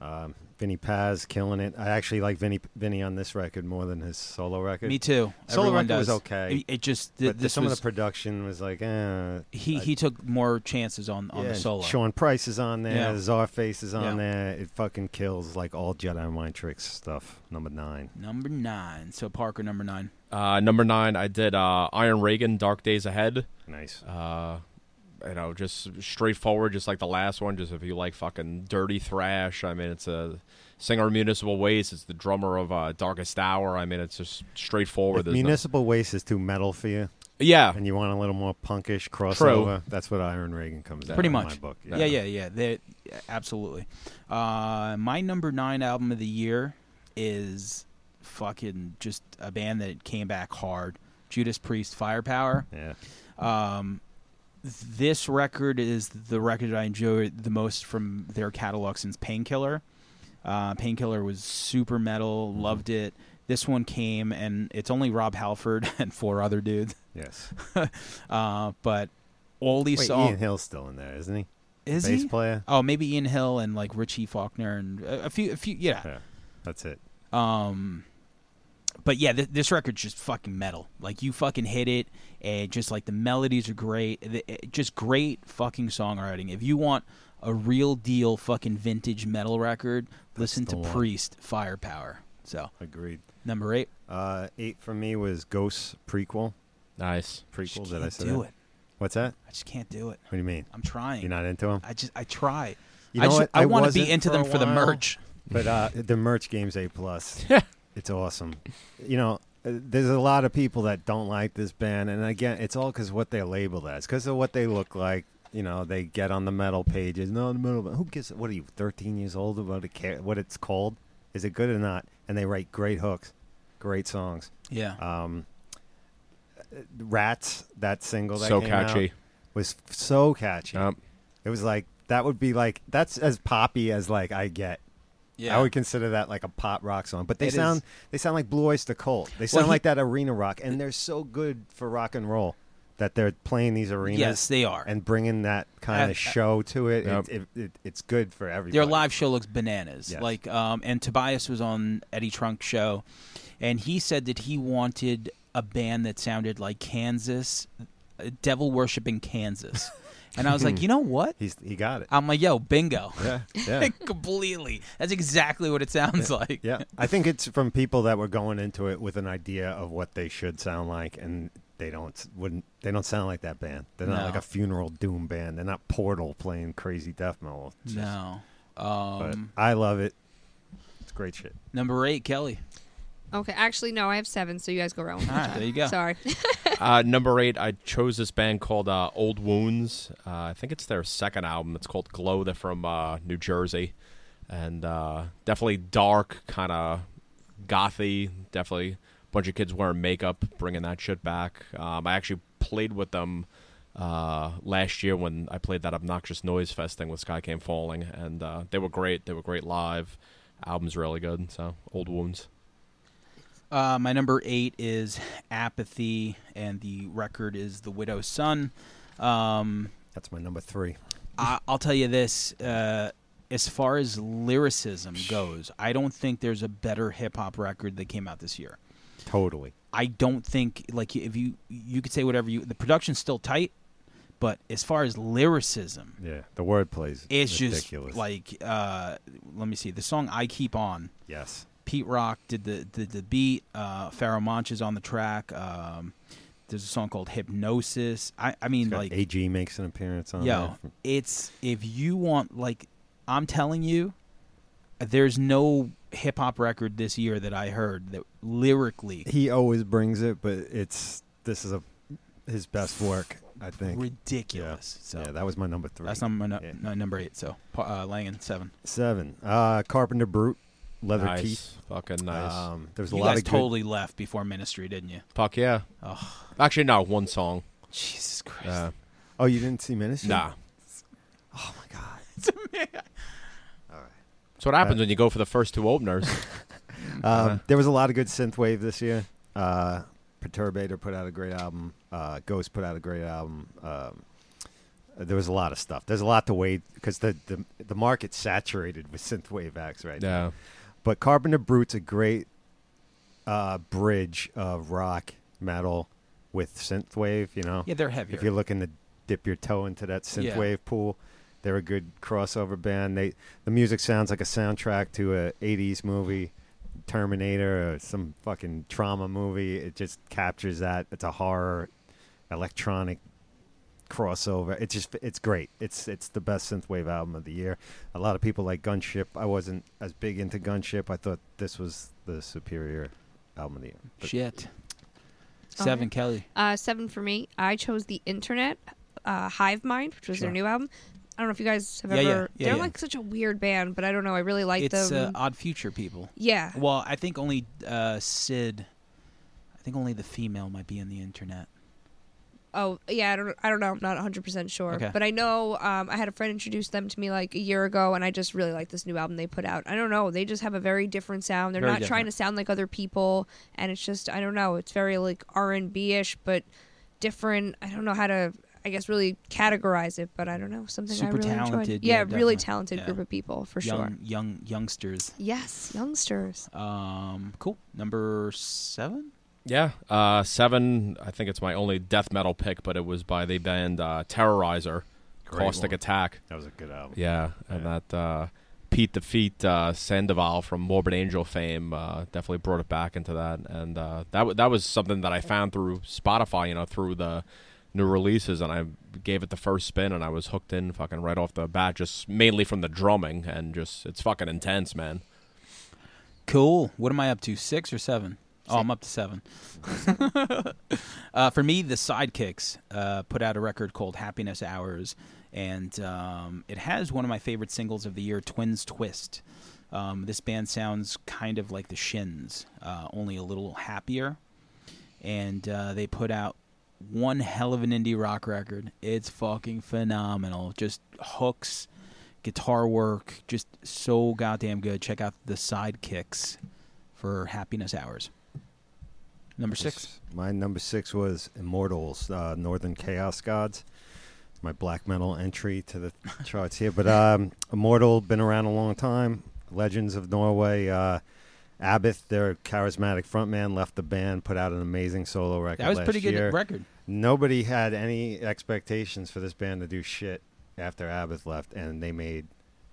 Speaker 2: Um, Vinny Paz killing it. I actually like Vinny Vinny on this record more than his solo record.
Speaker 1: me too.
Speaker 2: Solo
Speaker 1: Everyone
Speaker 2: record was
Speaker 1: does.
Speaker 2: okay,
Speaker 1: It, it just th-
Speaker 2: But
Speaker 1: this
Speaker 2: some
Speaker 1: was,
Speaker 2: of the production was like, eh.
Speaker 1: he
Speaker 2: I-
Speaker 1: he took more chances on on
Speaker 2: yeah,
Speaker 1: the solo.
Speaker 2: Sean Price is on there.
Speaker 1: Yeah.
Speaker 2: Zarface is
Speaker 1: Yeah.
Speaker 2: on there. It fucking kills like all Jedi Mind Tricks stuff. Number nine.
Speaker 1: Number nine, so Parker number nine.
Speaker 3: Uh, number nine, I did uh, Iron Reagan, Dark Days Ahead.
Speaker 2: Nice.
Speaker 3: Uh, you know, just straightforward, just like the last one. Just if you like fucking dirty thrash, I mean, it's a singer of Municipal Waste. It's the drummer of uh, Darkest Hour. I mean, it's just straightforward.
Speaker 2: If
Speaker 3: There's no-
Speaker 2: Municipal Waste is too metal for you,
Speaker 3: yeah,
Speaker 2: and you want a little more punkish crossover. That's what Iron Reagan comes out.
Speaker 1: Pretty
Speaker 2: in
Speaker 1: much.
Speaker 2: My book.
Speaker 1: Yeah, yeah, yeah. They- yeah, absolutely. Uh, my number nine album of the year is fucking just a band that came back hard. Judas Priest, Firepower.
Speaker 2: Yeah.
Speaker 1: Um, this record is the record I enjoy the most from their catalog since Painkiller. Uh, Painkiller was super metal,
Speaker 2: Mm-hmm.
Speaker 1: loved it. This one came, and it's only Rob Halford and four other dudes.
Speaker 2: Yes.
Speaker 1: Uh, but all these
Speaker 2: Wait, Ian
Speaker 1: songs
Speaker 2: Hill's still in there, isn't he?
Speaker 1: is
Speaker 2: Bass
Speaker 1: he?
Speaker 2: player.
Speaker 1: Oh, maybe Ian Hill and like Richie Faulkner and a, a few, a few, yeah.
Speaker 2: Yeah. That's it.
Speaker 1: Um, but yeah, th- this record's just fucking metal. Like you fucking hit it, and just like the melodies are great. The- it- just great fucking songwriting. If you want a real deal fucking vintage metal record, listen
Speaker 2: the
Speaker 1: to
Speaker 2: one.
Speaker 1: Priest Firepower. So
Speaker 2: Agreed.
Speaker 1: number eight,
Speaker 2: Uh, eight for me was Ghosts prequel.
Speaker 3: Nice.
Speaker 1: just
Speaker 2: Prequel.
Speaker 1: can't
Speaker 2: Did I say
Speaker 1: do
Speaker 2: that?
Speaker 1: it.
Speaker 2: What's that?
Speaker 1: I just can't do it.
Speaker 2: What do you mean?
Speaker 1: I'm trying.
Speaker 2: You're not into them?
Speaker 1: I just I try.
Speaker 2: You
Speaker 1: I
Speaker 2: know
Speaker 1: just,
Speaker 2: what?
Speaker 1: I,
Speaker 2: I
Speaker 1: want to be
Speaker 2: wasn't
Speaker 1: into
Speaker 2: for
Speaker 1: them
Speaker 2: a
Speaker 1: for the
Speaker 2: while.
Speaker 1: merch.
Speaker 2: But uh, the merch game's a plus. it's awesome. You know, uh, there's a lot of people that don't like this band, and again, it's all because what they're labeled as, because of what they look like. You know, they get on the metal pages. No, the metal. Who gives? What are you? 13 years old about a care what it's called? Is it good or not? And they write great hooks, great songs.
Speaker 1: Yeah.
Speaker 2: Um, uh, Rats, that single that
Speaker 3: so
Speaker 2: came out
Speaker 3: catchy.
Speaker 2: was f- so catchy.
Speaker 3: Yep.
Speaker 2: It was like that would be like that's as poppy as like I get.
Speaker 1: yeah.
Speaker 2: I would consider that like a pop rock song, but they
Speaker 1: It is.
Speaker 2: sound they sound like Blue Oyster Cult. They sound
Speaker 1: he-
Speaker 2: like that arena rock, and they're so good for rock and roll that they're playing these arenas
Speaker 1: yes, they are.
Speaker 2: and bringing that
Speaker 1: Uh,
Speaker 2: kind
Speaker 1: uh,
Speaker 2: of show to it.
Speaker 3: Yep.
Speaker 2: It, it, it. It's good for everybody.
Speaker 1: Their live show looks bananas.
Speaker 2: Yes.
Speaker 1: Like, um, and Tobias was on Eddie Trunk's show, and he said that he wanted a band that sounded like Kansas, uh, devil worship in Kansas. and I was like, you know what?
Speaker 2: He's he got it.
Speaker 1: I'm like, yo, bingo.
Speaker 2: Yeah, yeah,
Speaker 1: Completely. That's exactly what it sounds like.
Speaker 2: yeah. I think it's from people that were going into it with an idea of what they should sound like, and they don't wouldn't they don't sound like that band. They're not
Speaker 1: No.
Speaker 2: like a funeral doom band. They're not Portal playing crazy death metal. It's just-
Speaker 1: No.
Speaker 2: but
Speaker 1: Um,
Speaker 2: I love it. It's great shit.
Speaker 1: number eight, Kelly.
Speaker 4: Okay, actually, no, I have seven, so you guys go around. with
Speaker 1: All
Speaker 4: each
Speaker 1: right,
Speaker 4: other.
Speaker 1: there you go.
Speaker 4: Sorry.
Speaker 3: uh, number eight, I chose this band called uh, Old Wounds. Uh, I think it's their second album. It's called Glow. They're from uh, New Jersey, and uh, definitely dark, kind of gothy. Definitely a bunch of kids wearing makeup, bringing that shit back. Um, I actually played with them uh, last year when I played that obnoxious noise fest thing with Sky Came Falling, and uh, they were great. They were great live. Album's really good. So Old Wounds.
Speaker 1: Uh, my number eight is Apathy, and the record is The Widow's Son. Um,
Speaker 2: That's my number three.
Speaker 1: I, I'll tell you this: uh, as far as lyricism goes, I don't think there's a better hip hop record that came out this year.
Speaker 2: Totally.
Speaker 1: I don't think like if you you could say whatever you the production's still tight, but as far as lyricism,
Speaker 2: Yeah. The word plays.
Speaker 1: it's
Speaker 2: ridiculous.
Speaker 1: just like uh, let me see the song "I Keep On."
Speaker 2: yes.
Speaker 1: Pete Rock did the did the beat. Uh, Pharaoh Monch is on the track. Um, there's a song called "Hypnosis." I I mean
Speaker 2: It's got-
Speaker 1: like
Speaker 2: AG makes an appearance on.
Speaker 1: Yo,
Speaker 2: there.
Speaker 1: it's if you want like I'm telling you, there's no hip hop record this year that I heard that lyrically
Speaker 2: he always brings it, but it's this is a his best work. I think.
Speaker 1: ridiculous. So
Speaker 2: yeah, that was my number three.
Speaker 1: that's number no,
Speaker 2: Yeah.
Speaker 1: no, number eight. So pa- uh, Langan seven.
Speaker 2: Seven. Uh, Carpenter Brute, Leather
Speaker 3: nice.
Speaker 2: Teeth.
Speaker 3: Fucking nice.
Speaker 2: Um, there was a
Speaker 1: you
Speaker 2: lot
Speaker 1: guys
Speaker 2: of good-
Speaker 1: totally left before Ministry, didn't you?
Speaker 3: Fuck yeah.
Speaker 1: Oh,
Speaker 3: Actually, no, one song.
Speaker 1: Jesus Christ!
Speaker 3: Uh,
Speaker 2: Oh, you didn't see Ministry?
Speaker 3: nah.
Speaker 2: Oh my God. Uh,
Speaker 3: That's what happens when you go for the first two openers.
Speaker 2: Um, there was a lot of good synthwave this year. Uh, Perturbator put out a great album. Uh, Ghost put out a great album. Um, there was a lot of stuff. There's a lot to wait because the, the the market's saturated with synthwave acts right now.
Speaker 3: yeah.
Speaker 2: But Carpenter Brute's a great uh, bridge of rock metal with synthwave. You know,
Speaker 1: yeah, they're heavier.
Speaker 2: if you're looking to dip your toe into that
Speaker 1: Yeah.
Speaker 2: synthwave pool, they're a good crossover band. They the music sounds like a soundtrack to a '80s movie, Terminator, or some fucking trauma movie. It just captures that. It's a horror, electronic crossover. It's just it's great. It's it's the best synthwave album of the year. A lot of people like Gunship. I wasn't as big into Gunship. I thought this was the superior album of the year. But
Speaker 1: Shit. Seven,
Speaker 4: right.
Speaker 1: Kelly.
Speaker 4: Uh, seven for me. I chose the Internet, uh, Hive Mind, which was
Speaker 1: Sure.
Speaker 4: their new album. I don't know if you guys have
Speaker 1: Yeah, yeah,
Speaker 4: ever.
Speaker 1: yeah,
Speaker 4: they're
Speaker 1: yeah.
Speaker 4: like such a weird band, but I don't know. I really like um,
Speaker 1: it's uh,
Speaker 4: them.
Speaker 1: Odd Future people.
Speaker 4: yeah.
Speaker 1: Well, I think only uh, Sid. I think only the female might be in the internet.
Speaker 4: Oh, yeah. I don't. I don't know. I'm not 100 percent sure,
Speaker 1: Okay.
Speaker 4: but I know. Um, I had a friend introduce them to me like a year ago, and I just really like this new album they put out. I don't know. They just have a very different sound. They're
Speaker 1: Very
Speaker 4: not trying
Speaker 1: different.
Speaker 4: to sound like other people, and it's just I don't know. It's very like R&B ish, but different. I don't know how to. I guess really categorize it, but I don't know. Something I
Speaker 1: Super
Speaker 4: really enjoyed.
Speaker 1: talented,
Speaker 4: Yeah,
Speaker 1: yeah,
Speaker 4: really
Speaker 1: definitely.
Speaker 4: talented
Speaker 1: Yeah.
Speaker 4: group of people for
Speaker 1: young,
Speaker 4: sure.
Speaker 1: young youngsters.
Speaker 4: Yes, youngsters.
Speaker 1: Um, cool. Number seven.
Speaker 3: Yeah. Uh, seven, I think it's my only death metal pick, but it was by the band uh, Terrorizer,
Speaker 2: Great
Speaker 3: Caustic
Speaker 2: one.
Speaker 3: Attack.
Speaker 2: that was a good album.
Speaker 3: Yeah. And that uh, Pete the Feet uh, Sandoval from Morbid Angel fame uh, definitely brought it back into that, and uh, that w- that was something that I found through Spotify, you know, through the new releases, and I gave it the first spin, and I was hooked in fucking right off the bat, just mainly from the drumming, and just it's fucking intense, man.
Speaker 1: Cool. What am I up to? Six or seven? Oh, I'm up to seven. uh, for me, the Sidekicks uh, put out a record called Happiness Hours, and um, it has one of my favorite singles of the year, Twins Twist. Um, this band sounds kind of like the Shins, uh, only a little happier. And uh, they put out one hell of an indie rock record. It's fucking phenomenal. Just hooks, guitar work, just so goddamn good. Check out the sidekicks for Happiness Hours. Number six.
Speaker 2: My number six was Immortals, uh, Northern Chaos Gods. My black metal entry to the charts here, but um, Immortal been around a long time. Legends of Norway. Uh, Abbott, their charismatic frontman, left the band, put out an amazing solo record.
Speaker 1: That was
Speaker 2: last
Speaker 1: pretty good
Speaker 2: year.
Speaker 1: record.
Speaker 2: Nobody had any expectations for this band to do shit after Abbott left, and they made.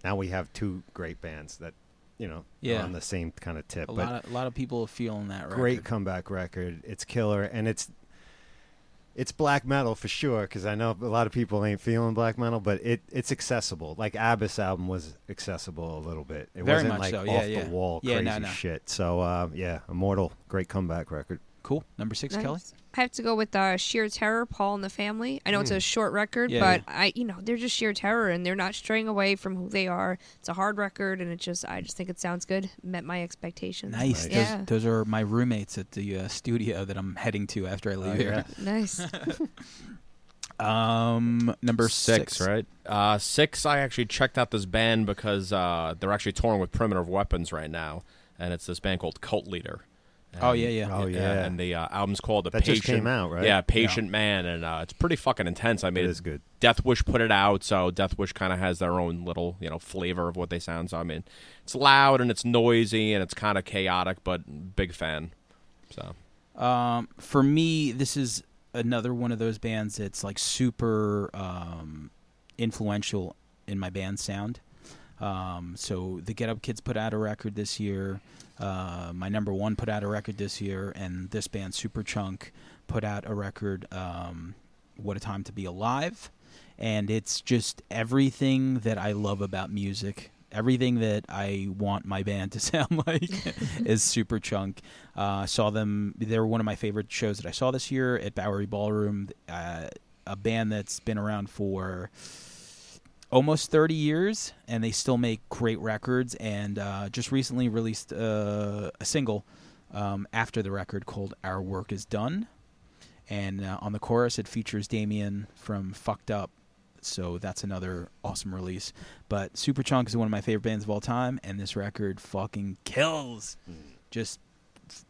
Speaker 2: Now we have two great bands that, you know, are
Speaker 1: Yeah.
Speaker 2: on the same kind of tip.
Speaker 1: A
Speaker 2: but
Speaker 1: lot of a lot of people are feeling that record.
Speaker 2: great comeback record. It's killer, and it's it's black metal for sure. Because I know a lot of people ain't feeling black metal, but it it's accessible. Like Abbas album was accessible a little bit. It
Speaker 1: Very
Speaker 2: wasn't
Speaker 1: much
Speaker 2: like
Speaker 1: so,
Speaker 2: off
Speaker 1: yeah,
Speaker 2: the
Speaker 1: yeah.
Speaker 2: wall
Speaker 1: Yeah,
Speaker 2: crazy
Speaker 1: no, no.
Speaker 2: shit. So uh, yeah, Immortal, great comeback record.
Speaker 1: Cool. Number six,
Speaker 4: Nice.
Speaker 1: Kelly.
Speaker 4: I have to go with uh, Sheer Terror, Paul and the Family. I know it's a short record,
Speaker 1: Hmm. Yeah,
Speaker 4: but I, you know, they're just Sheer Terror, and they're not straying away from who they are. It's a hard record, and it just, I just think it sounds good. Met my expectations.
Speaker 1: Nice. Those,
Speaker 4: Yeah.
Speaker 1: those are my roommates at the uh, studio that I'm heading to after I leave
Speaker 2: Oh,
Speaker 1: here.
Speaker 4: Nice.
Speaker 1: Um, number
Speaker 3: six, right? Uh, six. I actually checked out this band because uh, they're actually touring with Primitive Weapons right now, and it's this band called Cult Leader.
Speaker 1: Oh,
Speaker 3: And-
Speaker 1: yeah, yeah.
Speaker 2: Oh, yeah.
Speaker 3: And the uh, album's called The
Speaker 2: That
Speaker 3: Patient.
Speaker 2: just came out, right?
Speaker 3: Yeah, Patient Man, and uh, it's pretty fucking intense. I mean,
Speaker 2: It is good.
Speaker 3: Death Wish put it out, so Death Wish kind of has their own little, you know, flavor of what they sound. So I mean, it's loud and it's noisy and it's kind of chaotic, but big fan. So
Speaker 1: Um, for me, this is another one of those bands that's like super um, influential in my band sound. Um, so the Get Up Kids put out a record this year. Uh, my number one put out a record this year, and this band Super Chunk put out a record. Um, what a time to be alive! And it's just everything that I love about music. Everything that I want my band to sound like is Super Chunk. Uh, saw them. They were one of my favorite shows that I saw this year at Bowery Ballroom. Uh, a band that's been around for almost 30 years and they still make great records and uh, just recently released uh, a single um, after the record called our work is done and uh, on the chorus it features damien from fucked up so that's another awesome release but superchunk is one of my favorite bands of all time and this record fucking kills just f-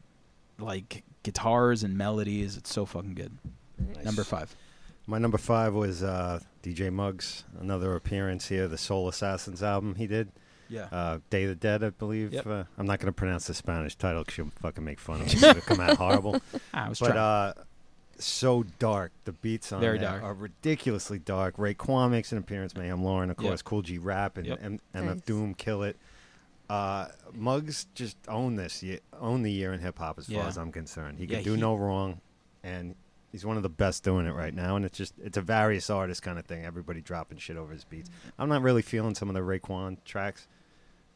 Speaker 1: like guitars and melodies it's so fucking good number five
Speaker 2: My number five was uh, DJ Muggs, another appearance here. The Soul Assassins album he did.
Speaker 1: yeah
Speaker 2: uh, Day of the Dead, I believe.
Speaker 1: Yep.
Speaker 2: Uh, I'm not going to pronounce the Spanish title because you'll fucking make fun of me. It's going to come out horrible.
Speaker 1: Ah, i was
Speaker 2: But
Speaker 1: trying
Speaker 2: uh, so dark. The beats on
Speaker 1: Very
Speaker 2: there
Speaker 1: dark.
Speaker 2: are ridiculously dark. Ray Kwan makes an appearance. Mayhem Lauren, of
Speaker 1: Yep.
Speaker 2: course. Cool G Rap and
Speaker 1: Yep.
Speaker 2: M-
Speaker 4: Nice.
Speaker 2: MF Doom kill it. Uh, Muggs just own this year, own the year in hip hop as
Speaker 1: Yeah.
Speaker 2: far as I'm concerned. He can
Speaker 1: Yeah,
Speaker 2: do
Speaker 1: he-
Speaker 2: no wrong, and he's one of the best doing it right now. And it's just it's a various artist kind of thing. Everybody dropping shit over his beats. I'm not really feeling some of the Raekwon tracks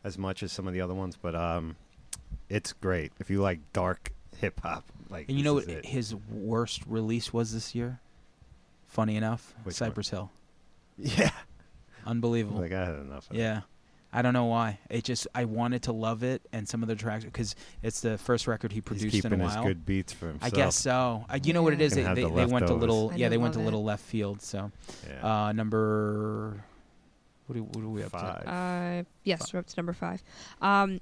Speaker 2: as much as some of the other ones, but um, it's great if you like dark hip hop. Like
Speaker 1: And you know
Speaker 2: this
Speaker 1: what
Speaker 2: is it.
Speaker 1: his worst release was this year? Funny enough,
Speaker 2: Which one?
Speaker 1: Cypress Hill.
Speaker 2: yeah,
Speaker 1: Unbelievable.
Speaker 2: like I had enough. Of it.
Speaker 1: yeah. I don't know why. It just I wanted to love it and some of the tracks because it's the first record he
Speaker 2: he's
Speaker 1: produced
Speaker 2: keeping
Speaker 1: in a
Speaker 2: his
Speaker 1: while.
Speaker 2: good beats for himself.
Speaker 1: I guess so. Uh, you know what it
Speaker 4: Yeah.
Speaker 1: is? They,
Speaker 2: Gonna have
Speaker 1: they,
Speaker 2: the
Speaker 1: they went a
Speaker 2: leftovers.
Speaker 1: little
Speaker 4: I
Speaker 1: yeah, they
Speaker 4: love
Speaker 1: went a
Speaker 4: it.
Speaker 1: little left field. So
Speaker 2: Yeah.
Speaker 1: uh, number what do, what are we up
Speaker 2: Five.
Speaker 4: Uh, yes, we're up to number five. Um,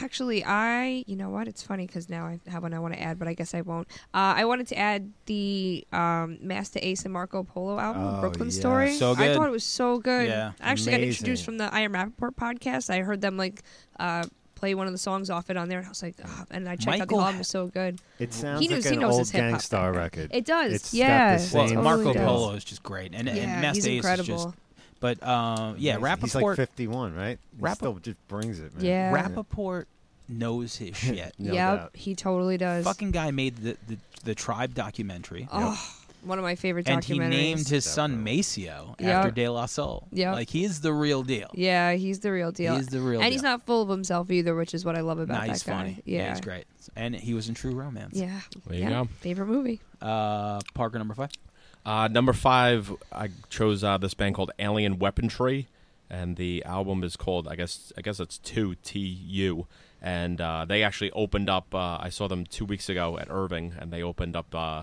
Speaker 4: actually, I you know what? It's funny because now I have one I want to add, but I guess I won't. Uh, I wanted to add the um, Master Ace and Marco Polo album,
Speaker 2: Oh,
Speaker 4: Brooklyn
Speaker 2: yeah.
Speaker 4: Story.
Speaker 1: So
Speaker 4: I
Speaker 1: good.
Speaker 4: thought it was so good.
Speaker 1: Yeah.
Speaker 4: I actually got introduced
Speaker 2: Amazing.
Speaker 4: from the I Am Rappaport podcast. I heard them like uh, play one of the songs off it on there, and I was like, oh, and I checked out the
Speaker 1: Michael-
Speaker 4: album. It was so good.
Speaker 2: It sounds
Speaker 4: He knows-
Speaker 2: like
Speaker 4: he
Speaker 2: an
Speaker 4: knows
Speaker 2: old
Speaker 4: his hip-hop
Speaker 2: gangstar
Speaker 4: background.
Speaker 2: record.
Speaker 4: It does.
Speaker 2: It's got the
Speaker 4: yeah.
Speaker 1: to? Well,
Speaker 2: Same
Speaker 4: It
Speaker 1: Marco
Speaker 4: totally does.
Speaker 1: Polo is just great, and
Speaker 4: Yeah,
Speaker 1: and Master
Speaker 4: he's
Speaker 1: Ace is
Speaker 4: incredible.
Speaker 1: just But uh, yeah,
Speaker 2: he's, he's like
Speaker 1: Rappaport,
Speaker 2: 51, right? He
Speaker 1: Rappa-
Speaker 2: still just brings it, man.
Speaker 4: Yeah.
Speaker 1: Rappaport knows his shit.
Speaker 2: No
Speaker 4: yep,
Speaker 2: doubt.
Speaker 4: he totally does.
Speaker 1: Fucking guy made the, the, the Tribe documentary.
Speaker 4: oh, one of my favorite
Speaker 1: and
Speaker 4: documentaries.
Speaker 1: he named his son
Speaker 2: Definitely.
Speaker 1: Maceo
Speaker 4: Yep.
Speaker 1: after De La Soul.
Speaker 4: Yep.
Speaker 1: Like he's the real deal.
Speaker 4: Yeah, he's the real deal.
Speaker 1: He's the real
Speaker 4: and he's
Speaker 1: deal.
Speaker 4: not full of himself either, which is what I love about
Speaker 1: Nah,
Speaker 4: that
Speaker 1: he's
Speaker 4: guy.
Speaker 1: funny.
Speaker 4: Yeah.
Speaker 1: he's great. And he was in True Romance.
Speaker 4: Yeah.
Speaker 3: There you
Speaker 4: yeah.
Speaker 3: go.
Speaker 4: Favorite movie.
Speaker 1: Uh, Parker number five.
Speaker 3: Uh, number five, I chose uh, this band called Alien Weaponry, and the album is called I guess I guess it's two T U, and uh, they actually opened up. Uh, I saw them two weeks ago at Irving, and they opened up uh,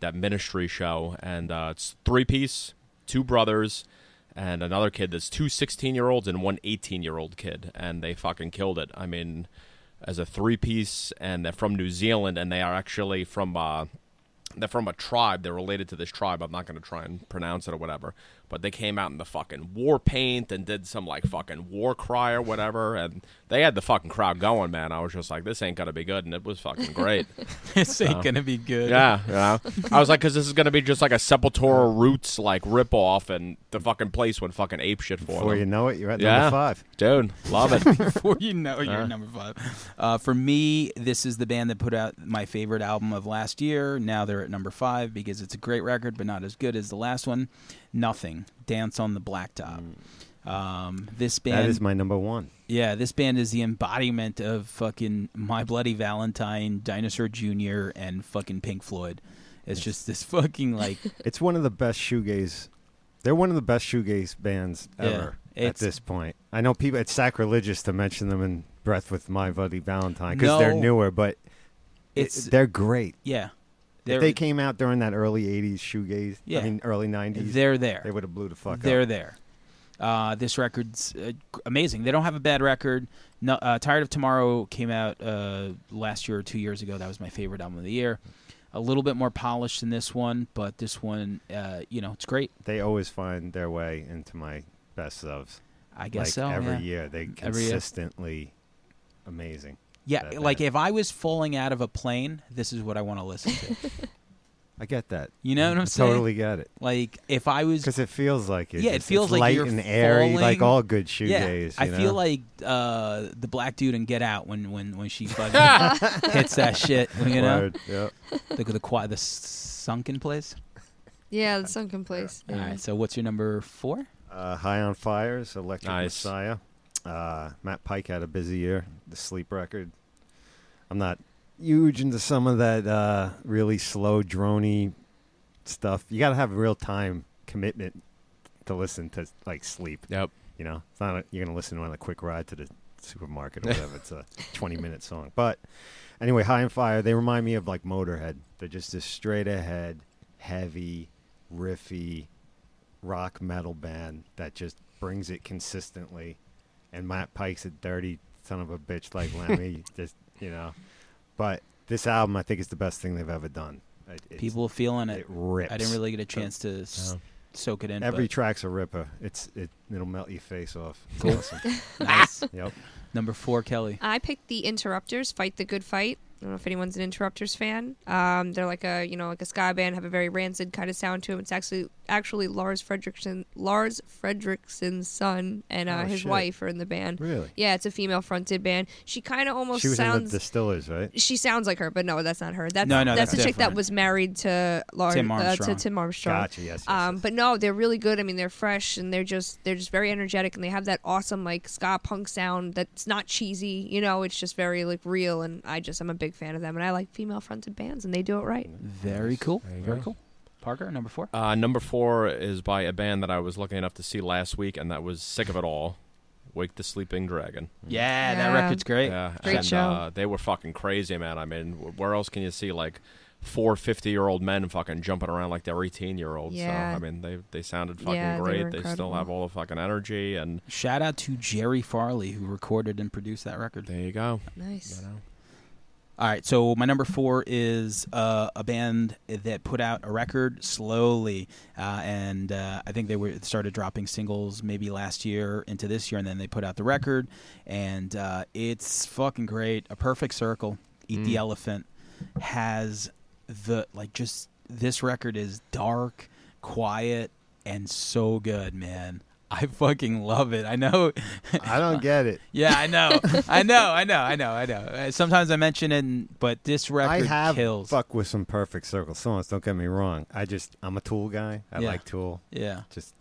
Speaker 3: that Ministry show, and uh, it's three piece, two brothers. And another kid. There's two 16 year olds and one 18 year old kid, and they fucking killed it. I mean, as a three piece, and they're from New Zealand, and they are actually from uh, they're from a tribe. They're related to this tribe. I'm not going to try and pronounce it or whatever. But they came out in the fucking war paint and did some like fucking war cry or whatever. And they had the fucking crowd going, man. I was just like, this ain't going to be good. And it was fucking great.
Speaker 1: this
Speaker 2: Uh-huh.
Speaker 1: ain't gonna be good.
Speaker 3: yeah. You know? I was like, because this is going to be just like a Sepultura Roots like ripoff. And the fucking place went fucking ape shit for
Speaker 2: Before
Speaker 3: them.
Speaker 2: you know it, you're at
Speaker 3: Yeah.
Speaker 2: number five.
Speaker 3: Dude, love it.
Speaker 1: Before you know it, you're
Speaker 2: Uh-huh.
Speaker 3: Uh.
Speaker 1: number five. Uh, for me, this is the band that put out my favorite album of last year. Now they're at number five because it's a great record, but not as good as the last one. Nothing. Dance on the Blacktop. Um, this band
Speaker 2: Mm. that is my number one.
Speaker 1: Yeah, this band is the embodiment of fucking My Bloody Valentine, Dinosaur Jr., and fucking Pink Floyd. It's just this fucking like
Speaker 2: It's one of the best shoegaze. They're one of the best shoegaze bands
Speaker 1: Yeah,
Speaker 2: ever at
Speaker 1: it's-
Speaker 2: this point. I know people. It's sacrilegious to mention them in breath with My Buddy Valentine because
Speaker 1: No.
Speaker 2: they're newer, but
Speaker 1: It's-
Speaker 2: it, they're great.
Speaker 1: yeah,
Speaker 2: If
Speaker 1: they're
Speaker 2: they came out during that early '80s shoegaze,
Speaker 1: Yeah.
Speaker 2: I mean early '90s,
Speaker 1: they're there.
Speaker 2: they would have blew the fuck
Speaker 1: they're
Speaker 2: up.
Speaker 1: there. Uh, this record's uh, g- amazing. They don't have a bad record. No, uh, Tired of Tomorrow came out uh, last year or two years ago. That was my favorite album of the year. A little bit more polished than this one, but this one, uh, you know, it's great.
Speaker 2: They always find their way into my best ofs.
Speaker 1: I guess
Speaker 2: like
Speaker 1: so.
Speaker 2: every
Speaker 1: yeah.
Speaker 2: year they
Speaker 1: Every year.
Speaker 2: consistently amazing.
Speaker 1: Yeah,
Speaker 2: That
Speaker 1: like
Speaker 2: bad.
Speaker 1: if I was falling out of a plane, this is what I want to listen to.
Speaker 2: I get that.
Speaker 1: You know what I'm
Speaker 2: I
Speaker 1: saying?
Speaker 2: Totally get it.
Speaker 1: Like if I was,
Speaker 2: Because it feels like it.
Speaker 1: Yeah, it
Speaker 2: It's-
Speaker 1: feels
Speaker 2: it's
Speaker 1: like
Speaker 2: light
Speaker 1: you're
Speaker 2: and airy, like
Speaker 1: falling.
Speaker 2: all good shoegaze.
Speaker 1: yeah, I
Speaker 2: you know?
Speaker 1: feel like uh, the black dude in Get Out when when when she fucking hits that shit. You know,
Speaker 2: Word, yep.
Speaker 1: the the qui- the s- sunken place.
Speaker 4: Yeah, the sunken place.
Speaker 1: All right, so what's your number four?
Speaker 2: Uh, High on Fires, Electric
Speaker 3: Nice.
Speaker 2: Messiah. Uh, Matt Pike had a busy year. The Sleep record. I'm not huge into some of that uh, really slow drony stuff. You got to have real time commitment to listen to like Sleep.
Speaker 3: yep.
Speaker 2: You know, it's not a, you're gonna listen on a quick ride to the supermarket or whatever. it's a 20 minute song, but anyway, High and Fire. They remind me of like Motorhead. They're just this straight ahead, heavy, riffy, rock metal band that just brings it consistently. And Matt Pike's a dirty son of a bitch like Lemmy. just you know, but this album I think is the best thing they've ever done. It, it's-
Speaker 1: People feeling
Speaker 2: it
Speaker 1: it.
Speaker 2: rips.
Speaker 1: I didn't really get a chance to s-
Speaker 3: Oh.
Speaker 1: soak it in.
Speaker 2: Every
Speaker 1: but
Speaker 2: track's a ripper. It's it. It'll melt your face off. It's
Speaker 1: Cool.
Speaker 2: awesome.
Speaker 1: nice.
Speaker 2: Yep.
Speaker 1: number four, Kelly.
Speaker 4: I picked the Interrupters. Fight the good fight. I don't know if anyone's an Interrupters fan. Um, they're like a you know like a ska band, have a very rancid kind of sound to them. It's actually actually Lars Fredrickson Lars Fredrickson's son and uh,
Speaker 2: Oh,
Speaker 4: his
Speaker 2: shit.
Speaker 4: wife are in the band.
Speaker 2: Really?
Speaker 4: Yeah, it's a female fronted band. She kind of almost
Speaker 2: She was in
Speaker 4: sounds
Speaker 2: the distillers, right?
Speaker 4: she sounds like her, but no, that's not her. That's
Speaker 1: No, no,
Speaker 4: that's,
Speaker 1: that's
Speaker 4: the chick that
Speaker 1: different.
Speaker 4: was married to Lars
Speaker 1: Tim
Speaker 4: Uh,
Speaker 1: Armstrong.
Speaker 4: to Tim Armstrong.
Speaker 2: Gotcha. Yes. yes,
Speaker 4: Um,
Speaker 2: yes.
Speaker 4: but no, they're really good. I mean, they're fresh and they're just they're just very energetic and they have that awesome like ska punk sound that's not cheesy. You know, it's just very like real. And I just I'm a big fan of them and I like female fronted bands and they do it right.
Speaker 1: Very cool.
Speaker 3: you
Speaker 1: Very
Speaker 3: go.
Speaker 1: cool. Parker, number four.
Speaker 3: Uh, number four is by a band that I was lucky enough to see last week, and that was Sick of It All. Wake the Sleeping Dragon.
Speaker 1: Yeah, that
Speaker 4: Yeah.
Speaker 1: record's great.
Speaker 3: Yeah,
Speaker 4: Great
Speaker 3: and,
Speaker 4: show.
Speaker 3: Uh, they were fucking crazy, man. I mean, wh- where else can you see like four 50 year old men fucking jumping around like they're 18 year olds?
Speaker 4: Yeah.
Speaker 3: So, I mean, they they sounded fucking
Speaker 4: Yeah, they were
Speaker 3: great. They, still
Speaker 4: incredible.
Speaker 3: have all the fucking energy, and
Speaker 1: Shout out to Jerry Farley who recorded and produced that record.
Speaker 3: there you go.
Speaker 4: Nice.
Speaker 1: All right, so my number four is uh, a band that put out a record slowly, uh, and uh, I think they were started dropping singles maybe last year into this year, and then they put out the record, and uh, it's fucking great. A perfect circle, Eat the Elephant, has the like just this record is dark, quiet, and so good, man. I fucking love it. I know.
Speaker 2: I don't get it.
Speaker 1: Yeah, I know. I know. I know. I know. I know. Uh, Sometimes I mention it, and- but this record
Speaker 2: I have
Speaker 1: kills.
Speaker 2: fuck with some perfect circle songs. Don't get me wrong. I just I'm a Tool guy. I
Speaker 1: Yeah.
Speaker 2: like Tool.
Speaker 1: Yeah.
Speaker 2: Just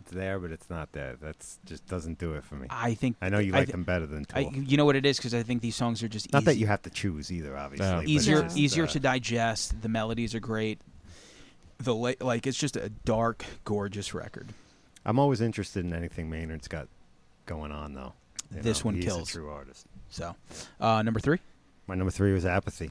Speaker 2: it's there, but it's not there. That's just doesn't do it for me.
Speaker 1: I think.
Speaker 2: I know you
Speaker 1: I
Speaker 2: like
Speaker 1: th-
Speaker 2: them better than
Speaker 1: I,
Speaker 2: Tool.
Speaker 1: you know what it is because I think these songs are just
Speaker 2: not
Speaker 1: easy,
Speaker 2: that you have to choose either, obviously.
Speaker 3: Yeah.
Speaker 2: but it's
Speaker 1: easier
Speaker 4: just,
Speaker 1: easier
Speaker 2: uh,
Speaker 1: to digest. The melodies are great. The la- like it's just a dark, gorgeous record.
Speaker 2: I'm always interested in anything Maynard's got going on, though. You
Speaker 1: This one
Speaker 2: he's a
Speaker 1: kills.
Speaker 2: true artist.
Speaker 1: So, uh, number three.
Speaker 2: My number three was apathy.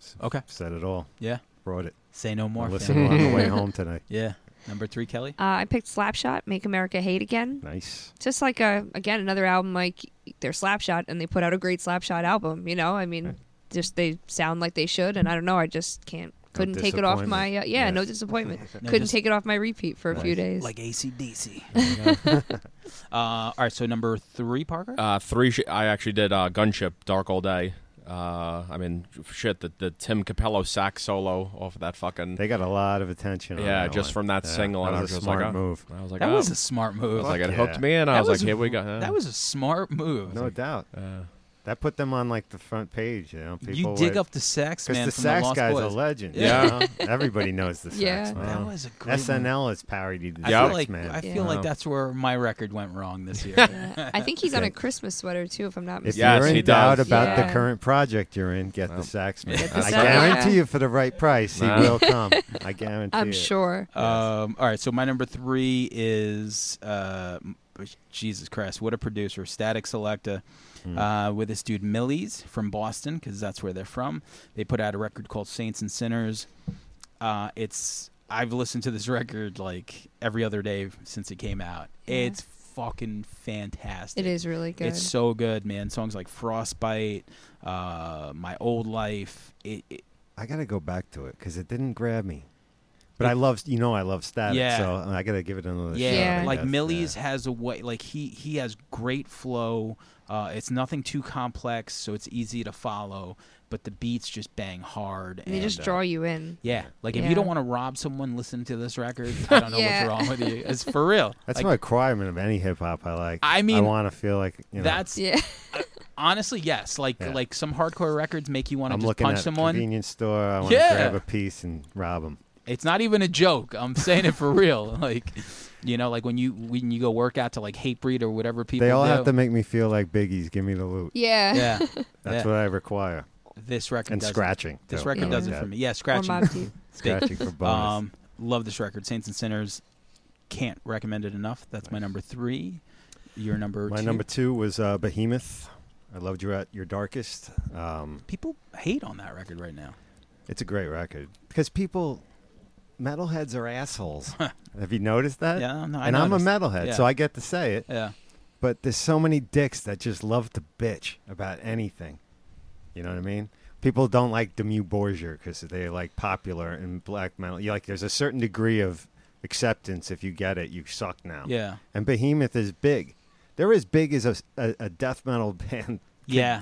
Speaker 2: S-
Speaker 1: Okay.
Speaker 2: Said it all.
Speaker 1: Yeah.
Speaker 2: Brought it.
Speaker 1: Say no more.
Speaker 2: More
Speaker 1: fam.
Speaker 2: listen on the way home tonight.
Speaker 1: Yeah. Number three, Kelly.
Speaker 4: Uh, I picked Slapshot, Make America Hate Again.
Speaker 2: Nice.
Speaker 4: Just like a again another album like they're Slapshot and they put out a great Slapshot album. You know, I mean, just they sound like they should, and I don't know, I just can't couldn't take it off my uh, yeah,
Speaker 2: disappointment.
Speaker 4: no
Speaker 2: Yes.
Speaker 4: disappointment.
Speaker 1: No,
Speaker 4: couldn't
Speaker 1: just-
Speaker 4: take it off my repeat for a few days.
Speaker 1: Like ACDC. uh, all right. So number three, Parker.
Speaker 3: Uh, three. Sh- I actually did uh, Gunship Dark All Day. Uh, I mean, shit, the, the Tim Capello sax solo off of that fucking.
Speaker 2: They got a lot of attention. on
Speaker 3: yeah,
Speaker 2: that
Speaker 3: just
Speaker 2: one.
Speaker 3: from that
Speaker 2: Yeah,
Speaker 3: single.
Speaker 2: That
Speaker 3: and I
Speaker 2: was a
Speaker 3: just
Speaker 2: smart
Speaker 3: like, oh.
Speaker 2: move.
Speaker 3: I was like,
Speaker 1: that
Speaker 3: oh.
Speaker 1: was a smart move.
Speaker 3: I was like, it
Speaker 2: Fuck
Speaker 3: hooked
Speaker 2: yeah.
Speaker 3: me in. I
Speaker 1: That
Speaker 3: was,
Speaker 1: was-
Speaker 3: like, here we go. Yeah.
Speaker 1: That was a smart move.
Speaker 2: No doubt.
Speaker 3: Uh,
Speaker 2: That put them on like the front page. You know, people
Speaker 1: you dig
Speaker 2: like,
Speaker 1: up the sax
Speaker 2: because
Speaker 1: man
Speaker 2: the
Speaker 1: from
Speaker 2: sax
Speaker 1: the Lost
Speaker 2: guy's
Speaker 1: Boys.
Speaker 2: a legend.
Speaker 3: Yeah.
Speaker 2: you know? everybody knows the sax
Speaker 4: Yeah.
Speaker 2: man.
Speaker 1: That was a great move.
Speaker 2: SNL has parodied the
Speaker 1: I
Speaker 3: Yeah.
Speaker 1: feel
Speaker 2: sax
Speaker 1: like
Speaker 2: man.
Speaker 1: I feel
Speaker 4: Yeah.
Speaker 1: like
Speaker 3: Wow.
Speaker 1: that's where my record went wrong this year.
Speaker 4: Yeah. I think he's on a Christmas sweater too, if I'm not
Speaker 2: If
Speaker 4: mistaken.
Speaker 3: Yes,
Speaker 2: you're in
Speaker 3: he
Speaker 2: doubt
Speaker 3: does.
Speaker 2: about the
Speaker 4: Yeah.
Speaker 2: current project you're in, get
Speaker 3: Wow.
Speaker 2: the sax man.
Speaker 4: Get the
Speaker 2: I
Speaker 4: sax
Speaker 2: guarantee
Speaker 4: man.
Speaker 2: you, for the right price, he
Speaker 3: Nah.
Speaker 2: will come. I guarantee.
Speaker 4: I'm
Speaker 2: it.
Speaker 4: sure.
Speaker 1: Um, all right, so my number three is uh, m- Jesus Christ, what a producer, Static Selecta,
Speaker 2: Hmm.
Speaker 1: uh, with this dude Millies from Boston, because that's where they're from. They put out a record called Saints and Sinners. Uh, it's I've listened to this record like every other day since it came out.
Speaker 4: Yeah.
Speaker 1: It's fucking fantastic.
Speaker 4: It is really good.
Speaker 1: It's so good, man. Songs like Frostbite, uh, My Old Life. It, it,
Speaker 2: I gotta go back to it because it didn't grab me. But I love, you know, I love static,
Speaker 1: Yeah.
Speaker 2: so I gotta give it another
Speaker 1: yeah,
Speaker 2: shot.
Speaker 4: Yeah.
Speaker 2: I
Speaker 1: like
Speaker 2: guess.
Speaker 1: Millie's
Speaker 2: Yeah.
Speaker 1: has a way. Like he he has great flow. Uh, it's nothing too complex, so it's easy to follow. But the beats just bang hard.
Speaker 4: and they just
Speaker 1: uh,
Speaker 4: draw you in.
Speaker 1: yeah, like if
Speaker 4: Yeah.
Speaker 1: you don't want to rob someone, listen to this record. I don't know
Speaker 4: Yeah.
Speaker 1: what's wrong with you. It's for real.
Speaker 2: That's
Speaker 1: Like,
Speaker 2: my requirement of any hip hop I like.
Speaker 1: I mean,
Speaker 2: I want to feel like you know,
Speaker 1: that's
Speaker 4: Yeah.
Speaker 1: honestly yes. Like
Speaker 2: Yeah.
Speaker 1: like some hardcore records make you want to
Speaker 2: I'm
Speaker 1: just
Speaker 2: looking
Speaker 1: punch
Speaker 2: at a
Speaker 1: someone.
Speaker 2: convenience store. I want to
Speaker 1: Yeah.
Speaker 2: grab a piece and rob them.
Speaker 1: It's not even a joke. I'm saying it for real. Like, you know, like when you when you go work out to like hate breed or whatever people
Speaker 2: They all
Speaker 1: do.
Speaker 2: have to make me feel like biggies. Give me the loot.
Speaker 4: Yeah.
Speaker 1: yeah, Yeah.
Speaker 2: That's what I require.
Speaker 1: this record
Speaker 2: And
Speaker 1: does it.
Speaker 2: scratching.
Speaker 1: This
Speaker 2: too.
Speaker 1: record
Speaker 2: Don't
Speaker 1: does it
Speaker 2: forget.
Speaker 1: for me. Yeah,
Speaker 4: Or
Speaker 1: scratching.
Speaker 4: Mob Deep.
Speaker 1: big.
Speaker 2: Scratching for bonus.
Speaker 1: Um, love this record, Saints and Sinners. Can't recommend it enough. That's my number three. Your number.
Speaker 2: My
Speaker 1: two.
Speaker 2: number two was uh, Behemoth. I loved you at your darkest. Um,
Speaker 1: People hate on that record right now.
Speaker 2: it's a great record because people, metalheads are assholes. Have you noticed that?
Speaker 1: Yeah, no, I
Speaker 2: and I'm a
Speaker 1: noticed.
Speaker 2: metalhead,
Speaker 1: Yeah.
Speaker 2: so I get to say it.
Speaker 1: Yeah,
Speaker 2: But there's so many dicks that just love to bitch about anything. You know what I mean? People don't like Demu Borgir because they're like popular in black metal. You like, there's a certain degree of acceptance. If you get it, you suck now.
Speaker 1: yeah,
Speaker 2: And Behemoth is big. They're as big as a, a, a death metal band
Speaker 1: yeah.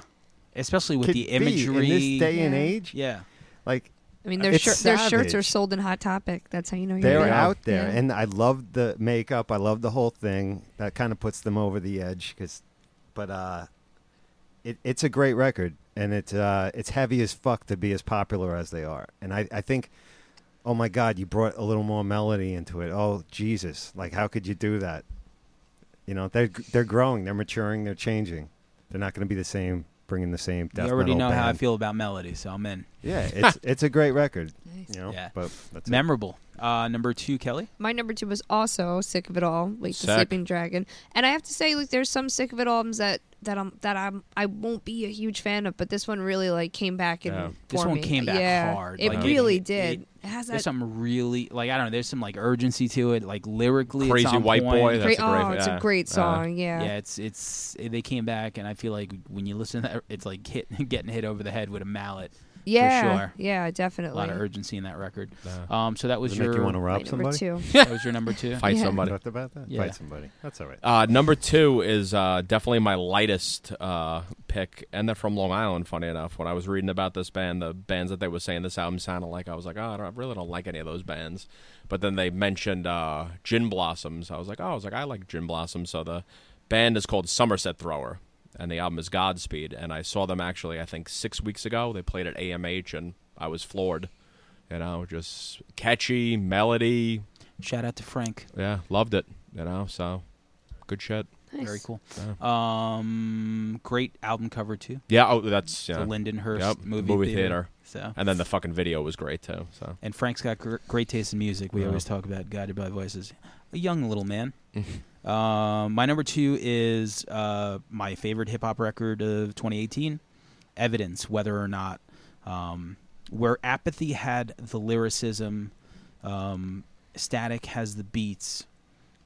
Speaker 1: Especially with
Speaker 2: could
Speaker 1: the
Speaker 2: be
Speaker 1: imagery.
Speaker 2: in this day and
Speaker 4: Yeah.
Speaker 2: age.
Speaker 1: yeah,
Speaker 2: Like
Speaker 4: I mean, their,
Speaker 2: It's
Speaker 4: shir- their shirts are
Speaker 2: savage.
Speaker 4: sold in Hot Topic. That's how you know you're
Speaker 2: they're
Speaker 4: good.
Speaker 2: out there,
Speaker 4: Yeah.
Speaker 2: and I love the makeup. I love the whole thing. That kind of puts them over the edge. Cause, but uh, it, it's a great record, and it's uh, it's heavy as fuck to be as popular as they are. And I, I think, oh my God, you brought a little more melody into it. Oh Jesus, like how could you do that? You know, they're they're growing, they're maturing, they're changing. They're not going to be the same. Bringing the same. Death
Speaker 1: you already
Speaker 2: metal
Speaker 1: know how I
Speaker 2: band.
Speaker 1: feel about melody, so I'm in.
Speaker 2: Yeah, it's it's a great record.
Speaker 4: Nice.
Speaker 2: You know,
Speaker 1: Yeah.
Speaker 2: but that's it.
Speaker 1: Memorable. Uh, number two, Kelly.
Speaker 4: My number two was also Sick of It All, like the
Speaker 3: Sick.
Speaker 4: Sleeping Dragon. And I have to say, like, there's some Sick of It Albums that that I'm that I'm I won't be a huge fan of, but this one really like came back and
Speaker 3: Yeah.
Speaker 1: This
Speaker 4: for
Speaker 1: one
Speaker 4: me.
Speaker 1: came back
Speaker 4: yeah,
Speaker 1: hard,
Speaker 4: It
Speaker 1: like, it-
Speaker 4: really
Speaker 1: it-
Speaker 4: did.
Speaker 1: it-
Speaker 4: It, has
Speaker 1: there's
Speaker 4: that.
Speaker 1: some really like I don't know. There's some like urgency to it, like lyrically. it's
Speaker 3: Crazy
Speaker 1: on
Speaker 3: White
Speaker 1: point.
Speaker 3: Boy. That's
Speaker 4: great,
Speaker 3: a great.
Speaker 4: oh, it's
Speaker 3: yeah.
Speaker 4: a great
Speaker 3: Uh,
Speaker 4: song. yeah.
Speaker 1: Yeah. it's it's they came back, and I feel like when you listen, to that, it's like hit getting hit over the head with a mallet.
Speaker 4: yeah,
Speaker 1: sure.
Speaker 4: yeah,
Speaker 1: A
Speaker 4: definitely.
Speaker 1: lot of urgency in that record.
Speaker 3: Yeah.
Speaker 1: Um, so that was
Speaker 2: Does it
Speaker 1: your
Speaker 2: make you want to
Speaker 4: My
Speaker 2: rob
Speaker 4: number
Speaker 2: somebody?
Speaker 4: two.
Speaker 1: that was your number two.
Speaker 3: Fight
Speaker 4: Yeah.
Speaker 3: somebody.
Speaker 2: Talked about that?
Speaker 1: Yeah.
Speaker 2: Fight somebody. That's all right.
Speaker 3: Uh, number two is uh, definitely my lightest uh, pick, and they're from Long Island. Funny enough, when I was reading about this band, the bands that they were saying this album sounded like, I was like, oh, I, don't, I really don't like any of those bands. But then they mentioned uh, Gin Blossoms. I was like, oh, I was like, I like Gin Blossoms. So the band is called Somerset Thrower, and the album is Godspeed. And I saw them actually, I think six weeks ago. They played at AMH, and I was floored. You know, just catchy melody.
Speaker 1: Shout out to Frank.
Speaker 3: Yeah, loved it. You know, so good shit.
Speaker 4: Nice.
Speaker 1: Very cool. Um, great album cover too.
Speaker 3: Yeah, oh, that's yeah.
Speaker 1: The Lindenhurst
Speaker 3: Yep,
Speaker 1: movie,
Speaker 3: movie
Speaker 1: theater.
Speaker 3: theater.
Speaker 1: So
Speaker 3: and then the fucking video was great too. So
Speaker 1: and Frank's got gr- great taste in music. We
Speaker 3: Yeah.
Speaker 1: always talk about guided by voices. A young little man. um, my number two is uh, my favorite hip hop record of 2018, Evidence. Whether or not um, where Apathy had the lyricism, um, Static has the beats.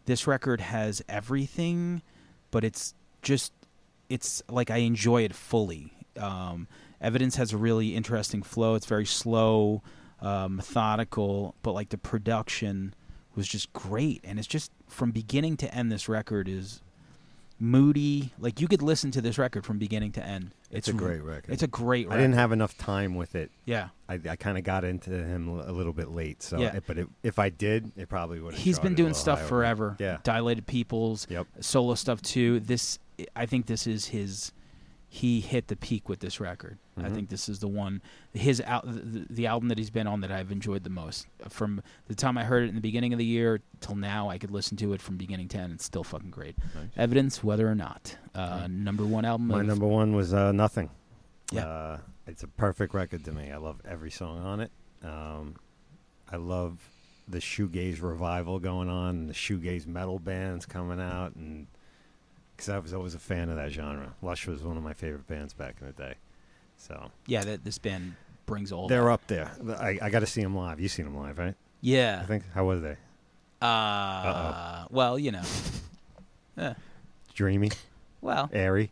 Speaker 1: This record has everything, but it's just it's like I enjoy it fully. Um, Evidence has a really interesting flow. It's very slow, uh, methodical, but like the production was just great, and it's just from beginning to end. This record is moody. Like you could listen to this record from beginning to end.
Speaker 2: It's a
Speaker 1: re-
Speaker 2: great record.
Speaker 1: It's a great
Speaker 2: I
Speaker 1: record.
Speaker 2: didn't have enough time with it.
Speaker 1: yeah.
Speaker 2: I, I kind of got into him l- a little bit late, so
Speaker 1: Yeah.
Speaker 2: it- but it, if I did, it probably would.
Speaker 1: He's been doing stuff forever.
Speaker 2: Yeah.
Speaker 1: Dilated Peoples,
Speaker 2: Yep.
Speaker 1: solo stuff too. This I think this is his he hit the peak with this record. I
Speaker 2: Mhm.
Speaker 1: think this is the one his out the, the album that he's been on that I've enjoyed the most. From the time I heard it in the beginning of the year till now, I could listen to it from beginning to end. It's still fucking great. Evidence, whether or not, uh, number one album.
Speaker 2: My
Speaker 1: of-
Speaker 2: number one was uh, nothing.
Speaker 1: Yeah.
Speaker 2: uh, it's a perfect record to me. I love every song on it. Um, I love the shoegaze revival going on, and the shoegaze metal bands coming out, and because I was always a fan of that genre. Lush was one of my favorite bands back in the day, so
Speaker 1: yeah, that this band brings all.
Speaker 2: they're
Speaker 1: that.
Speaker 2: up there. I, I got to see them live. You seen them live, right?
Speaker 1: yeah.
Speaker 2: I think. How were they?
Speaker 1: uh, well, you know, Eh,
Speaker 2: Dreamy,
Speaker 1: well,
Speaker 2: airy.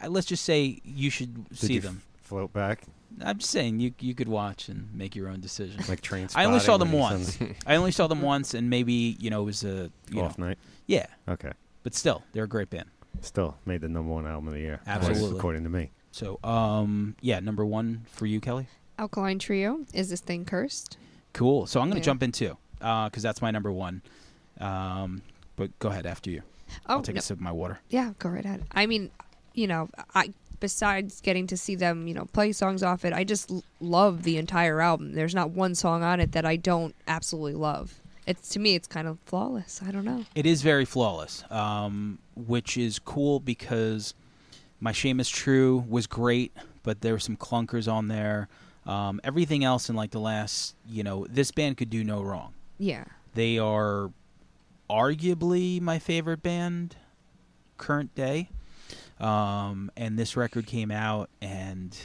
Speaker 1: I- let's just say you should
Speaker 2: Did
Speaker 1: see
Speaker 2: you
Speaker 1: them.
Speaker 2: f- float back
Speaker 1: I'm just saying you you could watch and make your own decision.
Speaker 2: like train.
Speaker 1: I only saw
Speaker 2: spotting
Speaker 1: them
Speaker 2: when
Speaker 1: once.
Speaker 2: he's
Speaker 1: I only saw them once, and maybe you know it was a
Speaker 2: on
Speaker 1: you
Speaker 2: off
Speaker 1: know
Speaker 2: night.
Speaker 1: yeah,
Speaker 2: Okay.
Speaker 1: but still they're a great band.
Speaker 2: Still made the number one album of the year.
Speaker 1: Absolutely.
Speaker 2: According to me.
Speaker 1: So um yeah, number one for you, Kelly.
Speaker 4: Alkaline Trio. Is this thing cursed?
Speaker 1: Cool. So I'm gonna
Speaker 4: Yeah.
Speaker 1: jump in too, because that's my number one. Um, but go ahead after you.
Speaker 4: Oh,
Speaker 1: I'll take
Speaker 4: no.
Speaker 1: a sip of my water.
Speaker 4: yeah, go right ahead. I mean, you know, I besides getting to see them, you know, play songs off it, I just l- love the entire album. There's not one song on it that I don't absolutely love. It's to me, it's kind of flawless. I don't know.
Speaker 1: It is very flawless, um, which is cool because my shame is true was great, but there were some clunkers on there. Um, everything else in like the last, you know, this band could do no wrong.
Speaker 4: Yeah,
Speaker 1: They are arguably my favorite band current day. Um, and this record came out, and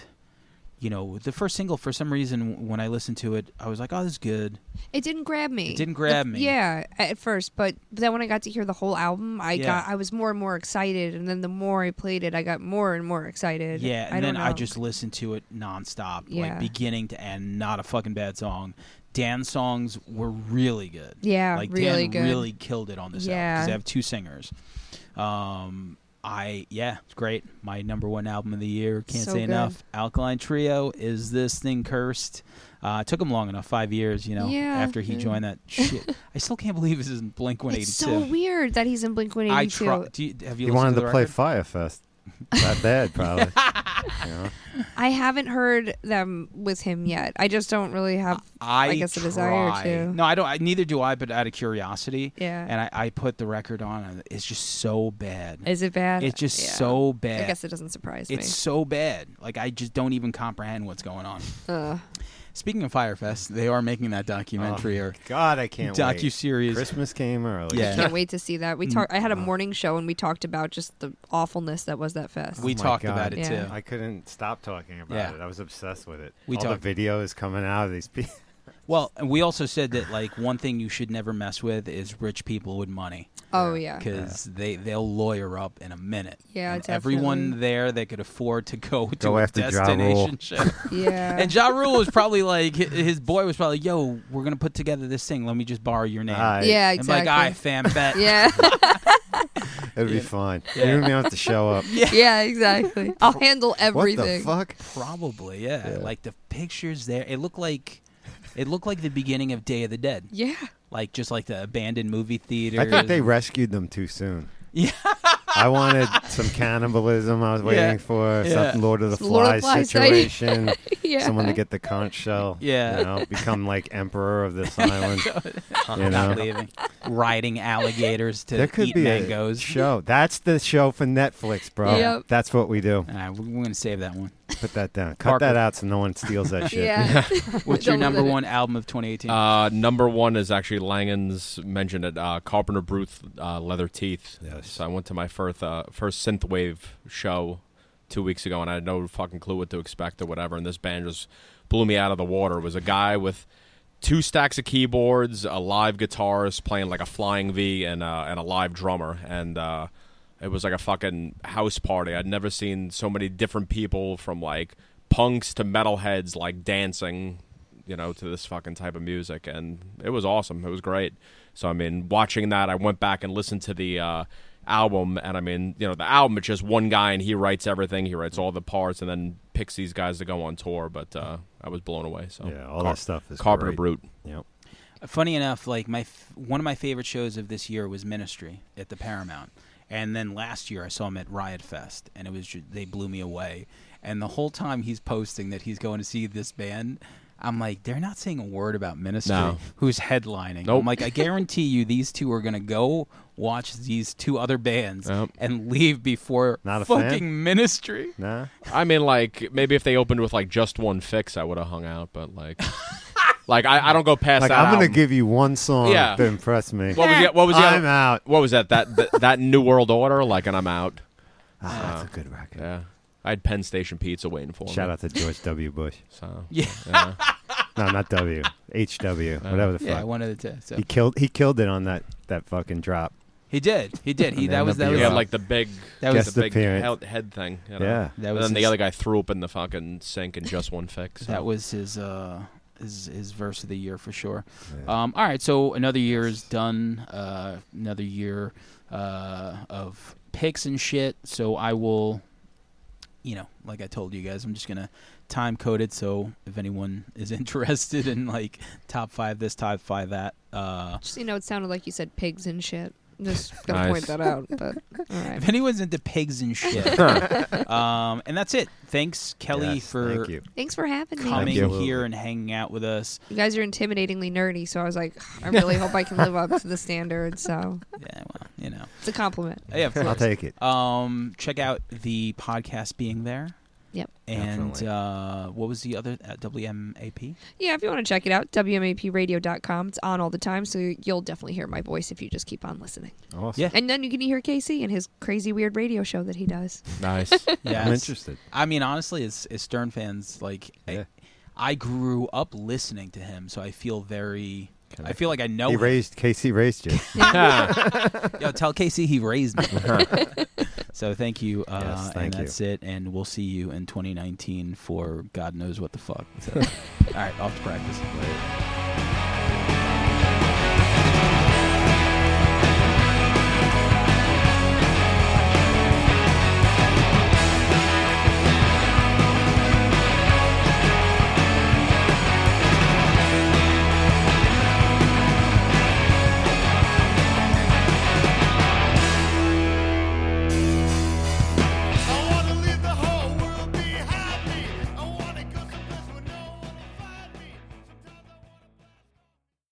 Speaker 1: you know, the first single for some reason when I listened to it, I was like, "Oh, this is good."
Speaker 4: it didn't grab me.
Speaker 1: It didn't grab me.
Speaker 4: Yeah, at first, but then when I got to hear the whole album, I
Speaker 1: Yeah.
Speaker 4: got I was more and more excited, and then the more I played it, I got more and more excited.
Speaker 1: Yeah, and
Speaker 4: I
Speaker 1: then
Speaker 4: don't
Speaker 1: I
Speaker 4: know.
Speaker 1: just listened to it nonstop, like
Speaker 4: Yeah.
Speaker 1: beginning to end. Not a fucking bad song. Dan's songs were really good.
Speaker 4: Yeah,
Speaker 1: like
Speaker 4: really
Speaker 1: Dan
Speaker 4: good.
Speaker 1: really killed it on this album
Speaker 4: Yeah.
Speaker 1: because they have two singers. Um, I yeah, it's great. My number one album of the year. Can't
Speaker 4: So
Speaker 1: say
Speaker 4: good.
Speaker 1: enough. Alkaline Trio is this thing cursed. Uh, it took him long enough, five years. You know,
Speaker 4: Yeah.
Speaker 1: after he joined that shit. I still can't believe this isn't Blink One Eighty
Speaker 4: it's so
Speaker 1: Two.
Speaker 4: weird that he's in Blink One
Speaker 1: I
Speaker 4: Eighty Two.
Speaker 1: try. Do you, have you?
Speaker 2: He
Speaker 1: listened
Speaker 2: wanted
Speaker 1: to,
Speaker 2: to,
Speaker 1: the
Speaker 2: play
Speaker 1: record?
Speaker 2: Firefest. That bad, probably. You know?
Speaker 4: I haven't heard them with him yet. I just don't really have.
Speaker 1: I,
Speaker 4: guess a
Speaker 1: try.
Speaker 4: desire to.
Speaker 1: No, I don't. I, neither do I. But out of curiosity,
Speaker 4: Yeah.
Speaker 1: And I, I put the record on, and it's just so bad.
Speaker 4: Is it bad?
Speaker 1: it's just
Speaker 4: Yeah.
Speaker 1: so bad.
Speaker 4: I guess it doesn't surprise
Speaker 1: it's so bad. Like I just don't even comprehend what's going on.
Speaker 4: me. Uh,
Speaker 1: Speaking of Firefest, they are making that documentary or
Speaker 2: Oh, God, I can't
Speaker 1: docu
Speaker 2: wait.
Speaker 1: series.
Speaker 2: Christmas came early.
Speaker 1: Yeah.
Speaker 4: Can't wait to see that.
Speaker 1: Mm.
Speaker 4: We talked. I had a
Speaker 1: Uh-huh.
Speaker 4: morning show and we talked about just the awfulness that was that fest.
Speaker 1: We
Speaker 2: Oh my
Speaker 1: talked
Speaker 2: God.
Speaker 1: about it
Speaker 4: Yeah.
Speaker 1: too.
Speaker 2: I couldn't stop talking about
Speaker 1: Yeah.
Speaker 2: it. I was obsessed with it.
Speaker 1: We
Speaker 2: All
Speaker 1: talked-
Speaker 2: the videos coming out of these people.
Speaker 1: Well, and we also said that like one thing you should never mess with is rich people with money
Speaker 4: Oh yeah.
Speaker 1: because they they'll lawyer up in a minute.
Speaker 4: Yeah,
Speaker 1: And everyone
Speaker 4: definitely.
Speaker 1: there that could afford to go to
Speaker 2: Go
Speaker 1: a
Speaker 2: after Ja Rule.
Speaker 1: destination show.
Speaker 4: Yeah.
Speaker 1: And Ja Rule was probably like hi- his boy was probably, "Yo, we're gonna put together this thing. Let me just borrow your name."
Speaker 2: Aye.
Speaker 4: yeah,
Speaker 1: And
Speaker 4: exactly.
Speaker 1: like, "I fam bet."
Speaker 4: yeah.
Speaker 2: It'd be fine. You don't even have to show up.
Speaker 4: yeah, exactly. I'll handle
Speaker 2: What
Speaker 4: everything.
Speaker 2: the fuck?
Speaker 1: Probably, yeah.
Speaker 2: Yeah.
Speaker 1: Like the pictures there, it looked like it looked like the beginning of Day of the Dead,
Speaker 4: Yeah.
Speaker 1: like just like the abandoned movie theater.
Speaker 2: I think they rescued them too soon.
Speaker 1: Yeah.
Speaker 2: I wanted some cannibalism. I was waiting
Speaker 1: Yeah.
Speaker 2: for
Speaker 1: Yeah.
Speaker 2: some Lord of the
Speaker 4: Some Lord of the
Speaker 2: Flies
Speaker 4: Flies thing.
Speaker 2: situation.
Speaker 4: Yeah.
Speaker 2: Someone to get the conch shell.
Speaker 1: Yeah.
Speaker 2: You know, become like emperor of this island. you
Speaker 1: I'm not
Speaker 2: know?
Speaker 1: leaving. Riding alligators to
Speaker 2: There could
Speaker 1: eat
Speaker 2: be a
Speaker 1: mangoes.
Speaker 2: show. That's the show for Netflix, bro.
Speaker 4: Yep.
Speaker 2: That's what we do.
Speaker 1: All right, we're going to save that one.
Speaker 2: Put that down. Cut
Speaker 1: Parker.
Speaker 2: that out so no one steals that shit.
Speaker 4: Yeah.
Speaker 1: What's your
Speaker 4: Don't
Speaker 1: number
Speaker 4: let it-
Speaker 1: one album of 2018?
Speaker 3: Uh, number one is actually Langen's mentioned at uh, Carpenter Bruth uh, Leather Teeth.
Speaker 2: Yes.
Speaker 3: So I went to my first uh, first synthwave show two weeks ago, and I had no fucking clue what to expect or whatever. And this band just blew me out of the water. It was a guy with two stacks of keyboards, a live guitarist playing like a flying V, and uh, and a live drummer, and uh, it was like a fucking house party. I'd never seen so many different people from like punks to metalheads like dancing, you know, to this fucking type of music, and it was awesome. It was great. So I mean, watching that, I went back and listened to the. Uh, album and i mean you know the album it's just one guy and he writes everything he writes all the parts and then picks these guys to go on tour but uh i was blown away so
Speaker 2: Yeah, all
Speaker 3: Car-
Speaker 2: that stuff is
Speaker 3: carpenter
Speaker 2: great.
Speaker 3: brute
Speaker 2: Yep.
Speaker 1: Funny enough, like my f- one of my favorite shows of this year was Ministry at the Paramount, and then last year I saw him at Riot Fest, and it was ju- they blew me away. And the whole time he's posting that he's going to see this band, I'm like, they're not saying a word about Ministry.
Speaker 3: No.
Speaker 1: Who's headlining?
Speaker 3: Nope.
Speaker 1: I'm like, I guarantee you, these two are gonna go watch these two other bands
Speaker 3: Yep.
Speaker 1: and leave before
Speaker 2: Not a fan?
Speaker 1: fucking Ministry.
Speaker 2: Nah.
Speaker 3: I mean, like maybe if they opened with like just one fix, I would have hung out. But like, like I, I don't go past
Speaker 2: Like
Speaker 3: that.
Speaker 2: I'm gonna
Speaker 3: album.
Speaker 2: give you one song
Speaker 3: Yeah.
Speaker 2: to impress me.
Speaker 3: What was the, what was the
Speaker 2: I'm
Speaker 3: other-
Speaker 2: out.
Speaker 3: what was that that that, that New World Order? Like, and I'm out.
Speaker 2: Ah,
Speaker 3: Oh.
Speaker 2: that's a good record.
Speaker 3: Yeah, I had Penn Station pizza waiting for me.
Speaker 2: Shout out to George W. Bush.
Speaker 3: So
Speaker 1: Yeah.
Speaker 3: yeah,
Speaker 2: No, not W. HW.
Speaker 3: Uh,
Speaker 2: Whatever the
Speaker 1: Yeah,
Speaker 2: fuck.
Speaker 1: one of the two. So.
Speaker 2: He killed. He killed it on that that fucking drop.
Speaker 1: He did. He did. He
Speaker 2: And
Speaker 1: that
Speaker 2: then
Speaker 1: was
Speaker 2: the
Speaker 1: that
Speaker 3: he
Speaker 1: was
Speaker 3: had like the big
Speaker 1: That was
Speaker 2: Guest
Speaker 3: the big
Speaker 2: appearance.
Speaker 3: head, head thing. You know?
Speaker 2: Yeah.
Speaker 1: that
Speaker 3: And
Speaker 1: was
Speaker 3: then the
Speaker 1: his-
Speaker 3: other guy threw up in the fucking sink and just one fix. so.
Speaker 1: That was his uh his his verse of the year for sure.
Speaker 2: Yeah.
Speaker 1: Um all right, so another year is done. Uh another year uh of picks and shit. So I will you know, like I told you guys, I'm just gonna time code it so if anyone is interested in like top five this, top five that, uh
Speaker 4: Just so you know, it sounded like you said pigs and shit. Just gonna
Speaker 3: Nice.
Speaker 4: point that out. But all right.
Speaker 1: if anyone's into pigs and shit. um and that's it. Thanks Kelly
Speaker 2: Yes,
Speaker 1: for
Speaker 2: Thank you.
Speaker 4: Thanks for having me.
Speaker 1: coming
Speaker 2: you.
Speaker 1: here and hanging out with us.
Speaker 4: You guys are intimidatingly nerdy, so I was like, I really hope I can live up to the standard. So
Speaker 1: Yeah, well, you know.
Speaker 4: it's a compliment.
Speaker 1: Yeah, of
Speaker 2: I'll
Speaker 1: course.
Speaker 2: take it.
Speaker 1: Um, check out the podcast being there.
Speaker 4: Yep.
Speaker 1: And
Speaker 2: Definitely.
Speaker 1: uh, what was the other uh, WMAP?
Speaker 4: Yeah, if you want to check it out, WMAPradio.com. It's on all the time, so you'll definitely hear my voice if you just keep on listening.
Speaker 2: Awesome.
Speaker 1: Yeah.
Speaker 4: And then you can hear Casey and his crazy, weird radio show that he does.
Speaker 3: nice.
Speaker 1: Yes.
Speaker 2: I'm interested.
Speaker 1: I mean, honestly, as, as Stern fans, like
Speaker 2: Yeah.
Speaker 1: I, I grew up listening to him, so I feel very. I
Speaker 2: Connected.
Speaker 1: feel like I know.
Speaker 2: He
Speaker 1: him.
Speaker 2: raised Casey raised you.
Speaker 1: Yo, tell Casey he raised me. so thank you. Uh,
Speaker 2: Uh-huh. Yes,
Speaker 1: and
Speaker 2: thank you.
Speaker 1: that's it. And we'll see you in 2019 for God knows what the fuck. So, all right, off to practice.
Speaker 2: Later.